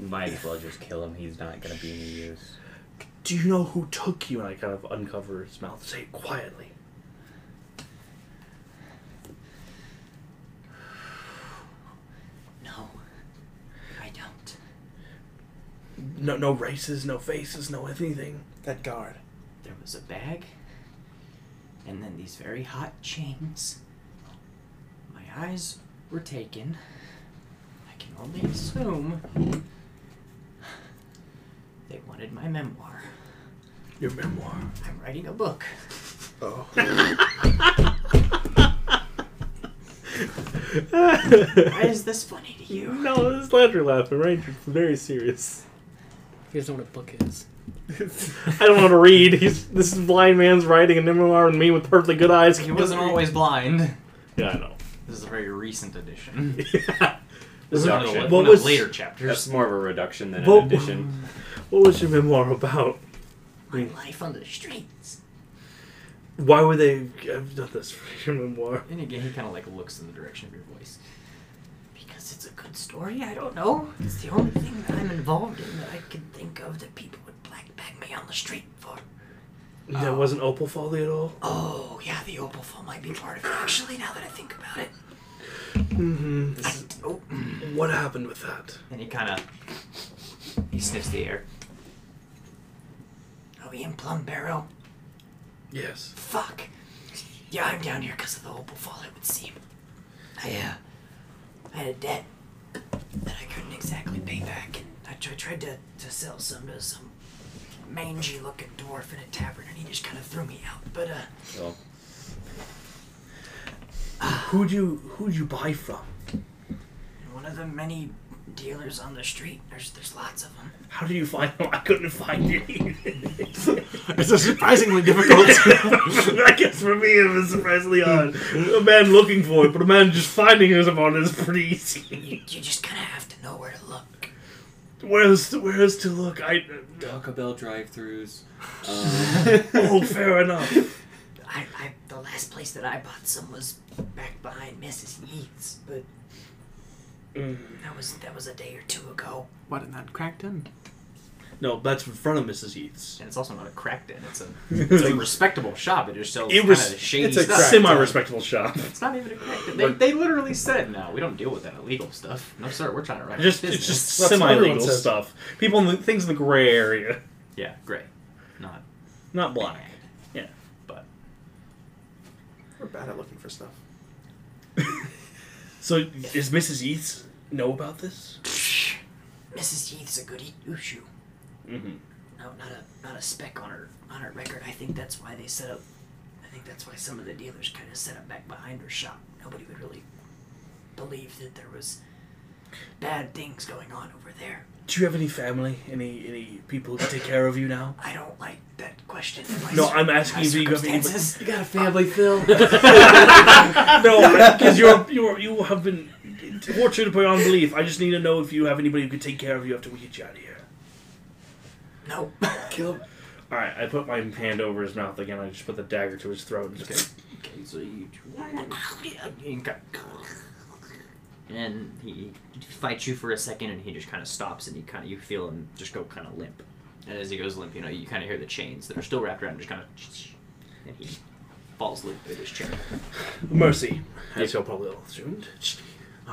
Speaker 5: Might as well just kill him. He's not gonna be any use.
Speaker 3: Do you know who took you? And I kind of uncover his mouth. Say it quietly.
Speaker 7: No, I don't.
Speaker 3: No, no races, no faces, no anything.
Speaker 1: That guard.
Speaker 7: There was a bag, and then these very hot chains. My eyes were taken. I can only assume they wanted my memoir.
Speaker 3: Your memoir.
Speaker 7: I'm writing a book.
Speaker 1: Oh.
Speaker 7: Why is this funny to you?
Speaker 3: No, this is Landry laughing. Ranger's very serious.
Speaker 4: You guys know what a book is.
Speaker 3: I don't want to read. He's this is blind man's writing a memoir and me with perfectly good eyes.
Speaker 2: He wasn't always blind.
Speaker 3: Yeah, I know.
Speaker 2: This is a very recent edition.
Speaker 3: This is-
Speaker 2: One of the-
Speaker 3: what,
Speaker 2: one of
Speaker 3: was
Speaker 2: later
Speaker 5: That's
Speaker 2: chapters?
Speaker 5: more of a reduction than
Speaker 3: Well-
Speaker 5: an addition.
Speaker 3: what was your memoir about?
Speaker 7: My life on the streets.
Speaker 3: Why would they have done this for your memoir?
Speaker 2: And again, he kind of like looks in the direction of your voice.
Speaker 7: Because it's a good story, I don't know. It's the only thing that I'm involved in that I can think of that people would blackbag me on the street for.
Speaker 3: That
Speaker 2: Uh,
Speaker 3: wasn't Opal Folly at all.
Speaker 7: Oh, yeah, the opal fall might be part of it, actually, now that I think about it. Mm-hmm. oh.
Speaker 3: What happened with that?
Speaker 2: And he kind of he sniffs the air.
Speaker 7: Are we in Plum Barrow?
Speaker 3: Yes.
Speaker 7: Fuck. Yeah, I'm down here because of the opal fall, it would seem. I, uh, I had a debt that I couldn't exactly pay back, and I tr- tried to, to sell some to some mangy looking dwarf in a tavern, and he just kind of threw me out. But, uh,
Speaker 5: So,
Speaker 3: Who'd you who'd you buy from?
Speaker 7: one of the many dealers on the street, there's, there's lots of them.
Speaker 3: How do you find them? I couldn't find any.
Speaker 1: It's a surprisingly difficult.
Speaker 3: I guess for me it was surprisingly hard. A man looking for it, but a man just finding his about it is pretty easy.
Speaker 7: You, you just kind of have to know where to look.
Speaker 3: Where's where's to look? I
Speaker 5: Taco Bell drive-throughs.
Speaker 3: oh, fair enough.
Speaker 7: I, I the last place that I bought some was back behind Mrs. Yeats, but that was that was a day or two ago.
Speaker 1: what in that cracked in?
Speaker 3: No, that's in front of Mrs. Yeats.
Speaker 2: And it's also not a crack den. It's a, it's a respectable shop. It just sells
Speaker 3: It
Speaker 2: kind
Speaker 3: was-
Speaker 2: of shady
Speaker 1: it's a
Speaker 2: stuff.
Speaker 1: crack den.
Speaker 3: Semi-respectable shop.
Speaker 2: It's not even a crack den. They, they literally said, no, we don't deal with that illegal stuff. No, sir, we're trying to run
Speaker 3: Just
Speaker 2: a
Speaker 3: it's
Speaker 2: business.
Speaker 3: just
Speaker 1: That's what
Speaker 3: semi-legal
Speaker 1: everyone says.
Speaker 3: stuff. People in the things in the gray area,
Speaker 2: Yeah, great. Not,
Speaker 3: not black.
Speaker 2: but
Speaker 1: We're bad at looking for stuff.
Speaker 3: So does Mrs. Yeats know about this?
Speaker 7: Mrs. Yeats a goody two shoe.
Speaker 3: Mm-hmm.
Speaker 7: No, not a not a speck on her on her record. I think that's why they set up. I think that's why some of the dealers kind of set up back behind her shop. Nobody would really believe that there was bad things going on over there.
Speaker 3: Do you have any family? Any any people who take care of you now?
Speaker 7: I don't like that question. in my
Speaker 3: No,
Speaker 7: cir-
Speaker 3: I'm asking
Speaker 7: my
Speaker 3: you. Do you have any?
Speaker 7: circumstances.
Speaker 1: You got a family, Phil.
Speaker 3: No, because you're you're you have been tortured beyond belief. I just need to know if you have anybody who could take care of you after we get you out of here.
Speaker 7: No.
Speaker 1: Kill him.
Speaker 3: All right, I put my hand over his mouth again. I just put the dagger to his throat. And just,
Speaker 2: okay, so you. And he fights you for a second, and he just kind of stops, and you kind of you feel him just go kind of limp. And as he goes limp, you know you kind of hear the chains that are still wrapped around, him just kind of, and he falls limp in his chair.
Speaker 3: Mercy, as you probably all assumed.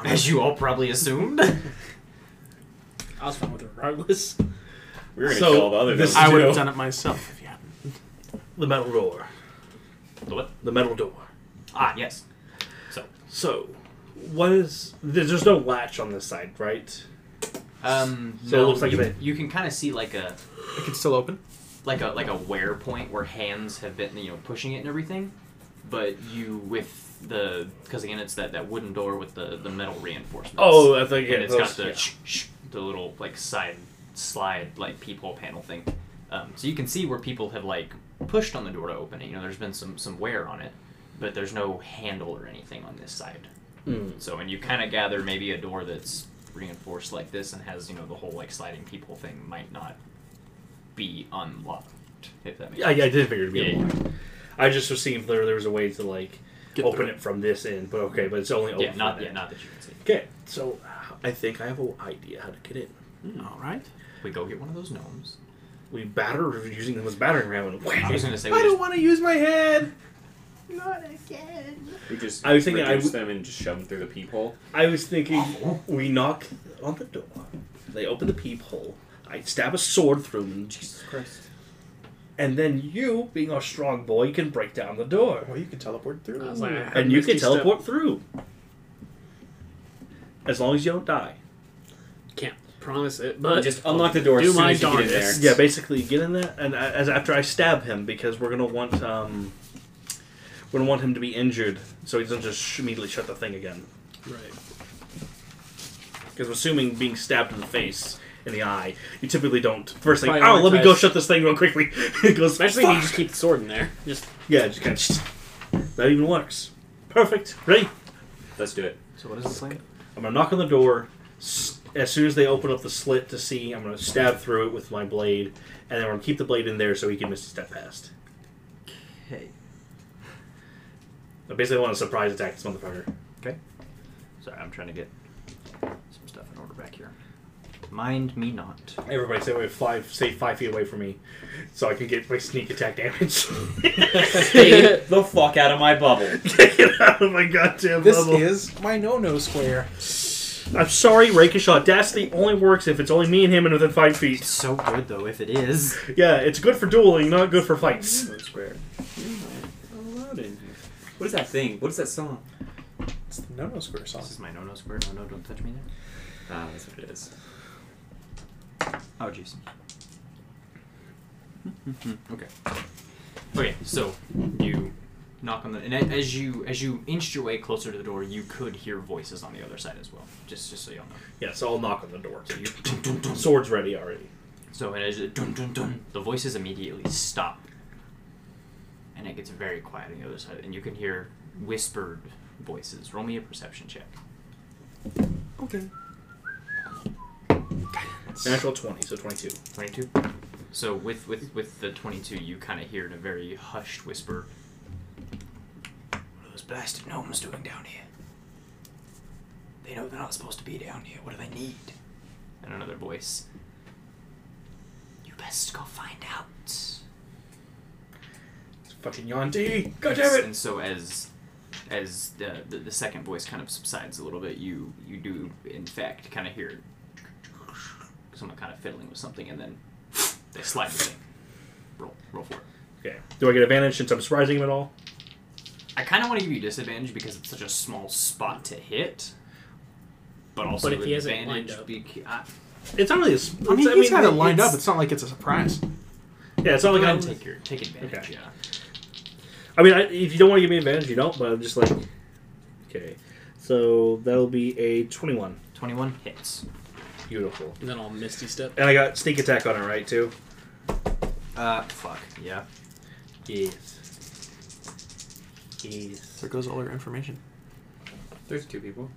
Speaker 2: As you all probably assumed.
Speaker 4: I was fine with it regardless.
Speaker 5: we were gonna
Speaker 3: So,
Speaker 5: kill all the other.
Speaker 3: this
Speaker 5: villains.
Speaker 1: I would have
Speaker 3: Ditto.
Speaker 1: done it myself if you hadn't.
Speaker 3: The metal door.
Speaker 2: The what?
Speaker 3: The metal door.
Speaker 2: Ah, yes.
Speaker 3: So, what is? There's, there's no latch on this side, right?
Speaker 2: Um,
Speaker 3: So it
Speaker 2: no,
Speaker 3: looks like
Speaker 2: you,
Speaker 3: they-
Speaker 2: you can kind of see like a
Speaker 1: It could still open.
Speaker 2: like a like a wear point where hands have been you know pushing it and everything, but you with the because again it's that that wooden door with the the metal reinforcements.
Speaker 3: I think
Speaker 2: and it's got
Speaker 3: those-
Speaker 2: the
Speaker 3: Oh, yeah.
Speaker 2: sh- sh- the little like side slide like peephole panel thing, um, so you can see where people have like pushed on the door to open it. You know, there's been some some wear on it, but there's no handle or anything on this side. So, and you kind of gather maybe a door that's reinforced like this and has you know the whole like sliding people thing might not be unlocked if that makes
Speaker 3: Yeah, yeah, I did figure it'd be
Speaker 2: Yeah,
Speaker 3: a
Speaker 2: yeah.
Speaker 3: block. I just was seeing if there, there was a way to like
Speaker 1: Get
Speaker 3: open
Speaker 1: through.
Speaker 3: it from this end, but okay, but it's only open.
Speaker 2: yeah not
Speaker 3: from
Speaker 2: yeah
Speaker 3: that.
Speaker 2: not that you can see
Speaker 3: Okay, so I think I have an idea how to get in.
Speaker 1: All right.
Speaker 2: we go get one of those gnomes
Speaker 3: We batter we're using them as battering ram and
Speaker 2: I
Speaker 3: whack.
Speaker 2: was gonna say we
Speaker 1: I don't
Speaker 2: just,
Speaker 1: want to use my head.
Speaker 5: We just
Speaker 3: I was thinking I
Speaker 5: reduce
Speaker 3: would-
Speaker 5: them and just shove them through the peephole.
Speaker 3: I was thinking we knock on the door. They open the peephole. I stab a sword through them. Jesus Christ. And then you, being our strong boy, can break down the door.
Speaker 1: Well, you can teleport
Speaker 4: I
Speaker 1: through.
Speaker 4: was like, I had
Speaker 3: and you
Speaker 4: Misty
Speaker 3: can teleport through. As long as you don't die.
Speaker 4: Step. Can't promise it, but
Speaker 5: just unlock the door
Speaker 4: do
Speaker 5: as soon
Speaker 4: my
Speaker 5: as you get in
Speaker 4: darndest.
Speaker 5: there.
Speaker 3: Yeah, basically get in there, and I- as after I stab him because we're gonna want um, we're gonna want him to be injured so he doesn't just sh- immediately shut the thing again.
Speaker 4: Right.
Speaker 3: Because I'm assuming being stabbed in the face in the eye, you typically don't first thing.
Speaker 4: Probably
Speaker 3: Oh, let me go
Speaker 4: prioritize-
Speaker 3: shut this thing real quickly. it goes.
Speaker 4: Especially if you
Speaker 3: "Fuck!"
Speaker 4: just keep the sword in there. Just
Speaker 3: yeah, just kind of that even works. Perfect. Ready?
Speaker 5: Let's do it.
Speaker 2: so what is this thing
Speaker 3: I'm gonna knock on the door. s- As soon as they open up the slit to see, I'm gonna stab through it with my blade, and then I'm gonna keep the blade in there so he can miss a step past.
Speaker 2: okay
Speaker 3: I basically want to surprise attack this motherfucker.
Speaker 2: sorry I'm trying to get some stuff in order back here mind me not
Speaker 3: Everybody stay away five, stay five feet away from me, so I can get my sneak attack damage.
Speaker 5: Stay the fuck out of my bubble.
Speaker 3: Get out of my goddamn
Speaker 1: This
Speaker 3: bubble.
Speaker 1: is my no-no square.
Speaker 3: I'm sorry, Rakish Audacity only works if it's only me and him and within five
Speaker 2: it's
Speaker 3: feet.
Speaker 2: so good though if it is
Speaker 3: Yeah, it's good for dueling, not good for fights.
Speaker 5: Square. What is that thing? What is that song?
Speaker 1: It's the no-no square song.
Speaker 2: this is my no no square no no don't touch me there
Speaker 5: Ah, that's what it is.
Speaker 2: oh jeez okay okay so you knock on the and a- as you as you inched your way closer to the door you could hear voices on the other side as well just just so y'all know
Speaker 3: Yeah, so I'll knock on the door.
Speaker 2: so you dun, dun, dun.
Speaker 3: Sword's ready already.
Speaker 2: So and as it dun dun dun, the voices immediately stop, and it gets very quiet on the other side, and you can hear whispered voices. Roll me a perception check.
Speaker 1: Okay.
Speaker 3: Natural twenty, so twenty-two.
Speaker 2: Twenty-two. So with with with the twenty-two, you kind of hear in a very hushed whisper.
Speaker 7: What are those blasted gnomes doing down here? They know they're not supposed to be down here. What do they need?
Speaker 2: and another voice.
Speaker 7: You best go find out.
Speaker 3: It's fucking Yonti. God
Speaker 2: And s-
Speaker 3: damn it!
Speaker 2: And so as as the, the the second voice kind of subsides a little bit, you you do in fact kind of hear someone kind of fiddling with something, and then they slide the thing. Roll roll for it.
Speaker 3: Okay. Do I get advantage since I'm surprising him at all?
Speaker 2: I kind of want to give you disadvantage because it's such a small spot to hit. But also
Speaker 4: But if he has it lined
Speaker 2: advantage
Speaker 4: up.
Speaker 2: beca- I-
Speaker 3: It's not really. A, s-
Speaker 1: I mean,
Speaker 3: it's-
Speaker 1: he's had it lined
Speaker 3: it's-
Speaker 1: up. It's not like it's a surprise.
Speaker 3: Yeah, it's not
Speaker 2: go
Speaker 3: like
Speaker 2: ahead
Speaker 3: I'm.
Speaker 2: and take your take advantage.
Speaker 3: Okay.
Speaker 2: Yeah.
Speaker 3: I mean, I, if you don't want to give me advantage, you don't. But I'm just like, okay. So that'll be a twenty-one.
Speaker 2: Twenty one hits.
Speaker 3: Beautiful.
Speaker 4: and then I'll misty step.
Speaker 3: And I got sneak attack on it, right? Too.
Speaker 2: Uh, fuck yeah.
Speaker 3: Yes. Yes.
Speaker 1: There goes all our information.
Speaker 5: There's two people.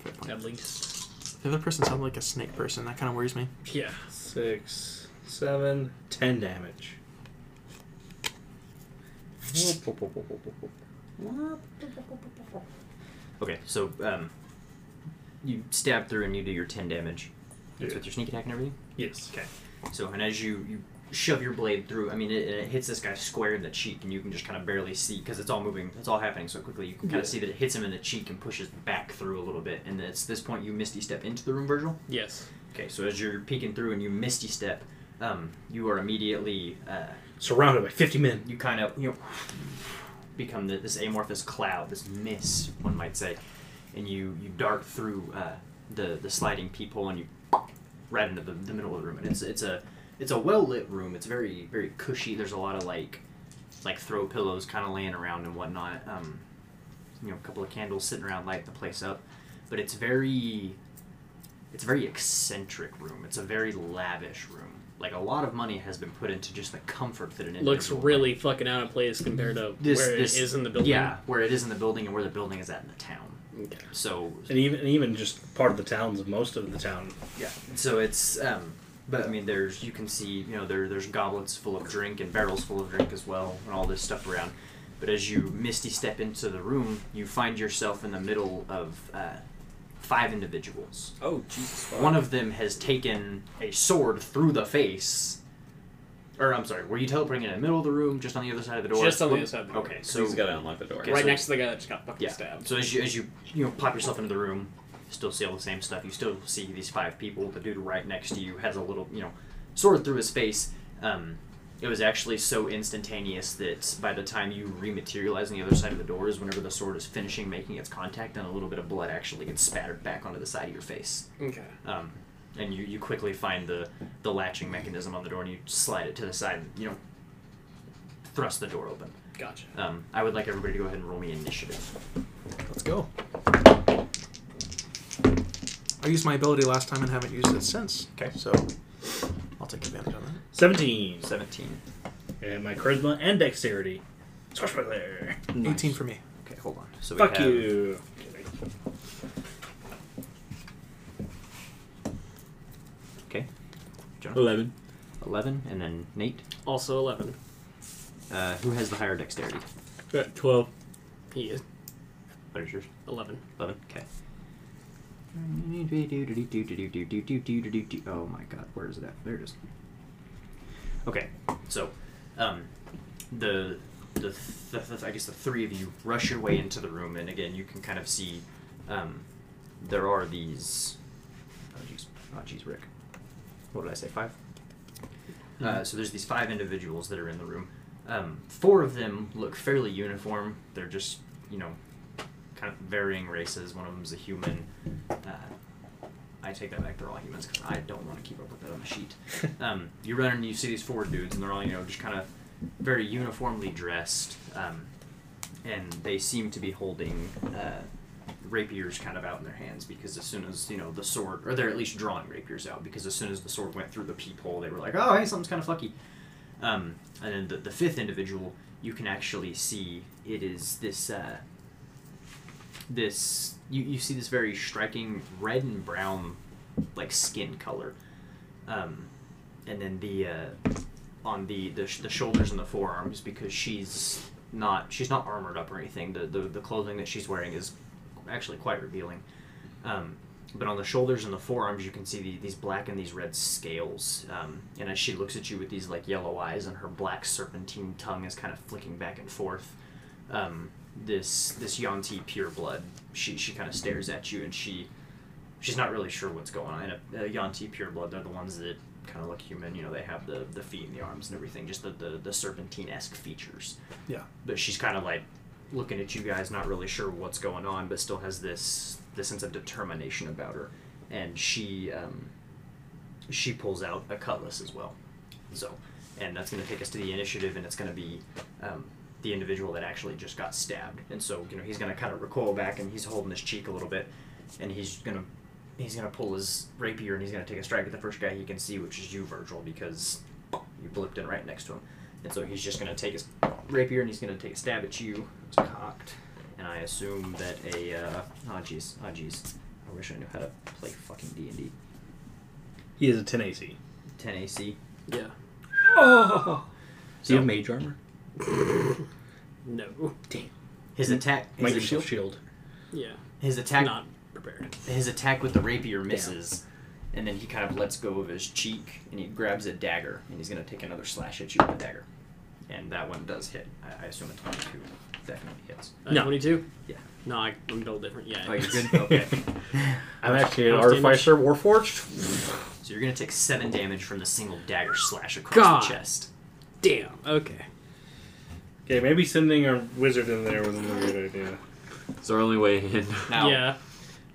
Speaker 1: Fair point.
Speaker 4: At least.
Speaker 1: The other person sounded like a snake person. That kind of worries me.
Speaker 4: Yeah.
Speaker 3: Six, seven, ten damage.
Speaker 2: Okay, so um, you stab through and you do your ten damage. That's
Speaker 3: Yeah.
Speaker 2: with your sneak attack and everything.
Speaker 3: Yes. Okay.
Speaker 2: So and as you you shove your blade through, I mean it, it hits this guy square in the cheek, and you can just kind of barely see because it's all moving, it's all happening so quickly. You can kind of see that it hits him in the cheek and pushes back through a little bit. And then it's this point you misty step into the room, Virgil.
Speaker 4: Yes.
Speaker 2: Okay, so as you're peeking through and you misty step, um, you are immediately uh,
Speaker 3: Surrounded by fifty men.
Speaker 2: you kind of you know become the, this amorphous cloud, this mist, one might say, and you you dart through uh, the the sliding peephole and you right into the, the middle of the room. And it's it's a it's a well lit room. It's very very cushy. There's a lot of like like throw pillows kind of laying around and whatnot. Um, you know, a couple of candles sitting around lighting the place up, but it's very it's a very eccentric room. It's a very lavish room. Like a lot of money has been put into just the comfort that an individual
Speaker 4: Looks really fucking out of place compared to
Speaker 2: this,
Speaker 4: where
Speaker 2: this
Speaker 4: it is in the building.
Speaker 2: Yeah, where it is in the building and where the building is at in the town. So
Speaker 3: and even and even just part of the towns, most of the town.
Speaker 2: Yeah. So it's, um, but I mean, there's you can see, you know, there there's goblets full of drink and barrels full of drink as well, and all this stuff around. But as you misty step into the room, you find yourself in the middle of uh, five individuals.
Speaker 5: Oh Jesus! fuck.
Speaker 2: One of them has taken a sword through the face. Or I'm sorry, were you teleporting in the middle of the room, just on the other side of the door?
Speaker 4: Just on the other side of the door.
Speaker 2: Okay, so
Speaker 5: So he's got to unlock the door.
Speaker 2: Okay,
Speaker 4: right
Speaker 2: so-
Speaker 4: next to the guy that just got fucking
Speaker 2: yeah.
Speaker 4: stabbed.
Speaker 2: So as you as you you know pop yourself into the room, you still see all the same stuff. You still see these five people. The dude right next to you has a little you know sword through his face. Um, it was actually so instantaneous that by the time you rematerialize on the other side of the door is whenever the sword is finishing making its contact and a little bit of blood actually gets spattered back onto the side of your face.
Speaker 4: Okay.
Speaker 2: Um, and you, you quickly find the, the latching mechanism on the door and you slide it to the side and you know thrust the door open.
Speaker 4: Gotcha.
Speaker 2: Um, I would like everybody to go ahead and roll me initiative.
Speaker 1: Let's go. I used my ability last time and haven't used it since.
Speaker 2: Okay.
Speaker 1: So I'll take advantage on that.
Speaker 3: Seventeen
Speaker 2: 17.
Speaker 3: and my charisma and dexterity. Squash my player.
Speaker 1: 18 for me.
Speaker 2: Okay, hold on. So
Speaker 3: Fuck
Speaker 2: we have,
Speaker 3: you.
Speaker 2: Okay. Jonathan,
Speaker 9: Eleven.
Speaker 2: 11, and then Nate.
Speaker 4: Also eleven.
Speaker 2: Uh, who has the higher dexterity?
Speaker 9: Twelve.
Speaker 4: He is
Speaker 2: What is yours?
Speaker 4: eleven.
Speaker 2: 11. Okay. Oh my god, where is that? There it is. Okay, so, um, the, the, the, the- I guess the three of you rush your way into the room, and again, you can kind of see, um, there are these. Oh jeez, oh jeez, Rick. What did I say? Five. Uh, so there's these five individuals that are in the room. Um, four of them look fairly uniform. They're just, you know, kind of varying races. One of them's a human. Uh, I take that back. They're all humans because I don't want to keep up with that on the sheet. um, you run and you see these four dudes, and they're all you know just kind of very uniformly dressed, um, and they seem to be holding uh, rapiers kind of out in their hands because as soon as you know the sword, or they're at least drawing rapiers out because as soon as the sword went through the peephole, they were like, oh hey, something's kind of flucky. Um, and then the, the fifth individual, you can actually see it is this. Uh, this you, you see this very striking red and brown like skin color um, and then the uh, on the, the sh- the shoulders and the forearms because she's not she's not armored up or anything the the, the clothing that she's wearing is actually quite revealing um, but on the shoulders and the forearms you can see the, these black and these red scales um, and as she looks at you with these like yellow eyes and her black serpentine tongue is kind of flicking back and forth um, this this Yanti pure blood. She she kind of stares at you and she she's not really sure what's going on. And a, a Yanti pure blood, they're the ones that kind of look human. You know, they have the the feet and the arms and everything, just the the, the serpentine esque features.
Speaker 1: Yeah.
Speaker 2: But she's kind of like looking at you guys, not really sure what's going on, but still has this this sense of determination about her. And she um, she pulls out a cutlass as well. So, and that's going to take us to the initiative, and it's going to be um, the individual that actually just got stabbed. And so, you know, he's going to kind of recoil back, and he's holding his cheek a little bit, and he's going to he's going to pull his rapier, and he's going to take a strike at the first guy he can see, which is you, Virgil, because you blipped in right next to him. And so he's just going to take his rapier, and he's going to take a stab at you. It's cocked, and I assume that a uh, oh jeez, oh jeez. I wish I knew how to play fucking D and D.
Speaker 3: He is a ten AC.
Speaker 2: 10 AC.
Speaker 4: Yeah.
Speaker 3: Oh.
Speaker 9: Does he have mage armor?
Speaker 4: No. Damn.
Speaker 2: His attack,
Speaker 3: Make
Speaker 2: his,
Speaker 3: Hmm? shield. shield.
Speaker 4: Yeah.
Speaker 2: his attack,
Speaker 4: Not prepared.
Speaker 2: his attack with the rapier misses, and then he kind of lets go of his cheek and he grabs a dagger and he's gonna take another slash at you with the dagger, and that one does hit. I, I assume a twenty-two definitely hits.
Speaker 4: Uh,
Speaker 3: No.
Speaker 4: Twenty-two.
Speaker 2: Yeah.
Speaker 4: No, I, I'm a little different. Yeah.
Speaker 2: Oh, you're good. Okay,
Speaker 3: I'm actually an
Speaker 4: How much
Speaker 3: artificer warforged.
Speaker 2: so you're gonna take seven damage from the single dagger slash across
Speaker 4: God.
Speaker 2: the chest.
Speaker 4: Damn. Okay.
Speaker 3: Okay, maybe sending a wizard in there was a good idea.
Speaker 9: It's our only way in.
Speaker 2: Now
Speaker 4: Yeah.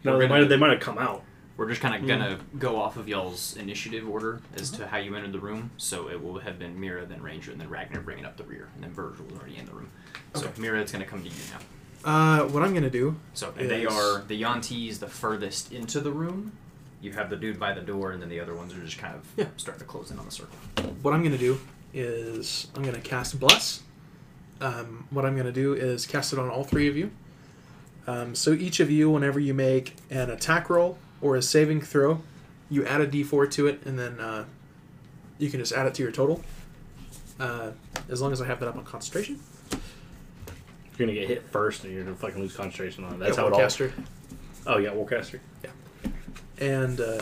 Speaker 3: No,
Speaker 2: We're
Speaker 3: they
Speaker 2: gonna-
Speaker 3: might have, they might have come out.
Speaker 2: we're just kind of gonna go off of y'all's initiative order as to how you entered the room. So it will have been Mira, then Ranger, and then Ragnar bringing up the rear, and then Virgil was already in the room. So Mira, it's gonna come to you now.
Speaker 1: Uh, what I'm gonna do?
Speaker 2: So and they
Speaker 1: is-
Speaker 2: are the Yontis the furthest into the room. You have the dude by the door, and then the other ones are just kind of
Speaker 1: Yeah.
Speaker 2: starting to close in on the circle.
Speaker 1: What I'm gonna do is I'm gonna cast bless. Um, what I'm gonna do is cast it on all three of you. Um, so each of you, whenever you make an attack roll or a saving throw, you add a d4 to it, and then uh, you can just add it to your total. Uh, as long as I have that up on concentration.
Speaker 3: You're gonna get hit first, and you're gonna fucking lose concentration on it. That's
Speaker 1: Yeah,
Speaker 3: how it
Speaker 1: Warcaster.
Speaker 3: all. Oh yeah, warcaster.
Speaker 1: And uh,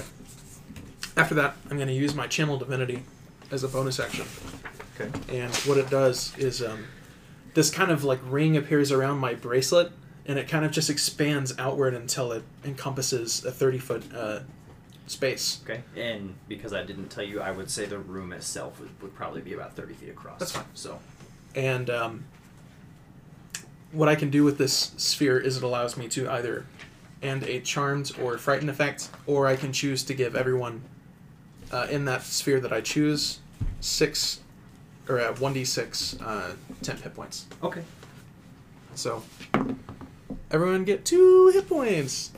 Speaker 1: after that, I'm going to use my Channel Divinity as a bonus action.
Speaker 9: Okay.
Speaker 1: And what it does is um, this kind of like ring appears around my bracelet, and it kind of just expands outward until it encompasses a 30 foot uh, space.
Speaker 2: Okay. And because I didn't tell you, I would say the room itself would, would probably be about 30 feet across.
Speaker 1: That's fine.
Speaker 2: So,
Speaker 1: And um, what I can do with this sphere is it allows me to either and a charmed or frightened effect, or I can choose to give everyone uh, in that sphere that I choose six or uh, 1d6 uh, temp hit points.
Speaker 2: okay.
Speaker 1: So everyone get two hit points.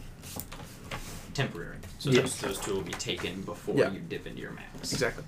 Speaker 2: Temporary. So
Speaker 1: Yes.
Speaker 2: those, those two will be taken before
Speaker 1: Yeah.
Speaker 2: you dip into your max.
Speaker 1: Exactly.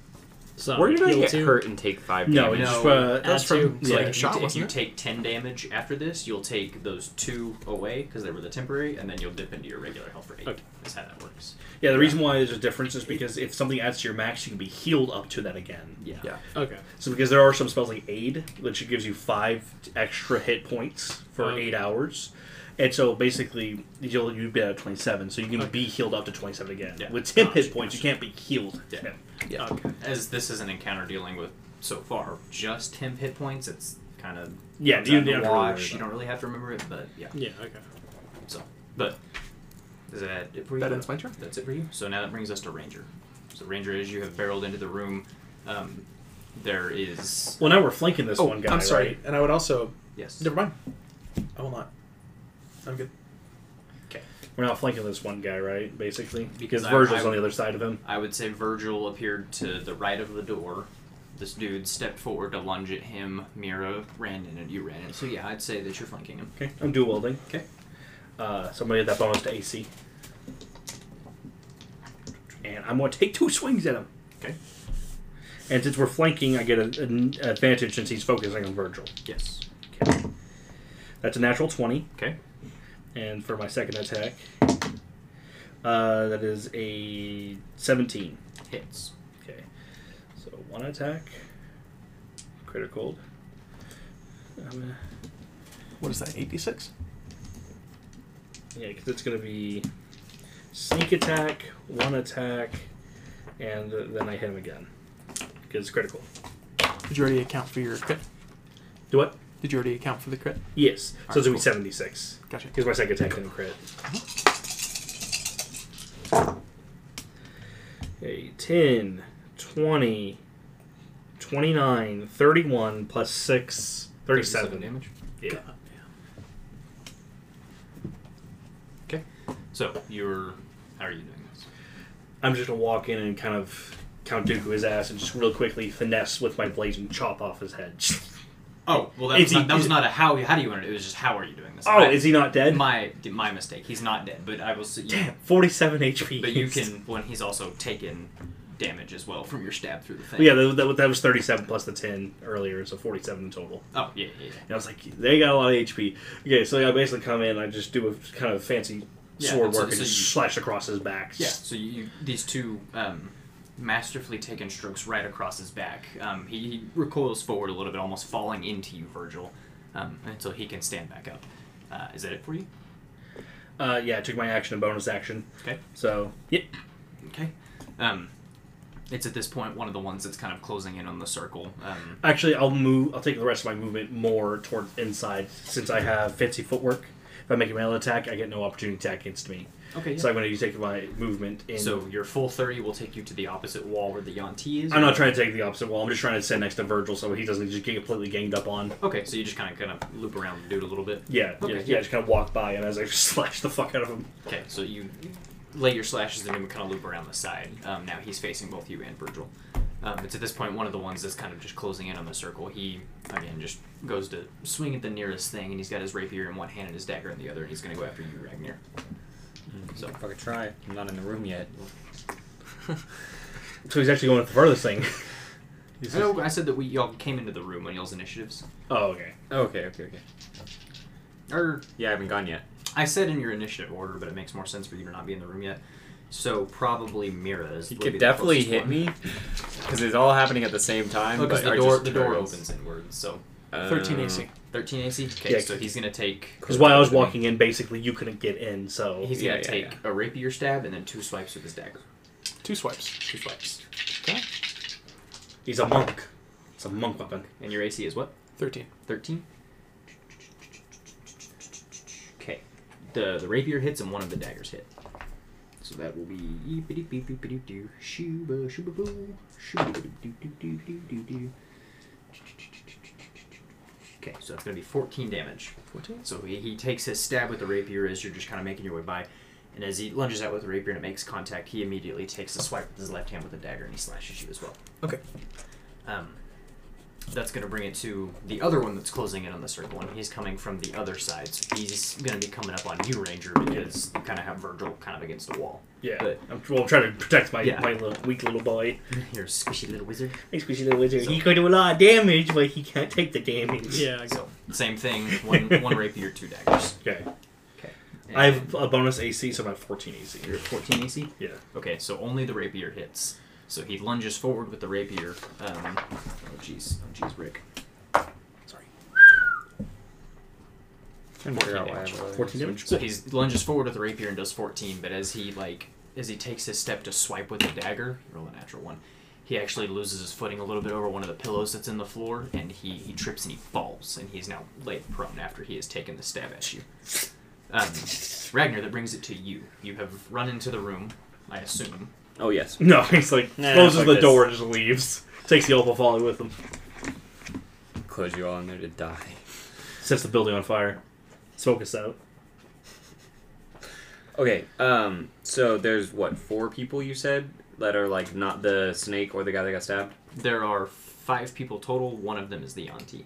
Speaker 4: So
Speaker 9: Where did I
Speaker 4: heal
Speaker 9: get
Speaker 4: two.
Speaker 9: hurt and take five
Speaker 3: No,
Speaker 9: damage?
Speaker 3: it's
Speaker 2: No.
Speaker 3: just, uh,
Speaker 1: Oh, That's
Speaker 4: Add
Speaker 1: from
Speaker 2: So
Speaker 1: like
Speaker 2: like
Speaker 1: a
Speaker 2: if
Speaker 1: shot,
Speaker 2: you, if you
Speaker 1: wasn't it?
Speaker 2: take 10 damage after this, you'll take those two away because they were the temporary, and then you'll dip into your regular health for 8.
Speaker 4: Okay.
Speaker 2: That's how that works.
Speaker 3: Yeah, the reason why there's a difference is because if something adds to your max, you can be healed up to that again.
Speaker 2: Yeah.
Speaker 1: Yeah.
Speaker 4: Okay.
Speaker 3: So because there are some spells like Aid, which gives you five extra hit points for
Speaker 4: Okay.
Speaker 3: eight hours, and so basically you'll you'd be at twenty-seven, so you can
Speaker 4: Okay.
Speaker 3: be healed up to twenty-seven again.
Speaker 2: Yeah.
Speaker 3: With ten
Speaker 2: Gotcha,
Speaker 3: hit points, you
Speaker 2: gotcha.
Speaker 3: can't be healed.
Speaker 2: Yeah.
Speaker 3: ten.
Speaker 1: Yeah.
Speaker 4: Okay.
Speaker 2: As this is an encounter dealing with so far just him hit points, it's kind of
Speaker 3: Yeah,
Speaker 2: you
Speaker 3: you don't have to really worry
Speaker 2: watch.
Speaker 3: about
Speaker 2: You don't really have to remember it, but yeah.
Speaker 4: Yeah. Okay.
Speaker 2: So, but is that it for you?
Speaker 1: That ends my turn.
Speaker 2: That's it for you. So now that brings us to Ranger. So Ranger, as you have barreled into the room, um, there is
Speaker 3: Well, now we're flanking this
Speaker 1: Oh,
Speaker 3: one guy.
Speaker 1: I'm sorry.
Speaker 3: right?
Speaker 1: And I would also.
Speaker 2: yes.
Speaker 1: Never mind. I will not. I'm good.
Speaker 3: We're now flanking this one guy, right? Basically, because
Speaker 2: Because I-
Speaker 3: Virgil's
Speaker 2: I-
Speaker 3: on the other side of him.
Speaker 2: I would say Virgil appeared to the right of the door. This dude stepped forward to lunge at him. Mira ran in and you ran in. So yeah, I'd say that you're flanking him.
Speaker 3: Okay, I'm dual wielding.
Speaker 2: Okay.
Speaker 3: Uh, somebody had that bonus to AC. And I'm going to take two swings at him.
Speaker 2: Okay.
Speaker 3: And since we're flanking, I get a- an advantage since he's focusing on Virgil.
Speaker 2: Yes.
Speaker 3: Okay. That's a natural 20.
Speaker 2: Okay.
Speaker 3: And for my second attack, uh, that is a 17.
Speaker 2: Hits.
Speaker 3: Okay. So one attack, critical. I'm gonna-
Speaker 1: What is that? 8d6?
Speaker 3: Yeah, because it's going to be sneak attack, one attack, and then I hit him again. Because it's critical.
Speaker 1: Did you already account for your crit?
Speaker 3: Do what?
Speaker 1: Did you already account for the crit?
Speaker 3: Yes.
Speaker 2: Alright,
Speaker 3: so it's going to
Speaker 2: cool.
Speaker 3: be 76.
Speaker 1: Gotcha.
Speaker 3: Because my second attack didn't crit. Okay, 10, 20, 29, 31, plus 6, 37.
Speaker 2: damage.
Speaker 3: Yeah.
Speaker 2: So you're. How are you doing this?
Speaker 3: I'm just going to walk in and kind of Count Dooku his ass and just real quickly finesse with my blades and chop off his head.
Speaker 2: Oh well, that
Speaker 3: Is
Speaker 2: was,
Speaker 3: he-
Speaker 2: not, that
Speaker 3: is
Speaker 2: was
Speaker 3: it-
Speaker 2: not a how. How do you want it? It was just how are you doing this?
Speaker 3: oh,
Speaker 2: I-
Speaker 3: is he not dead?
Speaker 2: My my mistake. He's not dead, but I will. s- You,
Speaker 3: Damn, 47 HP.
Speaker 2: But you can when he's also taken damage as well from your stab through the thing.
Speaker 3: Yeah, that, that, that was 37 plus the 10 earlier, so 47 in total.
Speaker 2: Oh yeah, yeah.
Speaker 3: And I was like, they got a lot of HP. Okay, so I basically come in, I just do a kind of fancy
Speaker 2: Yeah,
Speaker 3: sword
Speaker 2: so-
Speaker 3: work and
Speaker 2: so
Speaker 3: just
Speaker 2: you-
Speaker 3: slash across his back.
Speaker 2: Yeah. So you, you these two um, masterfully taken strokes right across his back. Um, he, he recoils forward a little bit, almost falling into you, Virgil, um, until he can stand back up. Uh, is that it for you?
Speaker 3: Uh, yeah, I took my action and bonus action.
Speaker 2: Okay.
Speaker 3: So, yep.
Speaker 2: Okay. Um, it's at this point one of the ones that's kind of closing in on the circle. Um,
Speaker 3: Actually, I'll move. I'll take the rest of my movement more towards inside since I have fancy footwork. If I make a melee attack, I get no opportunity attack against me.
Speaker 2: okay.
Speaker 3: So I'm going to take my movement in.
Speaker 2: So your full thirty will take you to the opposite wall where the Yanti is.
Speaker 3: I'm not trying to take the opposite wall. I'm just trying to sit next to Virgil so he doesn't just get completely ganged up on.
Speaker 2: Okay, so you just kind of kind of loop around the dude a little bit.
Speaker 3: Yeah,
Speaker 2: Okay,
Speaker 3: yeah,
Speaker 2: yeah.
Speaker 3: yeah. Just kind of walk by him as I just slash the fuck out of him.
Speaker 2: Okay, so you lay your slashes and then kind of loop around the side. Um, now he's facing both you and Virgil. Um, it's at this point one of the ones that's kind of just closing in on the circle. He again just goes to swing at the nearest thing, and he's got his rapier in one hand and his dagger in the other, and he's going to go after you, Ragnar. So
Speaker 5: If I could try, I'm not in the room yet.
Speaker 3: So he's actually going with the furthest thing. He's just-
Speaker 2: I, I said that we y'all came into the room on y'all's initiatives,
Speaker 3: oh, okay.
Speaker 5: Oh, okay, okay, okay.
Speaker 2: or
Speaker 9: Er,
Speaker 5: Yeah, I haven't gone yet.
Speaker 2: I said in your initiative order, but it makes more sense for you to not be in the room yet. So probably Mira is.
Speaker 9: He
Speaker 2: would be
Speaker 9: could
Speaker 2: the
Speaker 9: definitely
Speaker 2: closest
Speaker 9: hit
Speaker 2: one.
Speaker 9: me because it's all happening at the same time.
Speaker 2: Oh, 'cause
Speaker 9: Because
Speaker 2: the door the door opens Oh. inward. So
Speaker 5: Oh,
Speaker 3: Uh,
Speaker 1: 13 AC.
Speaker 2: 13 AC. Okay,
Speaker 3: Yeah.
Speaker 2: so he's gonna take.
Speaker 3: Because while I was walking in, basically you couldn't get in. So
Speaker 2: He's
Speaker 9: Yeah,
Speaker 2: gonna
Speaker 9: yeah,
Speaker 2: take
Speaker 9: yeah.
Speaker 2: a rapier stab and then two swipes with his dagger.
Speaker 1: Two swipes.
Speaker 2: Two swipes.
Speaker 3: he's a monk. It's a monk weapon.
Speaker 2: And your AC is what?
Speaker 1: 13.
Speaker 2: 13. Okay. The the rapier hits and one of the daggers hit. So that will be shoo-ba, shoo-ba-boo, shoo-ba-doo-doo-doo-doo-doo-doo. Okay, so that's gonna be 14 damage.
Speaker 1: 14?
Speaker 2: So he, he takes his stab with the rapier as you're just kind of making your way by, and as he lunges out with the rapier and it makes contact, he immediately takes a swipe with his left hand with the dagger and he slashes you as well.
Speaker 1: Okay.
Speaker 2: Um, that's going to bring it to the other one that's closing in on the circle, and he's coming from the other side, so he's going to be coming up on you, Ranger, because you kind of have Virgil kind of against the wall.
Speaker 3: Yeah,
Speaker 2: But-
Speaker 3: I'm, well, I'm trying to protect my,
Speaker 2: Yeah.
Speaker 3: my little, weak little boy.
Speaker 2: You're a squishy little wizard.
Speaker 3: Hey, squishy little wizard.
Speaker 2: So-
Speaker 3: he could do a lot of damage, but he can't take the damage.
Speaker 4: Yeah, I got
Speaker 2: So same thing, one one rapier, two daggers.
Speaker 3: Okay.
Speaker 2: And
Speaker 3: I have a bonus AC, so I'm at 14 AC.
Speaker 2: you're at 14 AC.
Speaker 3: Yeah.
Speaker 2: Okay, so only the rapier hits. So he lunges forward with the rapier. Um, oh jeez, oh jeez, Rick. Sorry. damage.
Speaker 3: 14 damage.
Speaker 2: So he lunges forward with the rapier and does 14, but as he like as he takes his step to swipe with the dagger, roll a natural one. He actually loses his footing a little bit over one of the pillows that's in the floor, and he, he trips and he falls, and he's now laid prone after he has taken the stab at you. Um, Ragnar, that brings it to you. You have run into the room, I assume.
Speaker 5: Oh yes.
Speaker 3: No, he's like
Speaker 4: Nah,
Speaker 3: closes
Speaker 5: fuck
Speaker 3: the
Speaker 5: this.
Speaker 3: door and just leaves. Takes the awful folly with him.
Speaker 5: Close you all in there to die.
Speaker 3: Sets the building on fire. Smoke us out.
Speaker 5: Okay. Um. So there's what four people you said that are like not the snake or the guy that got stabbed.
Speaker 2: There are five people total. One of them is the auntie.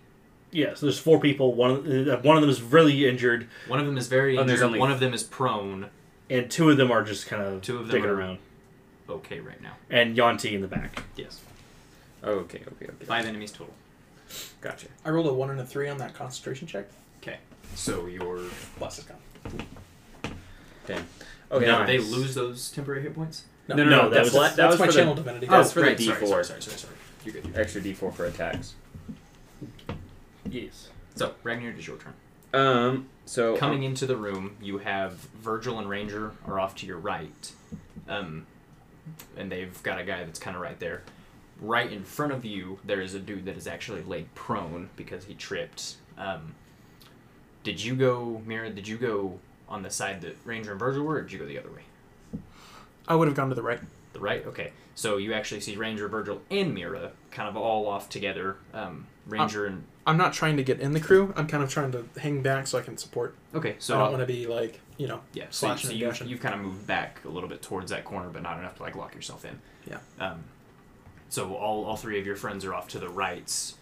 Speaker 3: Yeah, so there's four people. One of, uh, one of them is really injured,
Speaker 2: One of them is very
Speaker 5: Oh, there's
Speaker 2: injured.
Speaker 5: only-
Speaker 2: One of them is prone.
Speaker 3: and two of them are just kind of
Speaker 2: Two of them
Speaker 3: digging
Speaker 2: are-
Speaker 3: around.
Speaker 2: Okay, right now.
Speaker 3: And Yanti in the back.
Speaker 2: Yes,
Speaker 5: Oh, Okay. Okay. Okay.
Speaker 2: five enemies total.
Speaker 5: Gotcha.
Speaker 1: I rolled a 1 and a 3 on that concentration check.
Speaker 2: Okay, so your
Speaker 1: Plus is gone.
Speaker 5: Damn. Okay.
Speaker 2: Now, they
Speaker 5: nice.
Speaker 2: lose those temporary hit points.
Speaker 1: No,
Speaker 5: No, no,
Speaker 3: No,
Speaker 5: no.
Speaker 3: that
Speaker 5: that's
Speaker 3: was-
Speaker 5: la- that
Speaker 1: That's
Speaker 5: was
Speaker 1: my
Speaker 5: for
Speaker 1: channel
Speaker 5: the
Speaker 1: divinity.
Speaker 5: That's
Speaker 1: Oh,
Speaker 5: for
Speaker 2: right,
Speaker 5: the
Speaker 2: sorry,
Speaker 5: D4.
Speaker 2: Sorry, sorry, sorry, sorry. You're good. You're good.
Speaker 5: extra D4 for attacks.
Speaker 3: Yes.
Speaker 2: So Ragnar, it is your turn.
Speaker 5: Um. So
Speaker 2: Coming into the room, you have Virgil and Ranger are off to your right, um, and they've got a guy that's kind of right there. Right in front of you, there is a dude that is actually laid prone because he tripped. Um, did you go, Mira? Did you go on the side that Ranger and Virgil were, or did you go the other way?
Speaker 1: I would have gone to the right.
Speaker 2: The right? Okay. So you actually see Ranger, Virgil, and Mira kind of all off together. Um, Ranger and.
Speaker 1: I'm not trying to get in the crew. I'm kind of trying to hang back so I can support.
Speaker 2: Okay,
Speaker 1: So
Speaker 2: so.
Speaker 1: I don't want to be like, you know,
Speaker 2: yeah, so, you-
Speaker 1: slashing
Speaker 2: so
Speaker 1: and
Speaker 2: you,
Speaker 1: dashing.
Speaker 2: you've kind of moved back a little bit towards that corner, but not enough to like lock yourself in.
Speaker 1: Yeah.
Speaker 2: Um, so all, all three of your friends are off to the rights.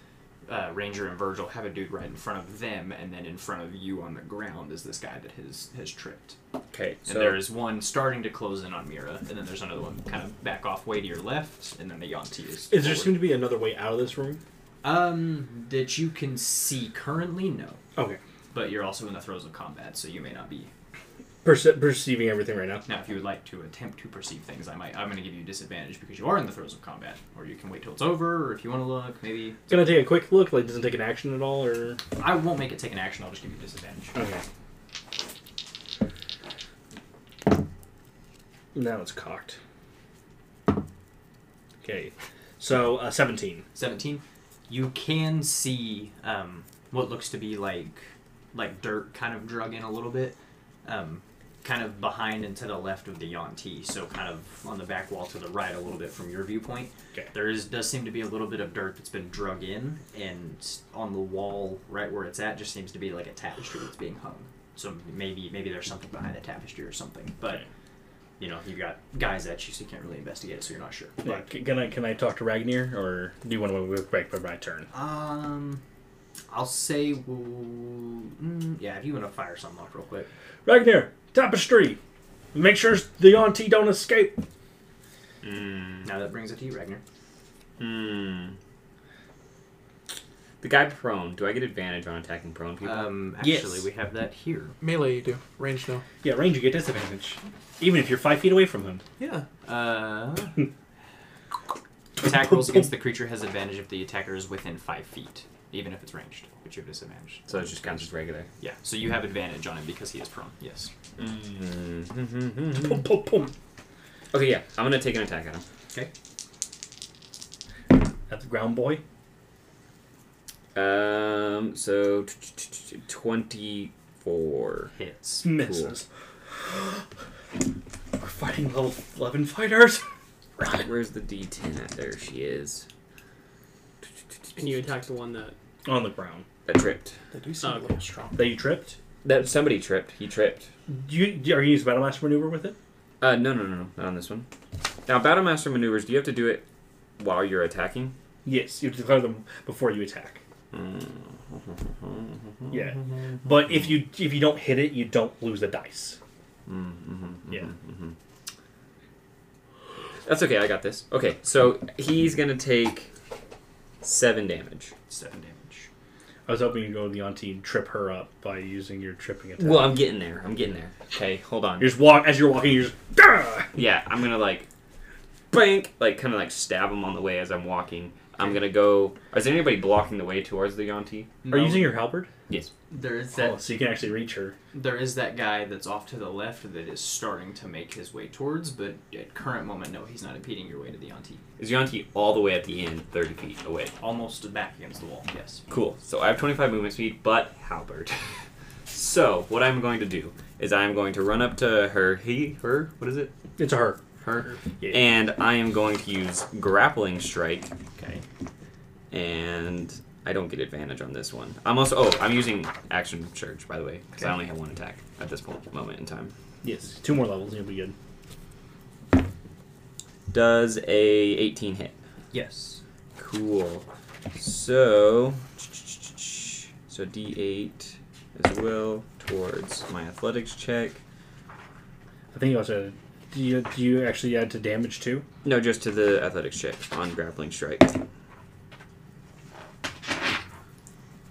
Speaker 2: Uh, Ranger and Virgil have a dude right in front of them, and then in front of you on the ground is this guy that has has tripped.
Speaker 5: Okay. So
Speaker 2: And there is one starting to close in on Mira, and then there's another one kind of back off way to your left, and then the Yanti is.
Speaker 3: Is there
Speaker 2: forward.
Speaker 3: seem to be another way out of this room?
Speaker 2: Um, that you can see currently, no.
Speaker 3: Okay.
Speaker 2: But you're also in the throes of combat, so you may not be.
Speaker 3: Perce- perceiving everything right now.
Speaker 2: Now, if you would like to attempt to perceive things, I might. I'm going to give you disadvantage because you are in the throes of combat, or you can wait till it's over, or if you want to look, maybe.
Speaker 3: Can I take a quick look? Like, doesn't take an action at all, or
Speaker 2: I won't make it take an action. I'll just give you disadvantage.
Speaker 3: okay. Now it's cocked. Okay, so uh, seventeen.
Speaker 2: 17 you can see um, what looks to be like like dirt kind of drug in a little bit um, kind of behind and to the left of the Yonti, so kind of on the back wall to the right a little bit from your viewpoint
Speaker 3: Okay.
Speaker 2: there is does seem to be a little bit of dirt that's been drug in and on the wall right where it's at just seems to be like a tapestry that's being hung so maybe maybe there's something behind the tapestry or something but
Speaker 3: Okay.
Speaker 2: you know you've got guys at you so you can't really investigate it so you're not sure
Speaker 3: Yeah, c- can I can I talk to Ragnir, or do you want to wait break for my turn?
Speaker 2: Um, I'll say, we'll, mm, yeah, if you want to fire something off real quick.
Speaker 3: Ragnir, tapestry. Make sure the auntie don't escape.
Speaker 5: Mm,
Speaker 2: Now that brings it to you, Ragnar.
Speaker 5: mm. The guy prone. Do I get advantage on attacking prone people?
Speaker 2: Um, actually,
Speaker 3: Yes.
Speaker 2: we have that here.
Speaker 1: Melee, you do. Range, no.
Speaker 3: Yeah, range you get disadvantage, even if you're five feet away from him.
Speaker 2: Yeah. Uh, attack rolls against the creature has advantage if the attacker is within five feet, even if it's ranged, which you have disadvantage.
Speaker 5: so it just counts as regular.
Speaker 2: Yeah. So you have advantage on him because he is prone. Yes.
Speaker 3: Pum, pum, pum.
Speaker 5: Okay, yeah. I'm gonna take an attack at him.
Speaker 3: At the ground boy.
Speaker 5: Um, so t- t- t- t- twenty-four.
Speaker 2: Hits.
Speaker 3: Misses. We're fighting level eleven fighters.
Speaker 5: Where's the D10 at? There she is.
Speaker 4: And you attack the one that.
Speaker 3: On the ground.
Speaker 5: That tripped.
Speaker 1: They do seem
Speaker 4: Oh,
Speaker 1: a little strong.
Speaker 3: That you tripped.
Speaker 5: That somebody tripped. He tripped.
Speaker 3: Do you do- are you use battle master maneuver with it?
Speaker 5: Uh, no, no, no, no, not on this one. Now, battle master maneuvers. Do you have to do it while you're attacking?
Speaker 3: Yes, you have to declare them before you attack. Yeah, but if you if you don't hit it, you don't lose the dice. Yeah.
Speaker 5: That's okay. I got this. Okay, so he's gonna take seven damage.
Speaker 2: Seven damage.
Speaker 3: I was hoping you'd go to the auntie and trip her up by using your tripping attack.
Speaker 5: Well, I'm getting there. I'm getting there. Okay, hold on.
Speaker 3: you're just walk as you're walking. You're just "Gah!"
Speaker 5: Yeah, I'm gonna like, bank, like kind of like stab him on the way as I'm walking. I'm gonna go. Is there anybody blocking the way towards the Yonti?
Speaker 3: Are you using your halberd?
Speaker 5: Yes.
Speaker 2: There is
Speaker 3: Oh,
Speaker 2: that.
Speaker 3: so you can actually reach her.
Speaker 2: There is that guy that's off to the left that is starting to make his way towards, but at current moment, no, he's not impeding your way to the auntie.
Speaker 5: Is Yonti all the way at the end, 30 feet away?
Speaker 2: Almost back against the wall. Yes.
Speaker 5: Cool. So I have 25 movement speed, but halberd. so what I'm going to do is I'm going to run up to her, he, her, what is it?
Speaker 3: It's a her.
Speaker 5: Her.
Speaker 3: Yeah.
Speaker 5: And I am going to use grappling strike,
Speaker 2: Okay.
Speaker 5: and I don't get advantage on this one. I'm also oh I'm using action surge by the way because I
Speaker 2: Okay.
Speaker 5: only have one attack at this point moment in time.
Speaker 3: Yes, two more levels, and you'll be good.
Speaker 5: Does a 18 hit?
Speaker 2: Yes.
Speaker 5: Cool. So, so D8 as well towards my athletics check.
Speaker 3: I think you also do you do you actually add to damage too?
Speaker 5: No, just to the athletics check on grappling strike.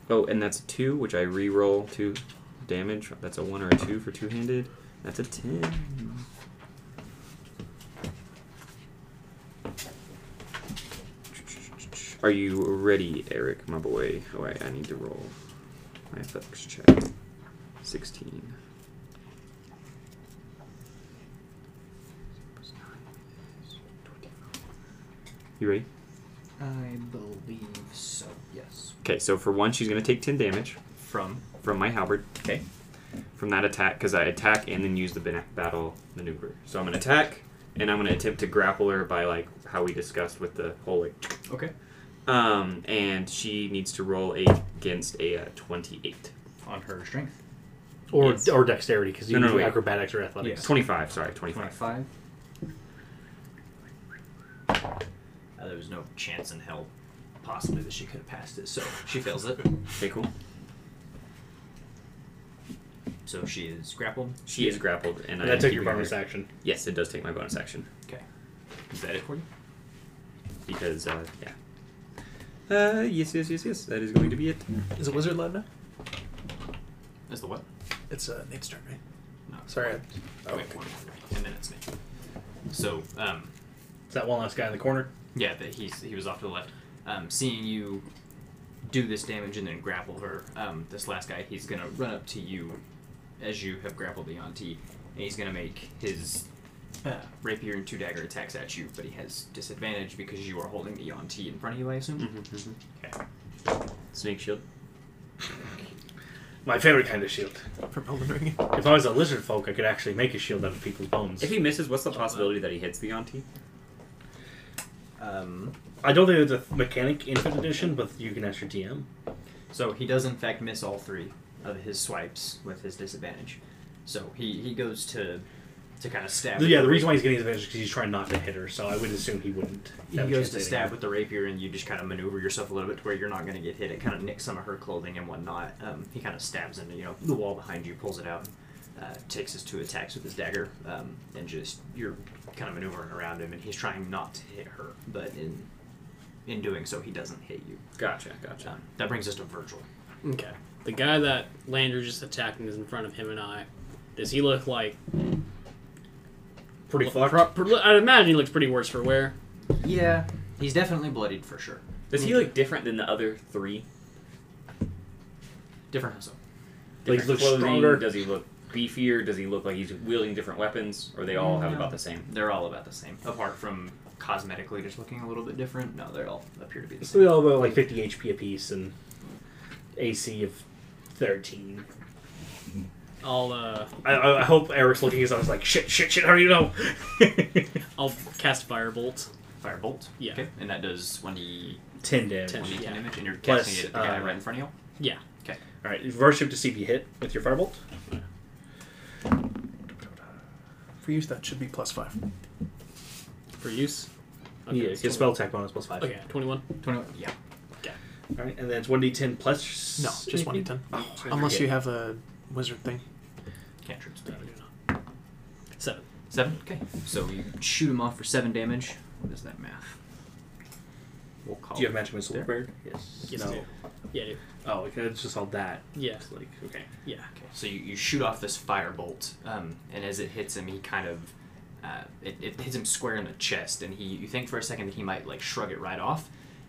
Speaker 5: Oh, and that's a two, which I re-roll two damage. That's a one or a two for two-handed. That's a ten. Are you ready, Eric, my boy? Oh, wait, I need to roll my athletics check. Sixteen. You ready?
Speaker 2: I believe so. Yes.
Speaker 5: Okay, so for one, she's gonna take ten damage.
Speaker 2: From
Speaker 5: from my halberd. Okay. From that attack, because I attack and then use the ban- battle maneuver. So I'm gonna attack, and I'm gonna attempt to grapple her by like how we discussed with the whole like.
Speaker 2: Okay.
Speaker 5: Um, and she needs to roll a, against a uh, twenty-eight.
Speaker 2: on her strength.
Speaker 3: Or
Speaker 5: Yes.
Speaker 3: or dexterity because you
Speaker 5: No,
Speaker 3: can
Speaker 5: no,
Speaker 3: do
Speaker 5: wait.
Speaker 3: acrobatics or athletics.
Speaker 5: Twenty-five. Sorry, twenty-five.
Speaker 2: Twenty-five. Uh, there was no chance in hell, possibly, that she could have passed it. So she fails it.
Speaker 5: Okay, cool.
Speaker 2: So she is grappled.
Speaker 5: She is grappled,
Speaker 3: And
Speaker 5: and, I
Speaker 3: that took
Speaker 5: am
Speaker 3: your
Speaker 5: keeping
Speaker 3: bonus
Speaker 5: her-
Speaker 3: action.
Speaker 5: Yes, it does take my bonus action
Speaker 2: Okay. Is that it for you?
Speaker 5: because uh, yeah. Uh, yes, yes, yes, yes. That is going to be it.
Speaker 1: Is it wizard led now?
Speaker 2: Is the what?
Speaker 1: It's uh, Nate's turn, right?
Speaker 2: No.
Speaker 1: Sorry. I-
Speaker 2: Oh, wait, one. And then it's me. So um,
Speaker 3: Is that one last guy in the corner?
Speaker 2: Yeah, that he's he was off to the left. Um, seeing you do this damage and then grapple her, um, this last guy, he's gonna run up to you as you have grappled the auntie, and he's gonna make his uh, rapier and two dagger attacks at you, but he has disadvantage because you are holding the auntie in front of you, I assume.
Speaker 3: Mm-hmm.
Speaker 2: Okay.
Speaker 5: Snake shield.
Speaker 3: My favorite kind of shield.
Speaker 1: From Elden Ring.
Speaker 3: If I was a lizard folk, I could actually make a shield out of people's bones.
Speaker 5: If he misses, what's the possibility that he hits the auntie?
Speaker 2: Um,
Speaker 3: I don't think there's a mechanic in fifth edition, but you can ask your DM.
Speaker 2: so he does in fact miss all three of his swipes with his disadvantage. So he, he goes to to kind of stab.
Speaker 3: yeah, the reason why he's getting his advantage is because he's trying not to hit her, so I would assume he wouldn't.
Speaker 2: He
Speaker 3: have a
Speaker 2: goes
Speaker 3: chance
Speaker 2: to
Speaker 3: hitting
Speaker 2: stab
Speaker 3: her.
Speaker 2: with the rapier, and you just kind of maneuver yourself a little bit to where you're not going to get hit. It kind of nicks some of her clothing and whatnot. Um, he kind of stabs into you know the wall behind you, pulls it out, uh, takes his two attacks with his dagger, um, and just you're kind of maneuvering around him, and he's trying not to hit her, but in in doing so, he doesn't hit you.
Speaker 5: Gotcha, gotcha.
Speaker 2: Um, that brings us to Virgil.
Speaker 4: Okay. The guy that Landry just attacked and is in front of him and I, does he look like.
Speaker 3: Pretty
Speaker 4: Look-
Speaker 3: fucked.
Speaker 4: pro- pro- I'd imagine he looks pretty worse for wear.
Speaker 2: Yeah, he's definitely bloodied for sure.
Speaker 5: Does he look different than the other three?
Speaker 2: Different hustle.
Speaker 3: Like,
Speaker 5: Different
Speaker 3: he looks
Speaker 5: clothing?
Speaker 3: stronger?
Speaker 5: Does he look beefier? Does he look like he's wielding different weapons? Or they all have
Speaker 2: No.
Speaker 5: about the same?
Speaker 2: They're all about the same, apart from cosmetically just looking a little bit different. No, they all appear to be the
Speaker 3: So
Speaker 2: same.
Speaker 3: we all about like 50 HP apiece and AC of 13.
Speaker 4: I'll uh,
Speaker 3: I, I I hope Eric's looking as I was like, shit, shit, shit, how do you know?
Speaker 4: I'll cast firebolt.
Speaker 2: Firebolt.
Speaker 4: Yeah.
Speaker 2: Okay, and that does 20,
Speaker 3: 10 damage.
Speaker 4: 10.
Speaker 2: 20
Speaker 4: yeah.
Speaker 2: damage, and you're
Speaker 3: Plus,
Speaker 2: casting it at the guy
Speaker 3: uh,
Speaker 2: right in front of you.
Speaker 4: Yeah.
Speaker 3: Alright, worship to see if you hit with your firebolt.
Speaker 1: For use, that should be plus five.
Speaker 4: For use. uh,
Speaker 3: yeah,
Speaker 4: it's
Speaker 3: your spell attack bonus plus 5.
Speaker 4: 21. Okay, 21.
Speaker 2: 20, yeah.
Speaker 3: Alright, and then it's 1d10 plus.
Speaker 1: No, just one d ten.
Speaker 2: Oh,
Speaker 1: Oh, Unless you have a wizard thing.
Speaker 2: Cantrips.
Speaker 4: No, I do not. Seven.
Speaker 2: Seven? Okay. So you shoot him off for seven damage. What is that math? We'll call
Speaker 3: Do you have magic missile
Speaker 2: There.
Speaker 3: prepared? Yes.
Speaker 4: Yes, I
Speaker 3: no.
Speaker 4: do. Yeah, dude.
Speaker 3: Oh, okay, it's just all that.
Speaker 4: Yeah.
Speaker 3: It's like, okay.
Speaker 4: Yeah.
Speaker 2: Okay, so you, you shoot off this firebolt, um, and as it hits him, he kind of uh, it, it hits him square in the chest, and he you think for a second that he might like shrug it right off,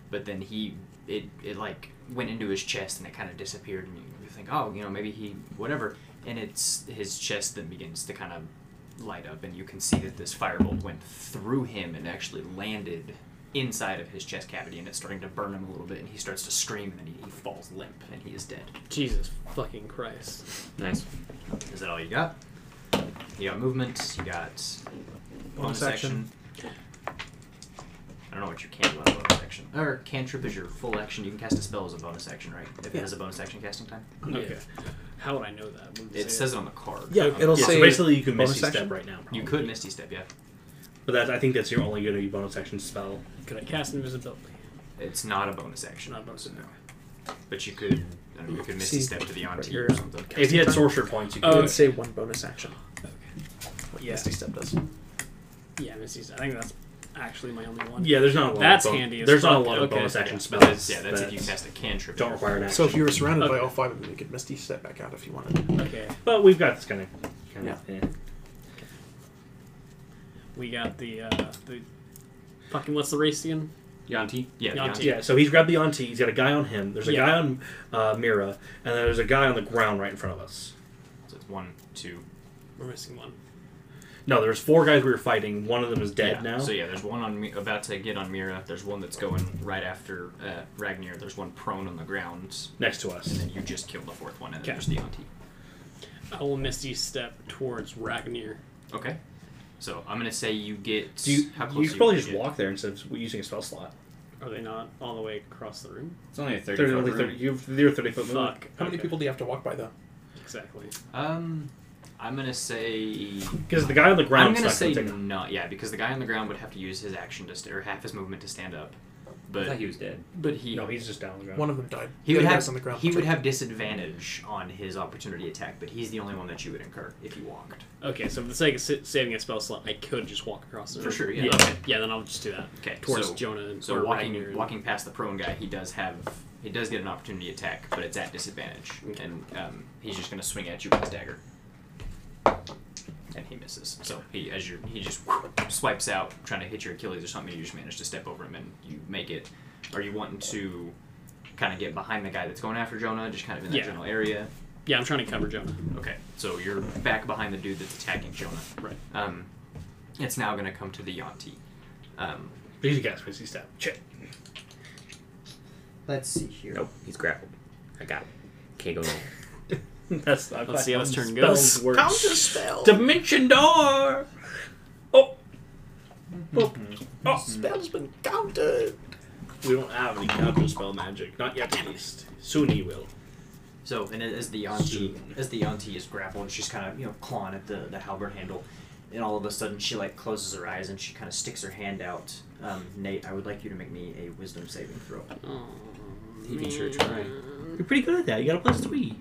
Speaker 2: but then he it it like went into his chest and it kind of disappeared, and you, you think oh you know maybe he whatever, and it's his chest that begins to kind of light up, and you can see that this firebolt went through him and actually landed inside of his chest cavity and it's starting to burn him a little bit and he starts to scream and then he, he falls limp and he is dead
Speaker 4: Jesus fucking Christ.
Speaker 5: Nice.
Speaker 2: is that all you got? You got movement. You got bonus, action. I don't know what you can do on a bonus action. Or cantrip is your full action. You can cast a spell as a bonus action, right? If it
Speaker 1: Yeah.
Speaker 2: has a bonus action casting time.
Speaker 4: Okay. How would I know that? Wouldn't
Speaker 2: It says it on the card. Um,
Speaker 1: it'll
Speaker 3: Yeah, so basically you can miss your step right now.
Speaker 2: you could misty step. Yeah,
Speaker 3: But that, I think that's your only going to be bonus action spell.
Speaker 4: Could I cast invisibility?
Speaker 2: it's not a bonus action.
Speaker 4: Not a bonus, no.
Speaker 2: But you could, I don't know, you could misty
Speaker 1: See,
Speaker 2: step to the on
Speaker 1: you're-
Speaker 2: or something.
Speaker 3: If you had sorcerer points, you could.
Speaker 4: Oh,
Speaker 1: It
Speaker 4: okay.
Speaker 1: would say one bonus action. What
Speaker 4: Yeah.
Speaker 1: Misty Step does.
Speaker 4: Yeah, Missy's. I think that's actually my only one.
Speaker 3: Yeah, there's not a lot.
Speaker 4: That's
Speaker 3: of bon-
Speaker 4: handy as
Speaker 3: There's not a
Speaker 4: fuck.
Speaker 3: lot of
Speaker 4: Okay.
Speaker 3: bonus action
Speaker 2: Yeah,
Speaker 3: spells.
Speaker 2: but that's, yeah, that's, if you
Speaker 3: that
Speaker 2: cast a cantrip.
Speaker 3: Don't require an action.
Speaker 1: So if you were surrounded by
Speaker 4: Okay.
Speaker 1: all five of them, you could Misty Step back out if you wanted.
Speaker 4: Okay.
Speaker 3: but we've got this kind of. Kind of eh.
Speaker 4: We got the, uh, the fucking, what's the race again?
Speaker 5: Yanti?
Speaker 2: Yeah,
Speaker 4: Yeah,
Speaker 2: the on-
Speaker 4: yeah.
Speaker 3: Yeah, so he's grabbed the auntie. He's got a guy on him. There's a
Speaker 4: Yeah.
Speaker 3: guy on uh, Mira, and then there's a guy on the ground right in front of us.
Speaker 2: so it's one, two.
Speaker 4: We're missing one.
Speaker 3: No, there's four guys we were fighting. One of them is dead
Speaker 2: yeah.
Speaker 3: now.
Speaker 2: So yeah, there's one on Mi- about to get on Mira. There's one that's going right after uh, Ragnir. There's one prone on the ground,
Speaker 3: Next to
Speaker 2: and
Speaker 3: us.
Speaker 2: then you just killed the fourth one, and
Speaker 4: Okay.
Speaker 2: then there's the auntie.
Speaker 4: I will Misty step towards Ragnir.
Speaker 2: Okay. So I'm gonna say you get.
Speaker 3: Do you,
Speaker 2: how close
Speaker 3: you
Speaker 2: do
Speaker 3: could probably
Speaker 2: wanna
Speaker 3: just
Speaker 2: get?
Speaker 3: walk there instead of using a spell slot.
Speaker 4: Are they not all the way across the room?
Speaker 5: It's only a 30
Speaker 3: There's
Speaker 5: foot
Speaker 3: only
Speaker 5: room.
Speaker 3: 30, you have, you're 30 foot move.
Speaker 4: Fuck.
Speaker 1: How many
Speaker 4: Okay.
Speaker 1: people do you have to walk by though?
Speaker 4: Exactly.
Speaker 2: Um, I'm gonna say.
Speaker 3: Because the guy on the ground
Speaker 2: I'm gonna
Speaker 3: not
Speaker 2: say
Speaker 3: gonna take-
Speaker 2: no. Yeah, because the guy on the ground would have to use his action to st- or half his movement to stand up,
Speaker 5: I thought
Speaker 2: but
Speaker 5: he was dead.
Speaker 2: but he
Speaker 3: No, he's just down on the ground.
Speaker 1: One of them died.
Speaker 2: he
Speaker 1: The
Speaker 2: would
Speaker 1: other
Speaker 2: have
Speaker 1: guy's on the ground.
Speaker 2: he would have disadvantage on his opportunity attack, but he's the only one that you would incur if you walked.
Speaker 4: Okay, so for the sake of sa- saving a spell slot, I could just walk across the
Speaker 2: For
Speaker 4: room.
Speaker 2: sure, yeah.
Speaker 4: Yeah, okay. yeah then I'll just do that.
Speaker 2: Okay,
Speaker 4: Towards
Speaker 2: so-
Speaker 4: Jonah and
Speaker 2: So
Speaker 4: or
Speaker 2: walking
Speaker 4: Ragnir and-
Speaker 2: walking past the prone guy, he does have he does get an opportunity attack, but it's at disadvantage,
Speaker 4: Okay.
Speaker 2: and um, he's just gonna swing at you with his dagger, and he misses. So he as you he just swipes out, trying to hit your Achilles or something. You just manage to step over him, and you make it. Are you wanting to kind of get behind the guy that's going after Jonah, just kind of in that
Speaker 4: Yeah.
Speaker 2: general area?
Speaker 4: Yeah, I'm trying to cover Jonah.
Speaker 2: Okay, so you're back behind the dude that's attacking Jonah.
Speaker 4: Right.
Speaker 2: Um, it's now gonna come to the Yonti. Um,
Speaker 3: He's a gas he stab. Shit.
Speaker 7: Let's see here.
Speaker 5: Nope, he's grappled. I got him. Can't go wrong.
Speaker 3: That's not
Speaker 4: Let's see how this turn
Speaker 3: Spells
Speaker 4: goes.
Speaker 3: work.
Speaker 1: spell.
Speaker 3: Dimension door. Oh. Oh. oh.
Speaker 1: Spell's been countered.
Speaker 3: We don't have any counter spell magic. Not yet, at least. Soon he will.
Speaker 2: So, and as the auntie, as the auntie is grappled, she's kind of you know clawing at the the halberd handle, and all of a sudden she like closes her eyes and she kind of sticks her hand out. Um, Nate, I would like you to make me a wisdom saving throw.
Speaker 4: Oh,
Speaker 2: You can sure try.
Speaker 3: You're pretty good at that. You got a plus three.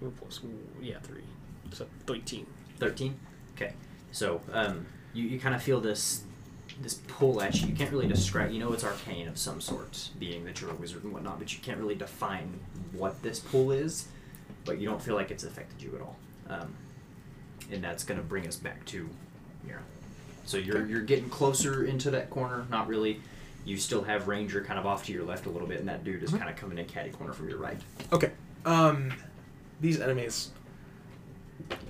Speaker 4: We're plus, yeah, three. So, 13.
Speaker 2: Thirteen. Okay. So, um, you you kind of feel this this pull at you. You can't really describe. You know, it's arcane of some sort, being that you're a wizard and whatnot, but you can't really define what this pull is. But you don't feel like it's affected you at all, um, and that's going to bring us back to Mira. So you're you're getting closer into that corner. Not really. You still have Ranger kind of off to your left a little bit, and that dude is kind of coming in catty corner from your right.
Speaker 1: Okay. Um, these enemies.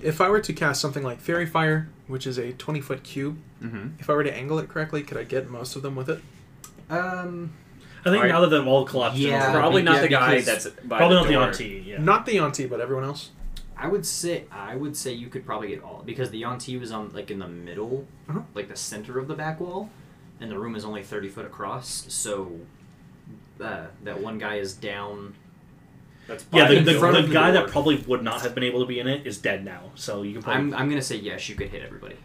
Speaker 1: If I were to cast something like Fairy Fire, which is a 20 foot cube,
Speaker 2: Mhm.
Speaker 1: if I were to angle it correctly, could I get most of them with it?
Speaker 2: Um,
Speaker 3: I think
Speaker 5: Alright.
Speaker 3: now that they've all collapsed,
Speaker 2: Yeah.
Speaker 3: it's
Speaker 5: Probably not
Speaker 2: Yeah,
Speaker 5: the guy
Speaker 2: because-
Speaker 5: that's by
Speaker 3: probably
Speaker 5: the
Speaker 3: not
Speaker 5: door.
Speaker 3: the auntie. Yeah.
Speaker 1: Not the auntie, but everyone else.
Speaker 2: I would say I would say you could probably get all because the Yonti was on like in the middle,
Speaker 1: Uh-huh.
Speaker 2: like the center of the back wall, and the room is only thirty foot across. So uh, that one guy is down.
Speaker 5: That's
Speaker 3: Yeah,
Speaker 2: Probably
Speaker 3: the,
Speaker 2: in
Speaker 3: the,
Speaker 2: front
Speaker 3: the
Speaker 2: of the
Speaker 3: guy
Speaker 2: door.
Speaker 3: that probably would not have been able to be in it is dead now, so you can
Speaker 2: I'm,
Speaker 3: probably.
Speaker 2: I'm gonna say yes, you could hit everybody.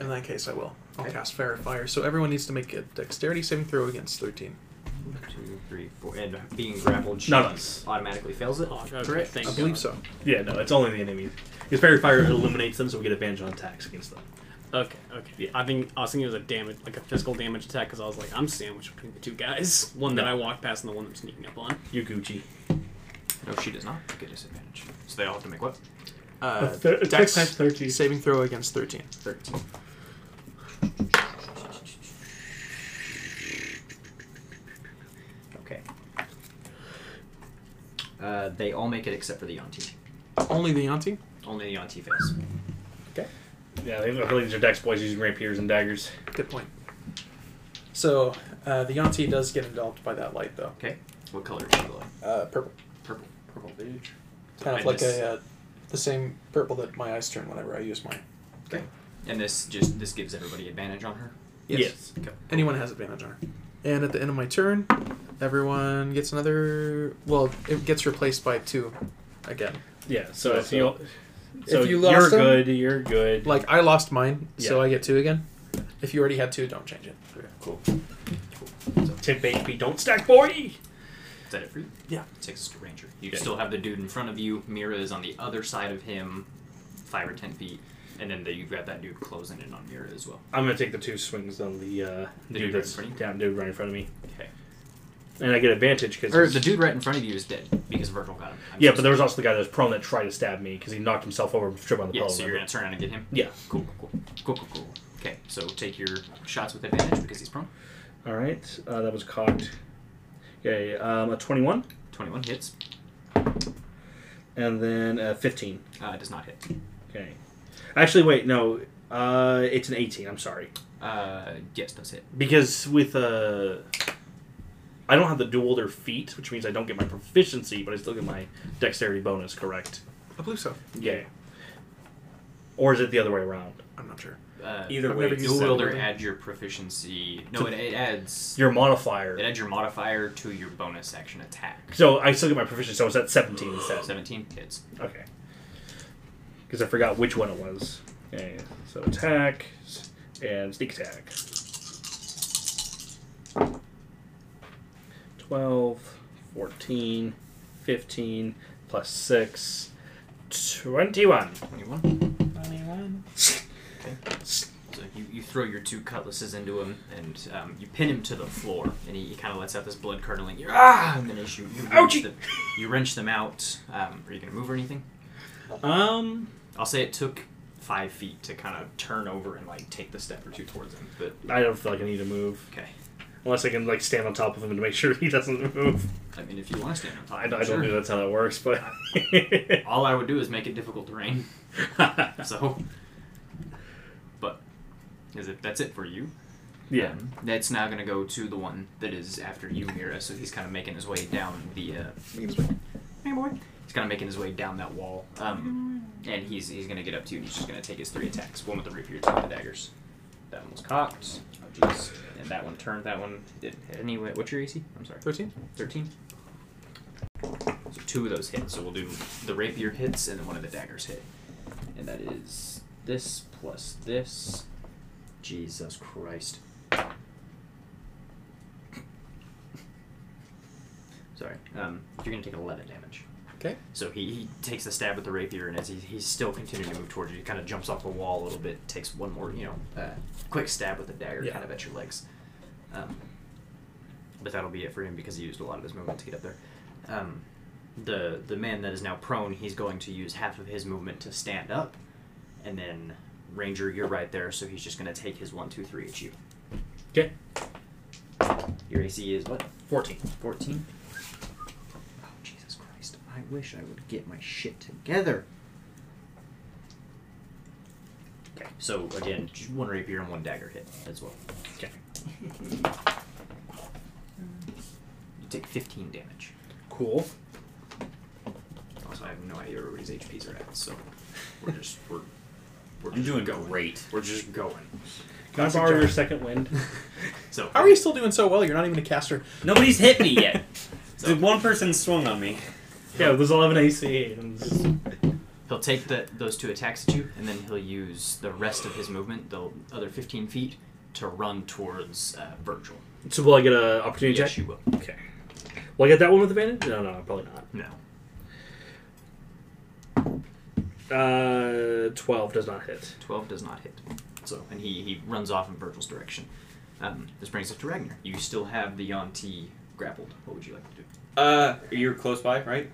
Speaker 1: In that case, I will. I'll
Speaker 2: Okay.
Speaker 1: cast Fairy Fire. So everyone needs to make a dexterity saving throw against 13.
Speaker 2: One, two, three, four, and being grappled, she
Speaker 3: None of us.
Speaker 2: automatically fails it.
Speaker 4: Oh,
Speaker 2: Correct.
Speaker 4: thank
Speaker 1: I
Speaker 4: God.
Speaker 1: believe so.
Speaker 3: Yeah, no, it's only the enemies. Because Fairy Fire eliminates them, so we get advantage on attacks against them.
Speaker 4: Okay, okay. I think I was thinking it was a damage, like a physical damage attack, because I was like, I'm sandwiched between the two guys. One that I walked past and the one I'm sneaking up on.
Speaker 3: You're Gucci.
Speaker 2: No, Oh, she does not get disadvantage. So they all have to make what?
Speaker 1: Uh,
Speaker 6: thir- attack
Speaker 1: dex
Speaker 6: times 13.
Speaker 1: saving throw against 13.
Speaker 2: Thirteen. Okay. Uh, they all make it except for the Yonti.
Speaker 1: Only the auntie?
Speaker 2: Only the Yonti fails.
Speaker 3: Yeah, they look like these are Dex boys using rapiers and daggers.
Speaker 1: Good point. So uh, the auntie does get enveloped by that light, though.
Speaker 2: Okay. What color is she glowing?
Speaker 1: Uh, purple.
Speaker 2: Purple.
Speaker 5: Purple bitch.
Speaker 1: Kind of
Speaker 2: And
Speaker 1: like
Speaker 2: this-
Speaker 1: a uh, the same purple that my eyes turn whenever I use mine.
Speaker 2: And this just this gives everybody advantage on her.
Speaker 3: Yes.
Speaker 2: Okay.
Speaker 1: Anyone has advantage on her. And at the end of my turn, everyone gets another. Well, it gets replaced by two again.
Speaker 3: Yeah, so,
Speaker 5: So-
Speaker 3: if you. So
Speaker 1: if you
Speaker 3: are
Speaker 1: lost them-
Speaker 3: good, you're good.
Speaker 1: Like I lost mine, so
Speaker 3: Yeah.
Speaker 1: I get two again. If you already had two, don't change it.
Speaker 3: Cool. Tip HP, don't stack, boy!
Speaker 2: Is that it for you?
Speaker 1: Yeah.
Speaker 2: Takes us to Ranger. You
Speaker 3: Okay.
Speaker 2: still have the dude in front of you. Mira is on the other side of him, five or ten feet, and then the, you've got that dude closing in on Mira as well.
Speaker 3: I'm gonna take the two swings on the, uh,
Speaker 2: The
Speaker 3: dude
Speaker 2: dude right in
Speaker 3: that's
Speaker 2: front of you?
Speaker 3: down, dude right in front of me.
Speaker 2: Okay.
Speaker 3: And I get advantage because.
Speaker 2: Or the dude right in front of you is dead because Virgil got him. I'm
Speaker 3: Yeah,
Speaker 2: so
Speaker 3: but there was also the guy that was prone that tried to stab me because he knocked himself over and tripped on the
Speaker 2: Yeah,
Speaker 3: pillow.
Speaker 2: so you're gonna turn around and get him.
Speaker 3: oh, Yeah.
Speaker 2: Cool, cool, cool, cool, cool, cool. Okay, so take your shots with advantage because he's prone.
Speaker 3: All right, uh, that was cocked. Okay, um, a 21
Speaker 2: Twenty-one hits.
Speaker 3: and then a 15.
Speaker 2: Uh, does not hit.
Speaker 3: Okay. Actually, wait, no. Uh, it's an 18. I'm sorry.
Speaker 2: Uh, yes, does hit.
Speaker 3: Because with uh, I don't have the dual their feet, which means I don't get my proficiency, but I still get my dexterity bonus, correct?
Speaker 1: I believe so.
Speaker 3: Yeah. Or is it the other way around?
Speaker 1: I'm not sure.
Speaker 2: Uh,
Speaker 5: Either
Speaker 1: I've
Speaker 5: way,
Speaker 1: never
Speaker 5: it's
Speaker 1: used
Speaker 2: dual
Speaker 1: that
Speaker 2: wielder
Speaker 1: word.
Speaker 2: adds your proficiency. No, it, it adds.
Speaker 3: Your modifier.
Speaker 2: It adds your modifier to your bonus action attack.
Speaker 3: So I still get my proficiency, so it's at 17 instead.
Speaker 2: Seventeen hits.
Speaker 3: Okay. Because I forgot which one it was. Okay, so attack s- and sneak attack. 12, 14, 15, plus 6, 21.
Speaker 2: Twenty-one. So you, you throw your two cutlasses into him and um, you pin him to the floor, and he, he kind of lets out this blood curdling. Ah! And then as you you wrench,
Speaker 3: Ouchie!
Speaker 2: them, you wrench them out. Um, are you gonna move or anything?
Speaker 3: Um,
Speaker 2: I'll say it took five feet to kind of turn over and like take the step or two towards him. But
Speaker 3: I don't feel like I need to move.
Speaker 2: okay,
Speaker 3: Unless I can, like, stand on top of him to make sure he doesn't move.
Speaker 2: I mean, if you want to stand on top,
Speaker 3: I, I don't
Speaker 2: sure.
Speaker 3: know that's how that works, but.
Speaker 2: All I would do is make it difficult to rain.
Speaker 3: Um,
Speaker 2: So, but is it that's it for you?
Speaker 3: yeah.
Speaker 2: Um, that's now gonna go to the one that is after you, Mira. So he's kind of making his way down the. Uh, Hey boy. He's kind of making his way down that wall, um, and he's he's gonna get up to you. and He's just gonna take his three attacks. One with the rapier, two with the daggers. That one was cocked. Oh jeez. And that one turned. That one didn't hit. Anyway, what's your AC? I'm sorry.
Speaker 1: 13?
Speaker 2: 13. So two of those hit. So we'll do the rapier hits and then one of the daggers hit. And that is this plus this. Jesus Christ. Sorry. Um, you're going to take 11 damage.
Speaker 9: Okay.
Speaker 2: So he, he takes a stab with the rapier, and as he, he's still continuing to move towards you, he kind of jumps off the wall a little bit, takes one more, you know, uh, quick stab with the dagger,
Speaker 1: Yeah.
Speaker 2: kind of at your legs. Um, but that'll be it for him because he used a lot of his movement to get up there. Um, the the man that is now prone, he's going to use half of his movement to stand up, and then Ranger, you're right there, so he's just going to take his one, two, three at you.
Speaker 3: 'Kay.
Speaker 2: Your AC is what?
Speaker 3: 14.
Speaker 2: 14. Oh, Jesus Christ. I wish I would get my shit together. Okay, so again, just one rapier and one dagger hit as well. Okay. You take 15 damage.
Speaker 3: Cool.
Speaker 2: Also, I have no idea where everybody's HPs are at, so we're just, we're, we're
Speaker 5: I'm
Speaker 2: just
Speaker 5: doing
Speaker 2: going.
Speaker 5: great.
Speaker 2: We're just going.
Speaker 3: Can I borrow your second wind?
Speaker 2: So,
Speaker 1: How are you still doing so well? You're not even a caster.
Speaker 5: Nobody's hit me yet. so one person swung on me.
Speaker 3: yeah, there's 11 AC. And this-
Speaker 2: He'll take the, those two attacks at you, and then he'll use the rest of his movement, the other 15 feet, to run towards uh, Virgil.
Speaker 3: so will I get an opportunity
Speaker 2: Yes,
Speaker 3: check?
Speaker 2: you will.
Speaker 3: Okay. Will I get that one with advantage? No, no, probably not.
Speaker 2: No.
Speaker 3: Uh, 12 does not hit.
Speaker 2: 12 does not hit. So, and he, he runs off in Virgil's direction. Um, this brings us to Ragnar. You still have the Yonti grappled. What would you like to do?
Speaker 5: Uh, you're close by, right?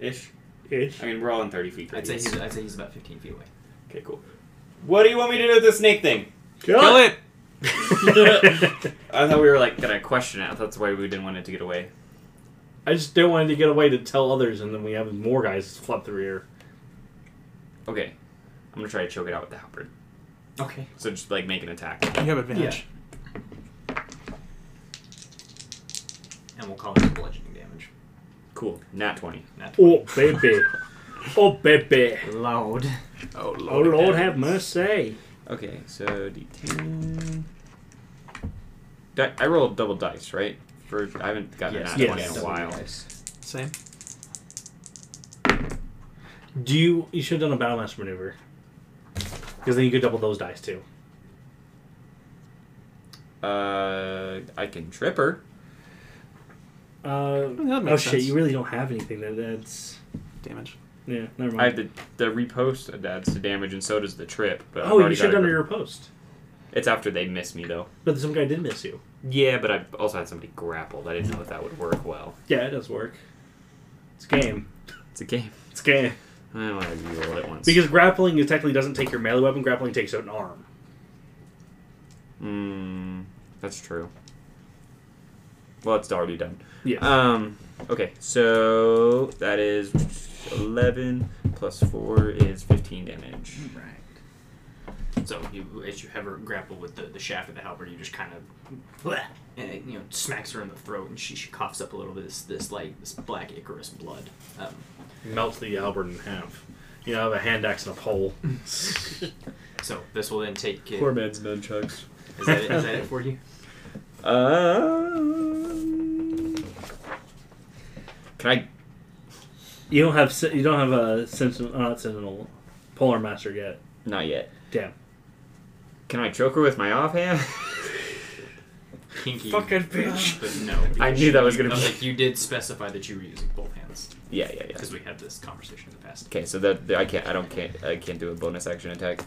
Speaker 5: Ish.
Speaker 3: Ish.
Speaker 5: I mean, we're all in 30 feet.
Speaker 2: I'd say
Speaker 5: radius.
Speaker 2: he's, I'd say he's about 15 feet away.
Speaker 5: Okay, cool. What do you want me to do with the snake thing?
Speaker 3: Kill,
Speaker 5: Kill it!
Speaker 3: it!
Speaker 5: I thought we were like gonna question it. That's why we didn't want it to get away.
Speaker 3: I just don't want it to get away to tell others, and then we have more guys flop through here.
Speaker 5: Okay, I'm gonna try to choke it out with the halberd.
Speaker 2: Okay.
Speaker 5: So just like make an attack.
Speaker 1: You have advantage.
Speaker 2: And we'll call it bludgeoning damage.
Speaker 5: Cool. Nat 20.
Speaker 2: Not
Speaker 3: Oh, baby. oh, baby.
Speaker 2: loud.
Speaker 1: Oh lord.
Speaker 3: Oh, Lord, have mercy.
Speaker 5: Okay, so d10. Di- I rolled double dice, right? For I haven't gotten
Speaker 2: Yes,
Speaker 5: a nat
Speaker 3: yes.
Speaker 5: 20 in a
Speaker 2: Double
Speaker 5: while.
Speaker 2: dice.
Speaker 1: Same.
Speaker 3: Do you? You should have done a battle master maneuver. Because then you could double those dice too.
Speaker 5: Uh, I can trip her.
Speaker 3: Uh,
Speaker 1: That
Speaker 3: oh
Speaker 1: makes
Speaker 3: shit!
Speaker 1: sense.
Speaker 3: You really don't have anything that, that's.
Speaker 1: Damage.
Speaker 3: Yeah, never
Speaker 5: I have
Speaker 3: mind.
Speaker 5: the, the repost adds to damage, and so does the trip. But I've
Speaker 3: oh, you
Speaker 5: already
Speaker 3: should have
Speaker 5: got a
Speaker 3: done
Speaker 5: grip.
Speaker 3: your post.
Speaker 5: It's after they miss me though.
Speaker 3: But some guy did miss you.
Speaker 5: Yeah, but I also had somebody grappled. I didn't know if that would work well.
Speaker 3: Yeah, it does work. It's game.
Speaker 5: It's a game.
Speaker 3: It's game.
Speaker 5: I want to roll it once.
Speaker 3: Because grappling is technically doesn't take your melee weapon. Grappling takes out an arm.
Speaker 5: Mm, that's true. Well, it's already done.
Speaker 3: Yeah.
Speaker 5: Um. Okay, so that is eleven plus four is fifteen damage.
Speaker 2: Right. So you, as you have her grapple with the, the shaft of the halberd, you just kind of, and it, you know, smacks her in the throat, and she, she coughs up a little bit of this, this like this black Icarus blood. Um,
Speaker 3: Melts the halberd in half. You know, I have a hand axe and a pole.
Speaker 2: so this will then take. it-
Speaker 5: man's nunchucks.
Speaker 2: Is that, it, is that it for you?
Speaker 5: Um. Can I?
Speaker 3: You don't have sen- you don't have a sentinel, uh, not sentinel, polar master yet.
Speaker 5: Not yet.
Speaker 3: Damn.
Speaker 5: Can I choke her with my offhand?
Speaker 2: Kinky.
Speaker 3: Fucking bitch.
Speaker 2: But no.
Speaker 5: I
Speaker 2: because
Speaker 5: knew that
Speaker 2: you-
Speaker 5: was gonna
Speaker 2: I was
Speaker 5: be-
Speaker 2: like, you did specify that you were using both hands
Speaker 5: yeah, yeah, yeah.
Speaker 2: because we had this conversation in the past.
Speaker 5: Okay, so that that- I can't. I don't can't. I can't do a bonus action attack.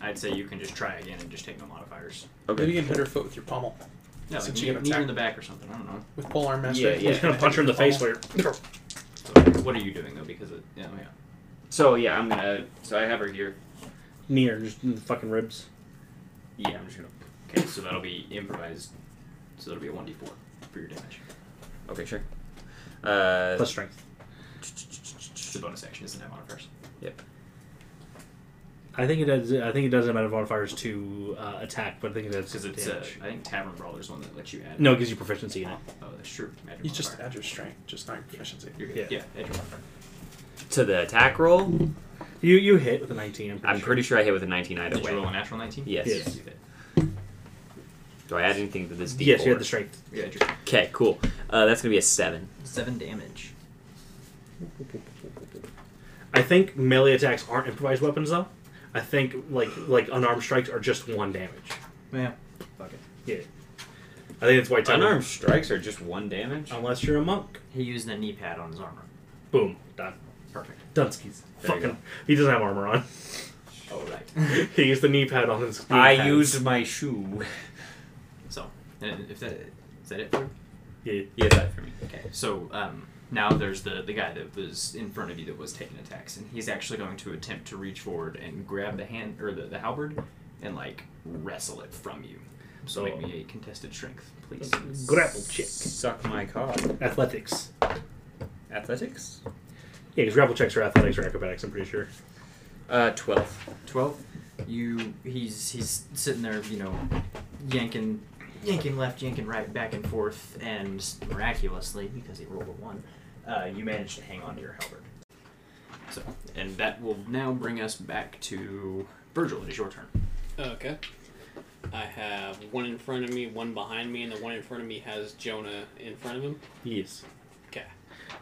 Speaker 2: I'd say you can just try again and just take no modifiers.
Speaker 5: Okay.
Speaker 1: Maybe you can hit her foot with your pommel
Speaker 2: Yeah, like
Speaker 1: Since
Speaker 2: knee,
Speaker 1: you have
Speaker 2: knee her in
Speaker 1: attack.
Speaker 2: the back or something. I don't know.
Speaker 1: with polearm master.
Speaker 5: Yeah, yeah.
Speaker 3: He's gonna punch her in the face where.
Speaker 2: So what are you doing though? Because it, yeah, oh, yeah.
Speaker 5: So yeah, I'm gonna. So I have her here.
Speaker 3: Near, just in the fucking ribs.
Speaker 5: Yeah, I'm just gonna.
Speaker 2: Okay, so that'll be improvised. So that'll be a one d four for your damage.
Speaker 5: Okay, sure. Uh,
Speaker 3: Plus strength.
Speaker 2: It's a bonus action, isn't it, modifiers?
Speaker 5: Yep.
Speaker 3: I think it does. I think it does amount of modifiers to uh, attack, but I think it does
Speaker 2: Because it's uh, I think Tavern Brawler is one that lets you add.
Speaker 3: no, it gives you proficiency in it.
Speaker 2: Oh, that's true. Magic
Speaker 1: You just
Speaker 2: modifier.
Speaker 1: add your strength, just not your proficiency.
Speaker 2: You're good. Yeah.
Speaker 3: yeah.
Speaker 2: add your modifier.
Speaker 5: To the attack roll,
Speaker 3: You you hit with a nineteen. I'm pretty.
Speaker 5: I'm pretty sure I hit with a 19 either
Speaker 2: Did you roll
Speaker 5: way.
Speaker 2: a natural nineteen?
Speaker 5: Yes.
Speaker 3: Yes.
Speaker 2: you did.
Speaker 5: Do I add anything to this d4?
Speaker 3: sure. Yes, you had the strength.
Speaker 2: Yeah, add your
Speaker 5: Okay, cool. Uh, that's gonna be a seven.
Speaker 2: seven damage.
Speaker 3: I think melee attacks aren't improvised weapons though. I think like like unarmed strikes are just one damage.
Speaker 2: Yeah. Fuck it.
Speaker 3: Yeah. I think that's why. Tavern-
Speaker 5: strikes are just one damage.
Speaker 3: Unless you're a monk.
Speaker 2: He used a knee pad on his armor.
Speaker 3: Boom. Done.
Speaker 2: Perfect.
Speaker 3: Dunskies.
Speaker 9: There you
Speaker 3: Fucking. He doesn't have armor on.
Speaker 2: Oh, right.
Speaker 3: he used the knee pad on his. knee
Speaker 5: I
Speaker 3: pads.
Speaker 5: used my shoe.
Speaker 2: So, and if that is that it for
Speaker 3: Yeah.
Speaker 5: Yeah, that for me.
Speaker 2: Okay, so um, now there's the, the guy that was in front of you that was taking attacks, and he's actually going to attempt to reach forward and grab the hand or the, the halberd and like wrestle it from you. So make me a contested strength, please.
Speaker 3: Grapple check.
Speaker 5: Suck my cock.
Speaker 3: Athletics.
Speaker 5: Athletics?
Speaker 3: Yeah, his grapple checks are athletics or acrobatics. I'm pretty sure.
Speaker 5: Uh, 12.
Speaker 2: Twelve. You he's he's sitting there, you know, yanking yanking left, yanking right, back and forth, and miraculously, because he rolled a one, uh, you managed to hang on to your halberd. So and that will now bring us back to Virgil, it is your turn.
Speaker 4: Okay. I have one in front of me, one behind me, and the one in front of me has Jonah in front of him.
Speaker 3: Yes.
Speaker 4: Okay.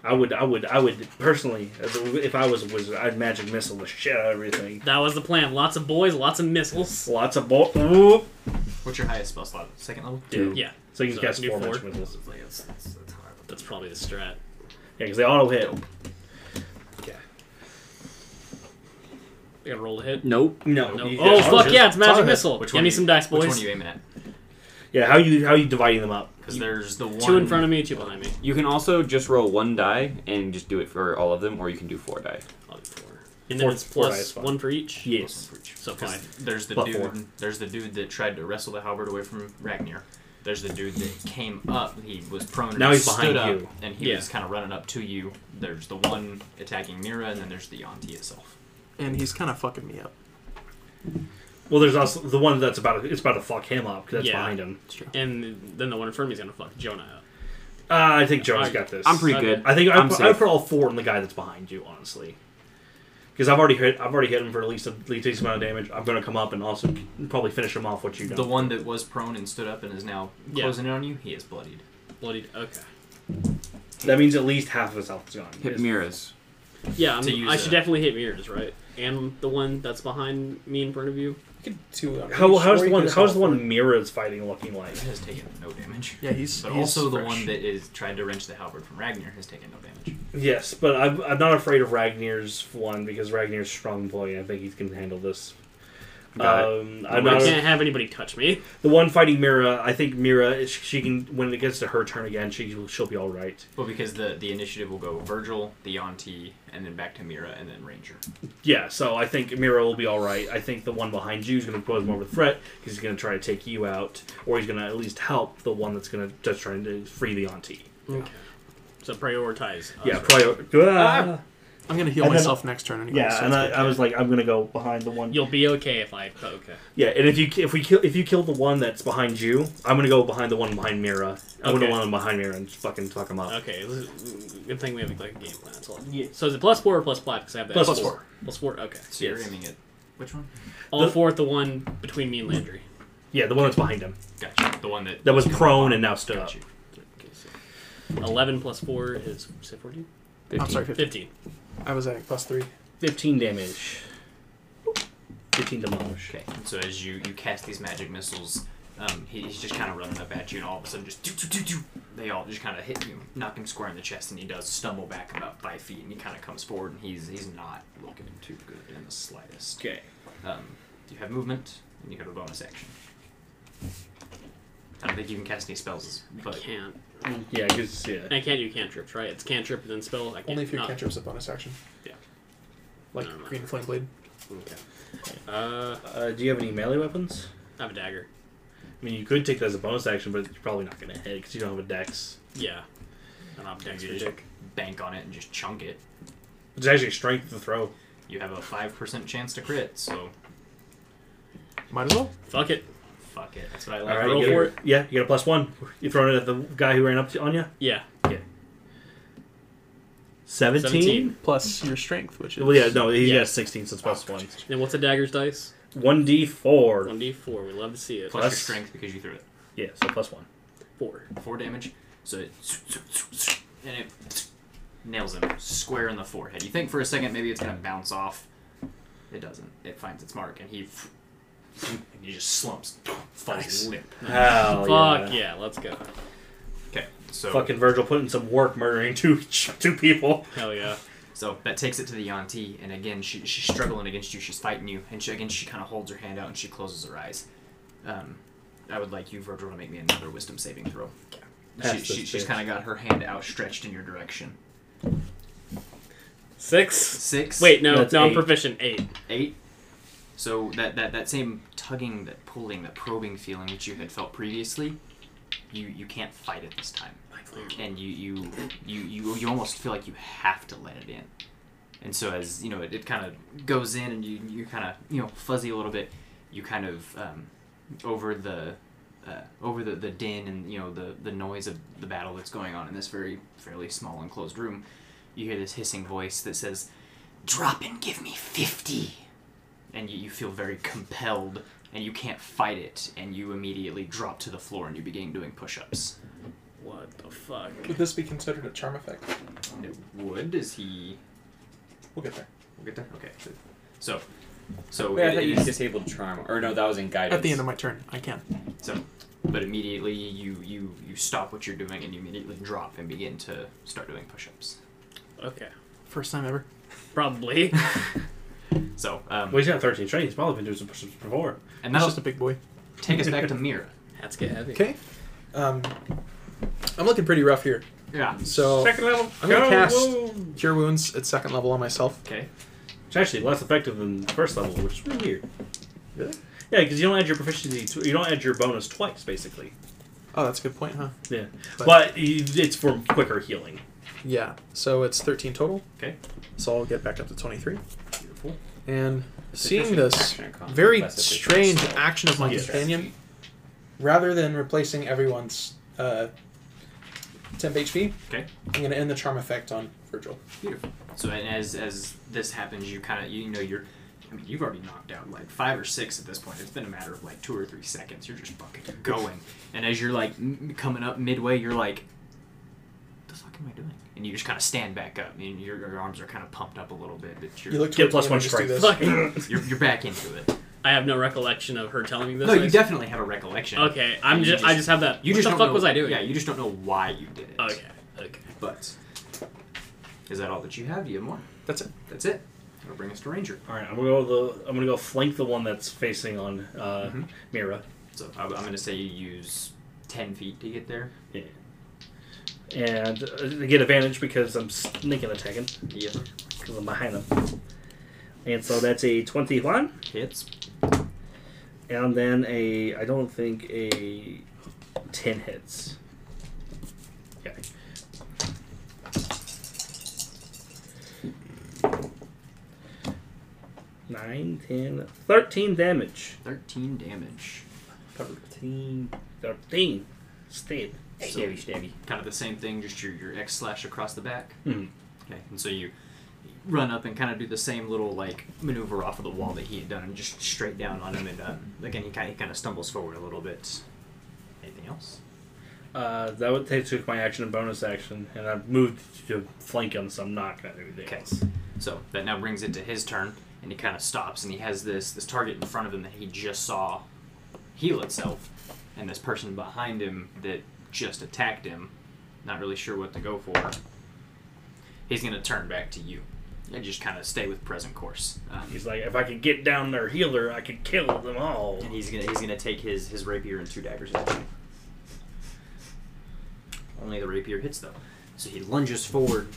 Speaker 3: I would, I would, I would personally, as a- if I was a wizard, I'd magic missile the shit out of everything.
Speaker 4: That was the plan. Lots of boys, lots of missiles.
Speaker 3: Lots of bo- whoop.
Speaker 2: What's your highest spell slot? Second level?
Speaker 3: Dude.
Speaker 4: Yeah,
Speaker 3: So you can
Speaker 4: So,
Speaker 3: cast
Speaker 4: do
Speaker 3: four
Speaker 4: four.
Speaker 3: magic missiles. Yeah,
Speaker 4: that's probably the strat.
Speaker 3: because they auto hit.
Speaker 4: I gotta roll to hit.
Speaker 9: Nope.
Speaker 3: No.
Speaker 4: No.
Speaker 3: you-
Speaker 4: Oh
Speaker 3: yeah,
Speaker 4: fuck
Speaker 3: auto-
Speaker 4: yeah! It's
Speaker 3: auto
Speaker 4: magic
Speaker 3: hit.
Speaker 4: missile.
Speaker 2: Which
Speaker 4: Give
Speaker 2: one
Speaker 4: me
Speaker 2: you-
Speaker 4: some dice,
Speaker 2: Which
Speaker 4: boys.
Speaker 2: one are you aiming at?
Speaker 3: Yeah. How you, how you dividing them up?
Speaker 2: Because there's the one
Speaker 4: Two in front of me, two behind me.
Speaker 5: You can also just roll one die and just do it for all of them, or you can do four die.
Speaker 4: I'll do four. And
Speaker 3: Four-
Speaker 4: then it's
Speaker 3: four
Speaker 4: plus
Speaker 3: dice, fine.
Speaker 4: one for each.
Speaker 3: Yes.
Speaker 4: So
Speaker 2: Because
Speaker 4: five.
Speaker 2: There's the
Speaker 3: But
Speaker 2: dude.
Speaker 3: four.
Speaker 2: There's the dude that tried to wrestle the halberd away from Ragnar. There's the dude that came up. He was prone. and
Speaker 3: Now
Speaker 2: he
Speaker 3: he's
Speaker 2: stood
Speaker 3: behind
Speaker 2: up,
Speaker 3: you.
Speaker 2: and he
Speaker 4: Yeah.
Speaker 2: was kind of running up to you. There's the one attacking Mira, and then there's the Yanti itself.
Speaker 1: And he's kind of fucking me up.
Speaker 3: Well, there's also the one that's about it's about to fuck him up because that's
Speaker 4: Yeah.
Speaker 3: behind him.
Speaker 4: And then the one in front of me is gonna fuck Jonah up.
Speaker 3: Uh, I think Jones got this.
Speaker 5: I'm pretty
Speaker 4: Okay.
Speaker 5: good.
Speaker 3: I think I
Speaker 5: I'm
Speaker 3: put,
Speaker 5: safe.
Speaker 3: I put all four on the guy that's behind you, honestly. Because I've already hit I've already hit him for at least a, at least a decent amount of damage. I'm going to come up and also probably finish him off. What you
Speaker 2: The
Speaker 3: done?
Speaker 2: one that was prone and stood up and is now
Speaker 4: Yeah.
Speaker 2: closing in on you. He is bloodied.
Speaker 4: Bloody. Okay.
Speaker 3: that means at least half of his health is gone.
Speaker 5: Hit mirrors.
Speaker 4: Yeah, I'm,
Speaker 2: To use
Speaker 4: I should
Speaker 2: a-
Speaker 4: definitely hit mirrors, right? And the one that's behind me in front of you.
Speaker 1: You could two. on
Speaker 3: How,
Speaker 1: each,
Speaker 3: how's
Speaker 1: or
Speaker 3: the
Speaker 1: you
Speaker 3: one
Speaker 1: could just
Speaker 3: how's the
Speaker 1: all
Speaker 3: one Mira's fighting looking like?
Speaker 2: He has taken no damage.
Speaker 1: Yeah, he's,
Speaker 2: But
Speaker 1: he's
Speaker 2: also the
Speaker 1: fresh.
Speaker 2: one that is tried to wrench the halberd from Ragnar has taken no damage.
Speaker 3: Yes, but I'm, I'm not afraid of Ragnir's one because Ragnir's strong boy. and I think he can handle this.
Speaker 5: Got it.
Speaker 3: um, I'm
Speaker 4: I
Speaker 3: not
Speaker 4: can't have anybody touch me.
Speaker 3: the one fighting Mira. I think Mira she can when it gets to her turn again. She she'll be all right.
Speaker 2: Well, because the the initiative will go Virgil, the Yanti, and then back to Mira, and then Ranger.
Speaker 3: Yeah, so I think Mira will be all right. I think the one behind you is going to pose more of a threat because he's going to try to take you out, or he's going to at least help the one that's going to just trying to free the auntie.
Speaker 4: Okay. So prioritize. us,
Speaker 3: yeah,
Speaker 4: right?
Speaker 3: probably. Ah!
Speaker 1: I'm gonna heal
Speaker 3: And then-
Speaker 1: myself next turn anyway.
Speaker 3: yeah,
Speaker 1: so
Speaker 3: and
Speaker 1: it's
Speaker 3: I,
Speaker 1: good.
Speaker 3: I was like, I'm going to go behind the one.
Speaker 4: You'll be okay if I. Okay.
Speaker 3: Yeah, and if you ki- if we kill if you kill the one that's behind you, I'm going to go behind the one behind Mira. I'm going
Speaker 4: Okay.
Speaker 3: to one behind Mira and just fucking fuck him up.
Speaker 4: Okay. this is- Good thing we have like a game plan. That's all. Yeah. So is it plus four or plus five? Because I have that.
Speaker 3: Plus four.
Speaker 4: Plus four. Okay.
Speaker 2: So you're
Speaker 3: Yes.
Speaker 2: aiming at which one?
Speaker 4: All
Speaker 3: The-
Speaker 4: four at the one between me and Landry.
Speaker 3: Yeah, the one that's behind him
Speaker 2: Gotcha. The one that
Speaker 3: that was prone and now stood up.
Speaker 2: Got you.
Speaker 4: Okay, so Eleven plus four is say fourteen.
Speaker 1: I'm sorry, 15.
Speaker 4: Fifteen.
Speaker 1: I was at plus three.
Speaker 3: Fifteen damage. Fifteen demolish.
Speaker 2: Okay, and so as you, you cast these magic missiles, um, he, he's just kind of running up at you, and all of a sudden, just do do do do. They all just kind of hit you, knock him square in the chest, and he does stumble back about five feet, and he kind of comes forward, and he's he's not looking too good in the slightest.
Speaker 3: Okay.
Speaker 2: Um, you have movement, and you have a bonus action. I don't think you can cast any spells,
Speaker 4: I
Speaker 2: but
Speaker 4: can't.
Speaker 3: Yeah, because yeah.
Speaker 4: I can't do cantrips, right? It's cantrip and then spell. I can't,
Speaker 1: Only if your
Speaker 4: not-
Speaker 1: cantrip's a bonus action.
Speaker 4: Yeah.
Speaker 1: Like
Speaker 4: Never mind.
Speaker 1: green flame blade.
Speaker 4: Okay. Uh,
Speaker 3: Uh, do you have any melee weapons?
Speaker 4: I have a dagger.
Speaker 3: I mean, you could take that as a bonus action, but you're probably not going to hit because you don't have a dex.
Speaker 4: Yeah. And I'm
Speaker 2: you
Speaker 4: dex
Speaker 2: just
Speaker 4: magic.
Speaker 2: bank on it and just chunk it.
Speaker 3: It's actually strength to throw.
Speaker 2: You have a five percent chance to crit, so
Speaker 1: Might as well.
Speaker 4: Fuck it.
Speaker 2: fuck it. That's what I
Speaker 3: All
Speaker 2: like.
Speaker 3: right,
Speaker 4: roll
Speaker 3: you get a-
Speaker 4: for it.
Speaker 3: Yeah, you get a plus one. You throwing it at the guy who ran up to, on you.
Speaker 4: Yeah.
Speaker 3: Seventeen.
Speaker 4: Seventeen.
Speaker 1: Plus your strength, which is
Speaker 3: Well, yeah, no, he
Speaker 4: Yeah.
Speaker 3: has sixteen, so it's plus one.
Speaker 4: And what's a dagger's dice?
Speaker 3: One d four.
Speaker 4: One d four. We love to see it.
Speaker 2: Plus your
Speaker 3: Plus-
Speaker 2: strength because you threw it.
Speaker 3: Yeah, so plus one.
Speaker 4: four.
Speaker 2: four damage. So it and it nails him square in the forehead. You think for a second maybe it's gonna bounce off. It doesn't. It finds its mark, and he and he just slumps, falls limp.
Speaker 3: Hell
Speaker 4: Fuck yeah. Let's go.
Speaker 2: Okay,
Speaker 10: So
Speaker 3: Fucking Virgil put in some work murdering two two people.
Speaker 4: Hell yeah.
Speaker 2: So that takes it to the auntie, and again she, she's struggling against you. She's fighting you, and she, again she kind of holds her hand out and she closes her eyes. Um, I would like you, Virgil, to make me another wisdom saving throw.
Speaker 3: Pass
Speaker 2: She,
Speaker 3: this
Speaker 2: she, she's
Speaker 3: bitch.
Speaker 2: kind of got her hand outstretched in your direction.
Speaker 4: Six.
Speaker 2: Six.
Speaker 4: Wait, no,
Speaker 3: That's
Speaker 4: no, I'm
Speaker 3: eight.
Speaker 4: proficient. Eight.
Speaker 2: eight. So that, that, that same tugging, that pulling, that probing feeling that you had felt previously, you, you can't fight it this time. And you you, you you you almost feel like you have to let it in. And so as you know, it, it kind of goes in, and you you kind of you know fuzzy a little bit. You kind of um, over the uh, over the, the din and you know the the noise of the battle that's going on in this very fairly small enclosed room. You hear this hissing voice that says, "Drop and give me 50 and you, you feel very compelled and you can't fight it and you immediately drop to the floor and you begin doing push-ups
Speaker 4: What the fuck?
Speaker 1: Would this be considered a charm effect?
Speaker 2: and it would is he
Speaker 1: We'll get there.
Speaker 2: we'll get there okay so so
Speaker 5: Wait, I
Speaker 2: it-
Speaker 5: thought
Speaker 2: it
Speaker 5: you
Speaker 2: is-
Speaker 5: disabled charm, or no, that was in guidance.
Speaker 1: At the end of my turn, I can.
Speaker 2: so but immediately you you you stop what you're doing and you immediately drop and begin to start doing push-ups
Speaker 4: Okay.
Speaker 1: First time ever.
Speaker 4: Probably.
Speaker 2: so um
Speaker 3: Well, he's got 13 strength. He's probably been doing some push-ups before.
Speaker 2: and
Speaker 1: He's
Speaker 2: that'll
Speaker 1: just a big boy.
Speaker 2: take us back to mira
Speaker 4: Hats get heavy.
Speaker 1: Okay. Um, I'm looking pretty rough here.
Speaker 2: yeah
Speaker 1: So
Speaker 3: Second level.
Speaker 1: I'm gonna
Speaker 3: go,
Speaker 1: cast
Speaker 3: woo.
Speaker 1: cure wounds at second level on myself.
Speaker 2: okay
Speaker 3: It's actually less effective than the first level, which is really weird.
Speaker 1: Really?
Speaker 3: Yeah, because you don't add your proficiency. To, you don't add your bonus twice, basically.
Speaker 1: Oh, that's a good point, huh?
Speaker 3: Yeah,
Speaker 1: But-
Speaker 3: but, y- it's for quicker healing.
Speaker 1: Yeah. So it's 13 total.
Speaker 2: Okay.
Speaker 1: So I'll get back up to 23.
Speaker 3: Beautiful.
Speaker 1: And
Speaker 5: It's
Speaker 1: seeing
Speaker 5: efficient
Speaker 1: this
Speaker 5: action or
Speaker 4: Um,
Speaker 5: combat,
Speaker 1: very
Speaker 5: less efficient
Speaker 1: strange
Speaker 5: spell.
Speaker 1: action of my
Speaker 3: Yes.
Speaker 1: companion, rather than replacing everyone's uh, temp HP,
Speaker 2: Okay.
Speaker 1: I'm going to end the charm effect on Virgil.
Speaker 2: So and as as this happens, you kind of you know you're. I mean, you've already knocked out like five or six at this point. It's been a matter of like two or three seconds. You're just fucking going, and as you're like m- coming up midway, you're like, "What the fuck am I doing?" And you just kind of stand back up, and your, your arms are kind of pumped up a little bit, but
Speaker 1: You
Speaker 2: you're
Speaker 1: look
Speaker 3: Get
Speaker 1: towards
Speaker 3: plus
Speaker 1: me
Speaker 3: one
Speaker 1: and I just do
Speaker 3: strength.
Speaker 1: this.
Speaker 4: Fuck.
Speaker 2: you're, you're back into it.
Speaker 4: I have no recollection of her telling me this.
Speaker 2: No,
Speaker 4: I
Speaker 2: you
Speaker 4: s-
Speaker 2: definitely have a recollection.
Speaker 4: Okay, I'm
Speaker 2: You
Speaker 4: just, I
Speaker 2: just-
Speaker 4: just have that.
Speaker 2: You
Speaker 4: what
Speaker 2: just
Speaker 4: the
Speaker 2: don't
Speaker 4: fuck
Speaker 2: know-
Speaker 4: was I doing?
Speaker 2: Yeah, you just don't know why you did it.
Speaker 4: Okay. Okay.
Speaker 2: But is that all that you have? Do you have more?
Speaker 1: That's it.
Speaker 2: That's it. That'll bring us to Ranger.
Speaker 3: All right, I'm gonna go. The, I'm gonna go flank the one that's facing on uh,
Speaker 1: Mm-hmm.
Speaker 2: Mhm.
Speaker 3: Mira,
Speaker 2: So I, I'm going to say you use 10 feet to get there.
Speaker 3: and uh, to get advantage because I'm sneaking attacking
Speaker 2: Yeah.
Speaker 3: because I'm behind them. And so that's a 21,
Speaker 2: Hits.
Speaker 3: and then a I don't think a 10 hits. Okay. Nine, ten, thirteen damage.
Speaker 2: 13 damage.
Speaker 3: 13. 13. Stab.
Speaker 2: So- Kind of the same thing, just your, your X slash across the back.
Speaker 3: Mhm.
Speaker 2: Okay. And so you run up and kind of do the same little like maneuver off of the wall that he had done and just straight down on him. And um, again, he kind, of, he kind of stumbles forward a little bit. Anything else?
Speaker 3: Uh, that would take took my action and bonus action, and I've moved to flank him, so I'm not gonna do anything
Speaker 2: Okay.
Speaker 3: else.
Speaker 2: So that now brings it to his turn, and he kind of stops, and he has this this target in front of him that he just saw heal itself, and this person behind him that just attacked him, not really sure what to go for. He's gonna turn back to you, and just kind of stay with present course. Um,
Speaker 3: He's like, if I could get down their healer, I could kill them all.
Speaker 2: and he's gonna he's gonna take his his rapier and two daggers at you. Only the rapier hits though, so he lunges forward,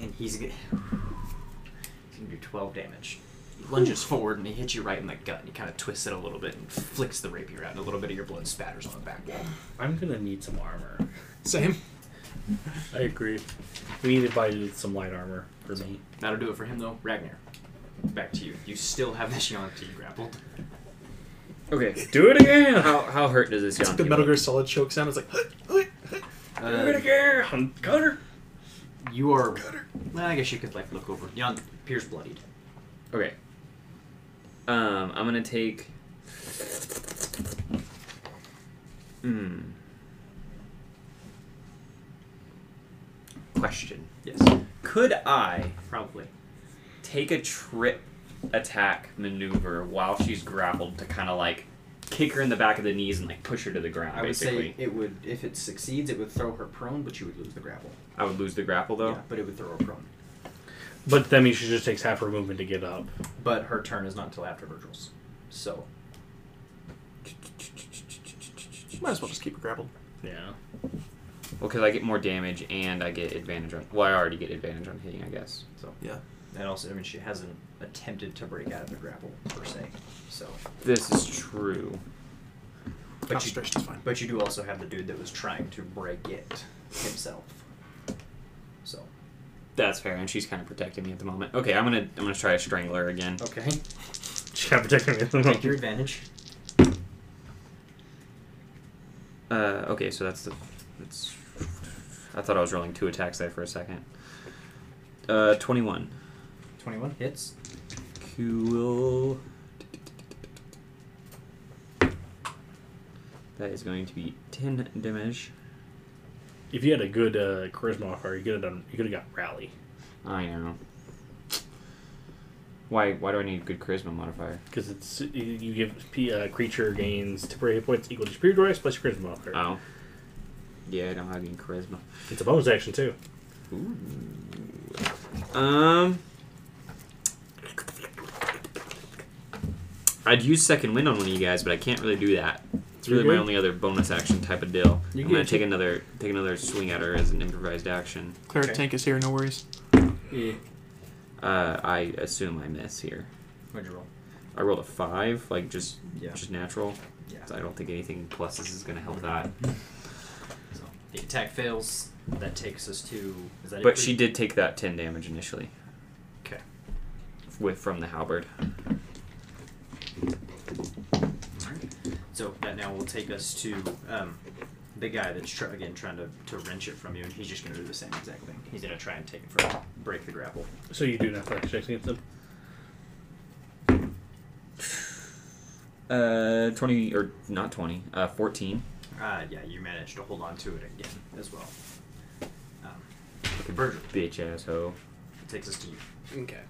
Speaker 2: and he's gonna, he's gonna do twelve damage. He lunges forward and he hits you right in the gut, and he kind of twists it a little bit and flicks the rapier out, and a little bit of your blood spatters on the back wall.
Speaker 3: I'm gonna need some armor.
Speaker 1: Same.
Speaker 3: I agree. We need to buy some light armor for me.
Speaker 2: That'll do it for him though. Ragnar, back to you. You still have this Yonti grappled.
Speaker 5: Okay,
Speaker 3: Do it again!
Speaker 5: how, how hurt does this
Speaker 1: It's
Speaker 5: Yonti
Speaker 1: like the Metal
Speaker 5: look?
Speaker 1: Gear Solid choke sound. It's like,
Speaker 3: Do it again! Cutter!
Speaker 2: Uh, you are. Well, I guess you could like look over. Yon appears bloodied.
Speaker 5: Okay. Um, I'm gonna take. Hmm. Question:
Speaker 2: Yes,
Speaker 5: Could I
Speaker 2: probably.
Speaker 5: take a trip attack maneuver while she's grappled to kind of like kick her in the back of the knees and like push her to the ground.
Speaker 2: I would
Speaker 5: basically,
Speaker 2: say it would, if it succeeds, it would throw her prone, but you would lose the grapple.
Speaker 5: I would lose the grapple though.
Speaker 2: Yeah, but it would throw her prone.
Speaker 10: But that means she just takes half her movement to get up.
Speaker 2: But her turn is not until after Virgil's. So
Speaker 1: Might as well just keep it grappled.
Speaker 10: Yeah.
Speaker 5: Well, because I get more damage and I get advantage on. Well, I already get advantage on hitting, I guess. So
Speaker 2: and also, I mean, she hasn't attempted to break out of the grapple per se. So,
Speaker 5: this is true.
Speaker 2: but you,
Speaker 1: Concentration's fine.
Speaker 2: but you do also have the dude that was trying to break it himself. So
Speaker 5: That's fair, and she's kind of protecting me at the moment. Okay, I'm gonna I'm gonna try to strangle her again.
Speaker 2: okay,
Speaker 10: She can't protect me at the
Speaker 2: take your
Speaker 10: moment.
Speaker 2: advantage.
Speaker 5: Uh, okay, so that's the. That's. I thought I was rolling two attacks there for a second. Uh, twenty-one.
Speaker 2: Twenty-one hits.
Speaker 5: Cool. That is going to be ten damage.
Speaker 10: If you had a good uh, charisma offer, you could have done. You could have got rally
Speaker 5: I know. Why? Why do I need a good charisma modifier?
Speaker 10: because it's you- you give p- uh, creature gains temporary hit points equal to superior device plus your charisma modifier.
Speaker 5: Oh. Yeah, I don't have any charisma.
Speaker 10: It's a bonus action too.
Speaker 5: Um. I'd use second wind on one of you guys, but I can't really do that. It's really
Speaker 10: You're
Speaker 5: my
Speaker 10: good.
Speaker 5: only other bonus action type of deal.
Speaker 10: You
Speaker 5: I'm gonna
Speaker 10: good.
Speaker 5: take another take another swing at her as an improvised action.
Speaker 1: Cleric
Speaker 2: Okay.
Speaker 1: tank is here, no worries.
Speaker 5: Uh, I assume I miss here.
Speaker 2: What'd you roll?
Speaker 5: I rolled a five, like just
Speaker 2: Yeah.
Speaker 5: just natural.
Speaker 2: Yeah.
Speaker 5: So I don't think anything pluses is gonna help that.
Speaker 2: So the attack fails. That takes us to. Is that it
Speaker 5: But
Speaker 2: for
Speaker 5: she
Speaker 2: you?
Speaker 5: did take that ten damage initially.
Speaker 2: Okay.
Speaker 5: With from the halberd.
Speaker 2: So that now will take us to um, the guy that's try again trying to, to wrench it from you, and he's just going to do the same exact thing. He's going to try and take it from break the grapple.
Speaker 10: So you do an athletics check against them.
Speaker 5: Uh, twenty or not twenty? Uh, fourteen.
Speaker 2: Uh, yeah, you managed to hold on to it again as well. Um, okay, Virgil,
Speaker 5: Bitch asshole.
Speaker 2: it takes us to you.
Speaker 4: Okay.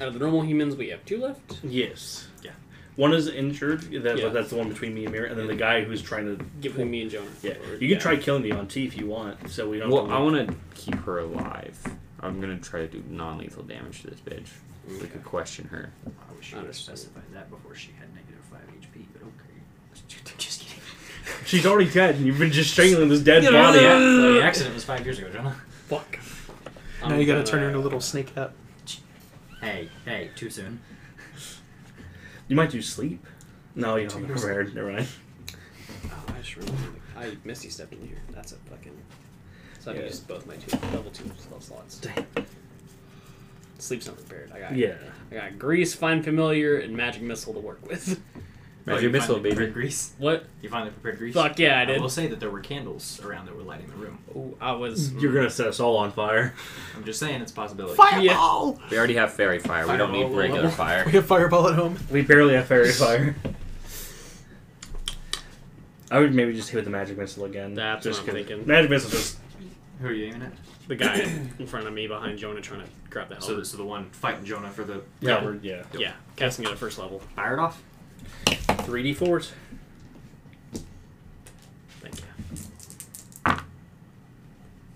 Speaker 4: Out of the normal humans, we have two left.
Speaker 10: Yes.
Speaker 2: Yeah.
Speaker 10: One is injured. That,
Speaker 4: Yeah.
Speaker 10: That's the one between me and Mira, and then the guy who's trying to
Speaker 4: Give between me and Jonah.
Speaker 10: Yeah,
Speaker 4: Or-
Speaker 10: you can try killing the auntie if you want. So we don't.
Speaker 5: Well, I want to keep her alive. I'm gonna try to do non-lethal damage to this bitch. We
Speaker 4: Okay.
Speaker 5: could question her.
Speaker 2: I wish you would have
Speaker 4: Understood.
Speaker 2: specified that before she had negative five HP, but okay. Just kidding.
Speaker 10: She's already dead, and you've been just strangling this dead
Speaker 2: the,
Speaker 10: body.
Speaker 2: ac- the accident was five years ago, Jonah.
Speaker 4: Fuck.
Speaker 1: now
Speaker 4: I'm
Speaker 1: you gotta
Speaker 4: gonna-
Speaker 1: turn her into a little snake cat.
Speaker 2: Hey, hey, too soon.
Speaker 10: You might do sleep. No, you don't. Prepared. Never mind.
Speaker 11: Oh, I just remembered. I misty stepped in here. That's a fucking. So I've
Speaker 10: Yeah.
Speaker 11: used both my two level two spell slots. Damn. Sleep's not prepared. I got
Speaker 10: Yeah.
Speaker 4: I got grease, find familiar, and magic missile to work with.
Speaker 5: Magic
Speaker 2: Oh, you
Speaker 5: missile,
Speaker 2: finally
Speaker 5: baby.
Speaker 2: prepared Grease.
Speaker 4: What?
Speaker 2: You finally prepared grease.
Speaker 4: Fuck yeah, I
Speaker 2: I
Speaker 4: did.
Speaker 2: will say that there were candles around that were lighting the room.
Speaker 4: Ooh, I was.
Speaker 10: You're gonna set us all on fire.
Speaker 2: I'm just saying it's a possibility.
Speaker 1: Fireball!
Speaker 5: We already have fairy fire. We don't need
Speaker 2: Fireball.
Speaker 5: regular fire.
Speaker 1: We have fireball at home.
Speaker 10: We barely have fairy fire. I would maybe just hit with the magic missile again.
Speaker 4: That's
Speaker 10: just
Speaker 4: what I'm
Speaker 10: 'cause-
Speaker 4: thinking.
Speaker 10: Magic missile just
Speaker 2: Who are you aiming at?
Speaker 4: The guy in front of me behind Jonah trying to grab the
Speaker 2: So,
Speaker 4: helmet.
Speaker 2: so the one fighting Jonah for the
Speaker 10: yeah. we're- yeah.
Speaker 4: yeah, casting it at first level.
Speaker 2: fired off.
Speaker 10: Three d fours.
Speaker 4: Thank you.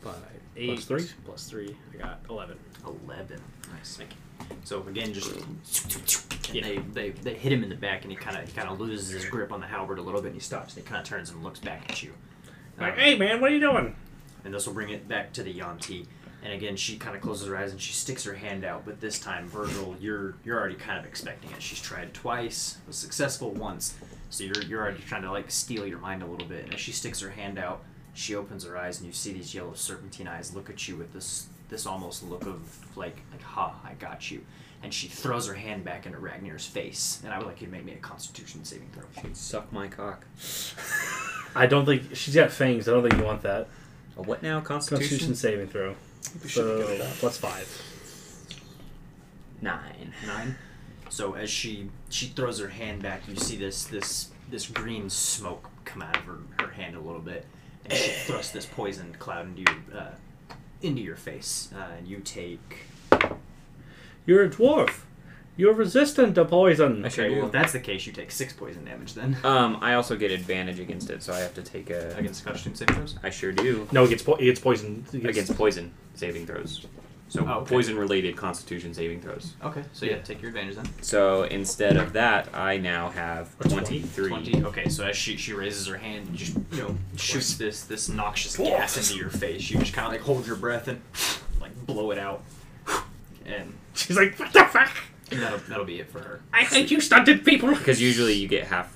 Speaker 4: Five, eight,
Speaker 10: Plus three?
Speaker 4: plus three. I got eleven.
Speaker 2: Eleven. Nice.
Speaker 4: Thank
Speaker 2: So again, just and
Speaker 4: Yeah.
Speaker 2: they, they they hit him in the back, and he kind of he kind of loses his grip on the halberd a little bit, and he stops. And he kind of turns and looks back at you.
Speaker 10: Like,
Speaker 2: Um,
Speaker 10: hey man, what are you doing?
Speaker 2: and this will bring it back to the Yanti. And again, she kind of closes her eyes and she sticks her hand out, but this time, Virgil, you're you're already kind of expecting it. She's tried twice, was successful once, so you're you're already trying to like steal your mind a little bit. And as she sticks her hand out, she opens her eyes and you see these yellow serpentine eyes look at you with this this almost look of like like ha, I got you. And she throws her hand back into Ragnir's face, and I would like you to make me a Constitution saving throw.
Speaker 5: Suck my cock.
Speaker 10: I don't think she's got fangs. I don't think you want that.
Speaker 5: A what now? Constitution.
Speaker 10: Constitution saving throw. So plus five.
Speaker 5: Nine.
Speaker 2: nine. So as she she throws her hand back, you see this this this green smoke come out of her, her hand a little bit, and she thrusts this poison cloud into your uh, into your face, uh, and you take
Speaker 10: You're a dwarf.
Speaker 3: You're resistant to poison.
Speaker 2: Okay, well, if that's the case, you take six poison damage then.
Speaker 5: Um, I also get advantage against it, so I have to take a.
Speaker 2: Against costume saving throws?
Speaker 5: I sure do.
Speaker 3: No, it gets, po- it gets poisoned. It gets-
Speaker 5: Against poison saving throws. So
Speaker 2: Oh, okay.
Speaker 5: poison related constitution saving throws.
Speaker 2: Okay, so yeah, take your advantage then.
Speaker 5: So instead of that, I now have 23.
Speaker 2: 20. Okay, so as she, she raises her hand and just, you know, shoots this this noxious gas into your face, you just kind of like hold your breath and like blow it out. And
Speaker 3: She's like, what the fuck?
Speaker 2: that'll, that'll be it for her.
Speaker 3: I hate you stunted people.
Speaker 5: Because usually you get half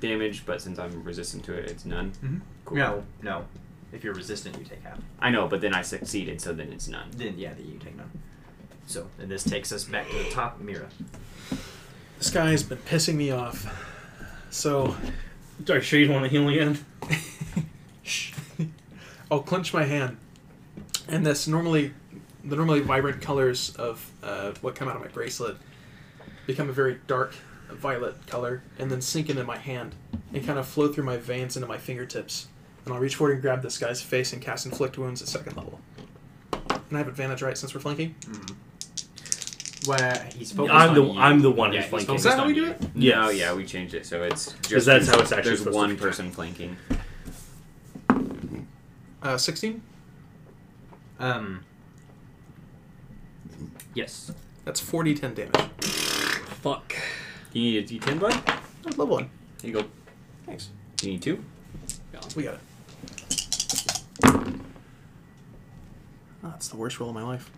Speaker 5: damage, but since I'm resistant to it, it's none.
Speaker 3: Mm-hmm.
Speaker 5: Cool.
Speaker 2: No, no. If you're resistant, you take half.
Speaker 5: I know, but then I succeeded, so then it's none.
Speaker 2: Then, yeah, then you take none. So, and this takes us back to the top, Mira.
Speaker 1: This guy's been pissing me off. So
Speaker 3: Are you sure you don't want to heal again?
Speaker 1: I'll clench my hand, and this normally, the normally vibrant colors of uh, what come out of my bracelet become a very dark violet color, and then sink into my hand and kind of flow through my veins into my fingertips. And I'll reach forward and grab this guy's face and cast inflict wounds at second level. And I have advantage, right, since we're flanking?
Speaker 2: Mm-hmm. Well, he's focused
Speaker 3: I'm
Speaker 2: on
Speaker 3: the
Speaker 2: you.
Speaker 3: I'm the one
Speaker 2: Yeah,
Speaker 3: who's
Speaker 2: he's
Speaker 3: flanking.
Speaker 2: focused
Speaker 1: Is that how
Speaker 2: on
Speaker 1: we
Speaker 2: you.
Speaker 1: do it?
Speaker 3: Yes.
Speaker 5: No, Oh, yeah, we changed it, so it's
Speaker 3: Because
Speaker 5: just
Speaker 3: that's how it's actually
Speaker 5: there's
Speaker 3: supposed
Speaker 5: one
Speaker 3: to be.
Speaker 5: person flanking.
Speaker 1: Uh, 16?
Speaker 2: Um. Yes.
Speaker 1: That's 4d10 damage.
Speaker 4: Fuck.
Speaker 5: You need a D10, bud? There
Speaker 1: That's level 1.
Speaker 5: you go.
Speaker 1: Thanks.
Speaker 5: You need two?
Speaker 1: We got it. Oh, that's the worst roll of my life.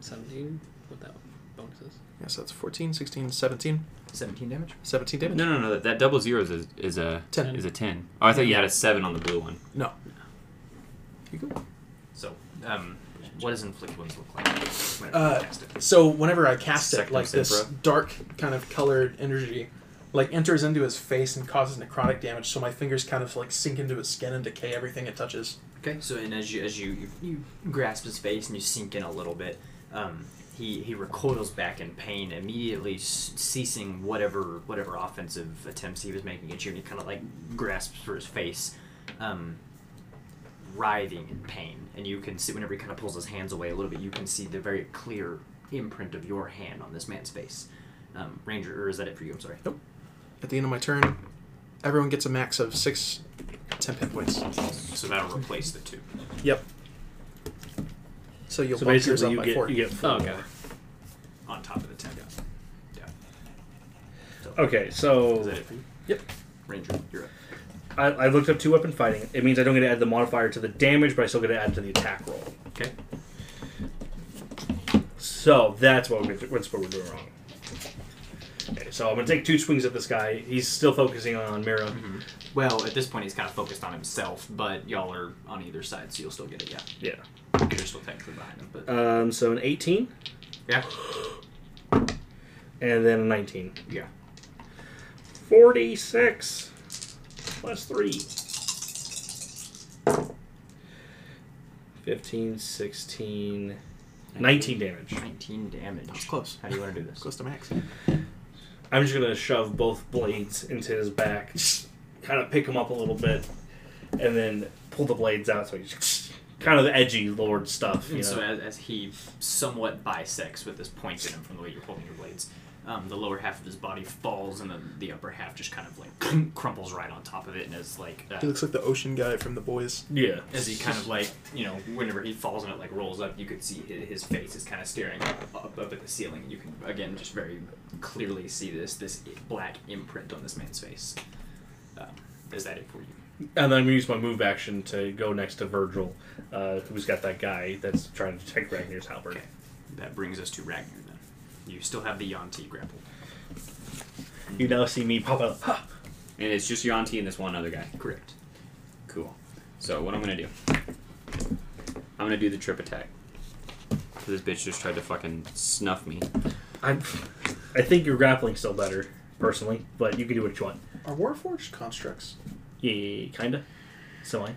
Speaker 4: 17 without bonuses.
Speaker 1: Yeah, so that's 14, 16, 17.
Speaker 2: 17 damage?
Speaker 1: 17 damage?
Speaker 5: No, no, no. That, that double zeros is, is a
Speaker 1: Ten.
Speaker 5: Is a ten. Oh, I thought you had a seven on the blue one.
Speaker 1: No. You go.
Speaker 2: So, um, what does inflict wounds look like? whenever you
Speaker 1: Uh,
Speaker 2: cast it?
Speaker 1: So whenever I cast it,
Speaker 5: Sectum
Speaker 1: like this
Speaker 5: sempra.
Speaker 1: dark kind of colored energy, like enters into his face and causes necrotic damage. So my fingers kind of like sink into his skin and decay everything it touches.
Speaker 2: Okay, so and as you as you, you you grasp his face and you sink in a little bit, um, he he recoils back in pain, immediately s- ceasing whatever whatever offensive attempts he was making at you, and he kind of like grasps for his face, um, writhing in pain, and you can see whenever he kind of pulls his hands away a little bit, you can see the very clear imprint of your hand on this man's face. Um, Ranger, or is that it for you? I'm sorry.
Speaker 1: Nope. At the end of my turn, everyone gets a max of six temp hit points.
Speaker 2: So that'll replace the two.
Speaker 1: Yep. So you'll
Speaker 3: So
Speaker 1: bump yours
Speaker 3: basically,
Speaker 1: up
Speaker 3: you
Speaker 1: by
Speaker 3: get
Speaker 1: four.
Speaker 3: you get four.
Speaker 4: Oh, okay.
Speaker 2: on top of the ten. Yeah.
Speaker 3: Okay,
Speaker 2: Is that
Speaker 3: so
Speaker 2: it for you?
Speaker 1: Yep.
Speaker 2: Ranger, you're up.
Speaker 3: I, I looked up two weapon fighting. It means I don't get to add the modifier to the damage, but I still get to add to the attack roll.
Speaker 2: Okay.
Speaker 3: So that's what we're, that's what we're doing wrong. Okay, so I'm gonna take two swings at this guy. He's still focusing on Mira.
Speaker 2: Well, at this point, he's kind of focused on himself, but y'all are on either side, so you'll still get it. Yeah,
Speaker 3: Yeah.
Speaker 2: you're still technically behind him, but
Speaker 3: Um, so an 18
Speaker 2: yeah,
Speaker 3: and then a 19.
Speaker 2: yeah.
Speaker 3: 46 plus 3. 15, 16, 19 damage.
Speaker 2: 19 damage.
Speaker 1: That's close.
Speaker 2: How do you want to do this?
Speaker 1: Close to max.
Speaker 3: I'm just gonna shove both blades into his back, kind of pick him up a little bit, and then pull the blades out. So he's kind of edgy lord stuff, you know.
Speaker 2: And so as, as he somewhat bisects with this point in him from the way you're holding your blades, um, the lower half of his body falls, and then the upper half just kind of like crumples right on top of it, and is like
Speaker 1: He
Speaker 2: uh,
Speaker 1: looks like the ocean guy from The Boys.
Speaker 3: yeah,
Speaker 2: as he kind of like you know whenever he falls and it like rolls up you could see hi- his face is kind of staring up, up up at the ceiling you can again just very clearly see this this i- black imprint on this man's face um, is that it for you
Speaker 3: and then I'm gonna use my move action to go next to Virgil, uh, who's got that guy that's trying to take Ragnar's halberd.
Speaker 2: Okay. that brings us to ragnar then you still have the yanti grapple
Speaker 3: You now see me pop out. "Huh."
Speaker 5: And it's just Yanti and this one other guy.
Speaker 2: correct
Speaker 5: Cool. So what I'm gonna do? I'm gonna do the trip attack. 'Cause This bitch just tried to fucking snuff me.
Speaker 3: I'm, I think your grappling's still better, personally, but you can do what you want.
Speaker 1: Are Warforged constructs?
Speaker 3: Yeah, kinda, semi.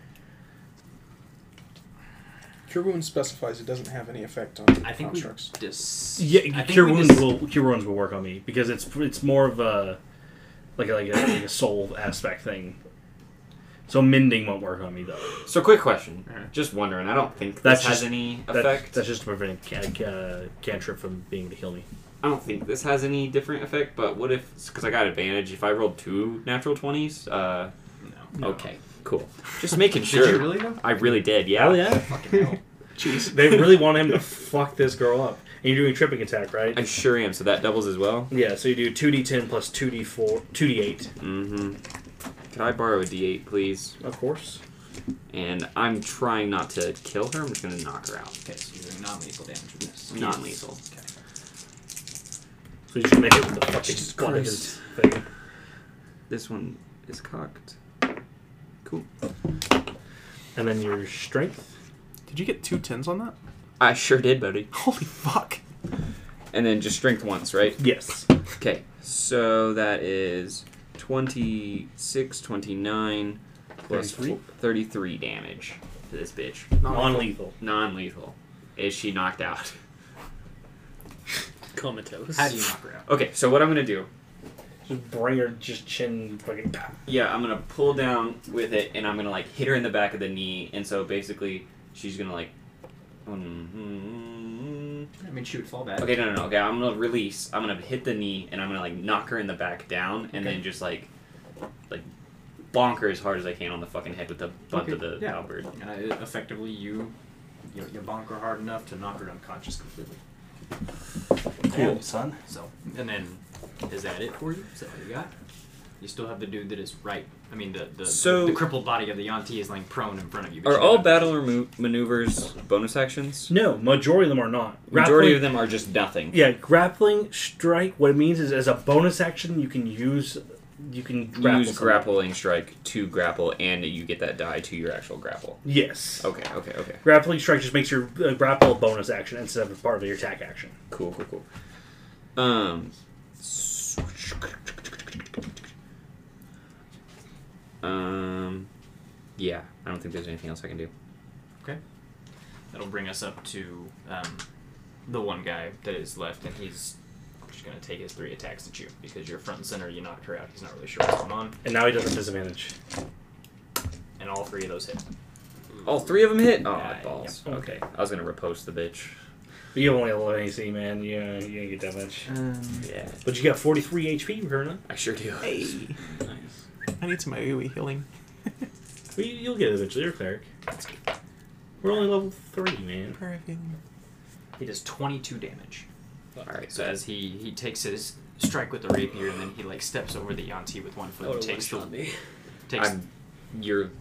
Speaker 1: Cure wound specifies it doesn't have any effect on
Speaker 2: i think we
Speaker 1: constructs.
Speaker 2: dis- I
Speaker 3: Yeah,
Speaker 2: think
Speaker 3: cure
Speaker 2: we
Speaker 3: wounds
Speaker 2: dis-
Speaker 3: will cure wounds will work on me because it's it's more of a like a, like a, like a soul aspect thing. So mending won't work on me though.
Speaker 5: So quick question.
Speaker 2: Alright.
Speaker 5: Just wondering. I don't think this
Speaker 3: That's
Speaker 5: has
Speaker 3: just-
Speaker 5: any
Speaker 3: That,
Speaker 5: effect.
Speaker 3: That's just to prevent ca- uh, cantrip from being able to heal me.
Speaker 5: I don't think this has any different effect, but what if, because I got advantage, if I rolled two natural 20s? Uh, no. Okay, cool. Just making sure.
Speaker 2: Did you really though?
Speaker 5: I really did, yeah.
Speaker 3: Oh, yeah?
Speaker 2: Fucking hell.
Speaker 3: Jeez. They really want him to fuck this girl up. And you're doing tripping attack, right?
Speaker 5: I sure am, so that doubles as well?
Speaker 3: Yeah, so you do 2d10 plus 2d4, 2d8.
Speaker 5: Mm-hmm. Can I borrow a d8, please?
Speaker 3: Of course.
Speaker 5: And I'm trying not to kill her, I'm just going to knock her out.
Speaker 2: Okay, so you're doing non-lethal damage with this.
Speaker 5: Non lethal.
Speaker 2: Okay.
Speaker 3: So you just make it with the fucking squad of his thing.
Speaker 5: This one is cocked. Cool.
Speaker 3: And then your strength.
Speaker 1: Did you get two tens on that?
Speaker 5: I sure did, buddy.
Speaker 1: Holy fuck.
Speaker 5: And then just strength once, right?
Speaker 3: Yes.
Speaker 5: Okay, so that is 26, 29, plus
Speaker 1: 33?
Speaker 5: 33 damage to this bitch.
Speaker 3: Non lethal.
Speaker 5: Non lethal. Is she knocked out?
Speaker 4: Comatose.
Speaker 2: How do you knock her out?
Speaker 5: Okay, so what I'm gonna do.
Speaker 3: Just bring her just chin fucking.
Speaker 5: Yeah, I'm gonna pull down with it and I'm gonna like hit her in the back of the knee. And so basically, she's gonna like. mm
Speaker 2: I mean, she would fall back.
Speaker 5: Okay, no, no, no. Okay, I'm gonna release. I'm gonna hit the knee and I'm gonna like knock her in the back down and then just like. like bonk her as hard as I can on the fucking head with the butt of
Speaker 2: Okay,
Speaker 5: the
Speaker 2: yeah.
Speaker 5: halberd.
Speaker 2: Uh, it- effectively, you, you you bonk her hard enough to knock her unconscious completely.
Speaker 10: Cool, son.
Speaker 2: So, and then is that it for you? Is that all you got? You still have the dude that is right. I mean, the the,
Speaker 5: So-
Speaker 2: the, crippled body of the Yanti is laying prone in front of you. but
Speaker 5: Are
Speaker 2: you
Speaker 5: all
Speaker 2: got-
Speaker 5: battle remo- maneuvers bonus actions?
Speaker 3: No, majority of them are not.
Speaker 5: Majority
Speaker 3: Grappling-
Speaker 5: of them are just nothing.
Speaker 3: Yeah, grappling strike. What it means is, as a bonus action, you can use, you can grapple.
Speaker 5: Use
Speaker 3: someone.
Speaker 5: grappling strike to grapple, and you get that die to your actual grapple.
Speaker 3: Yes.
Speaker 5: Okay, okay, okay.
Speaker 3: Grappling strike just makes your uh, grapple a bonus action instead of a part of your attack action.
Speaker 5: Cool, cool, cool. Um. Um. Yeah, I don't think there's anything else I can do.
Speaker 2: That'll bring us up to um, the one guy that is left, and he's just gonna take his three attacks at you because you're front and center. You knocked her out. He's not really sure what's going on,
Speaker 3: And now he doesn't disadvantage.
Speaker 2: and all three of those hit.
Speaker 5: All three of them hit. Oh,
Speaker 2: Yeah,
Speaker 5: balls.
Speaker 2: yep.
Speaker 5: Okay, I was gonna repost the bitch.
Speaker 3: But you have only 11 AC, man. You, uh, you ain't get that much.
Speaker 1: Um,
Speaker 5: Yeah,
Speaker 3: But you got 43 HP, Verna.
Speaker 5: I sure do.
Speaker 1: Hey. I need some AoE healing.
Speaker 3: Well, you, you'll get it eventually. You're a cleric. We're only level 3, man.
Speaker 1: Perfect.
Speaker 2: He does 22 damage.
Speaker 5: All right,
Speaker 2: So as he he takes his strike with the rapier, and then he like steps over the Yanti with one
Speaker 4: Oh,
Speaker 2: foot and takes the takes
Speaker 5: I'm your,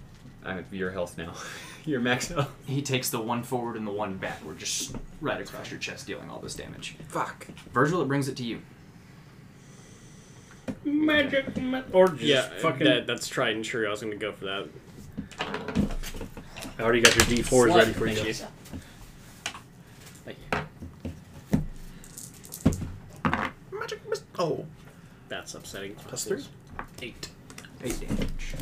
Speaker 5: I'm your health now. your max health.
Speaker 2: He takes the one forward and the one backward, just right across your chest, dealing all this damage.
Speaker 5: Fuck.
Speaker 2: Virgil, it brings it to you.
Speaker 3: Magic. Ma- or just
Speaker 4: yeah,
Speaker 3: fucking.
Speaker 4: that, that's tried and true. I was gonna go for that.
Speaker 3: I already got your D4s
Speaker 4: Slut.
Speaker 3: ready for you.
Speaker 4: Thank
Speaker 3: guys.
Speaker 4: Thank you.
Speaker 1: Magic missed. Oh.
Speaker 4: That's upsetting.
Speaker 1: Plus three?
Speaker 4: Eight.
Speaker 2: Eight damage.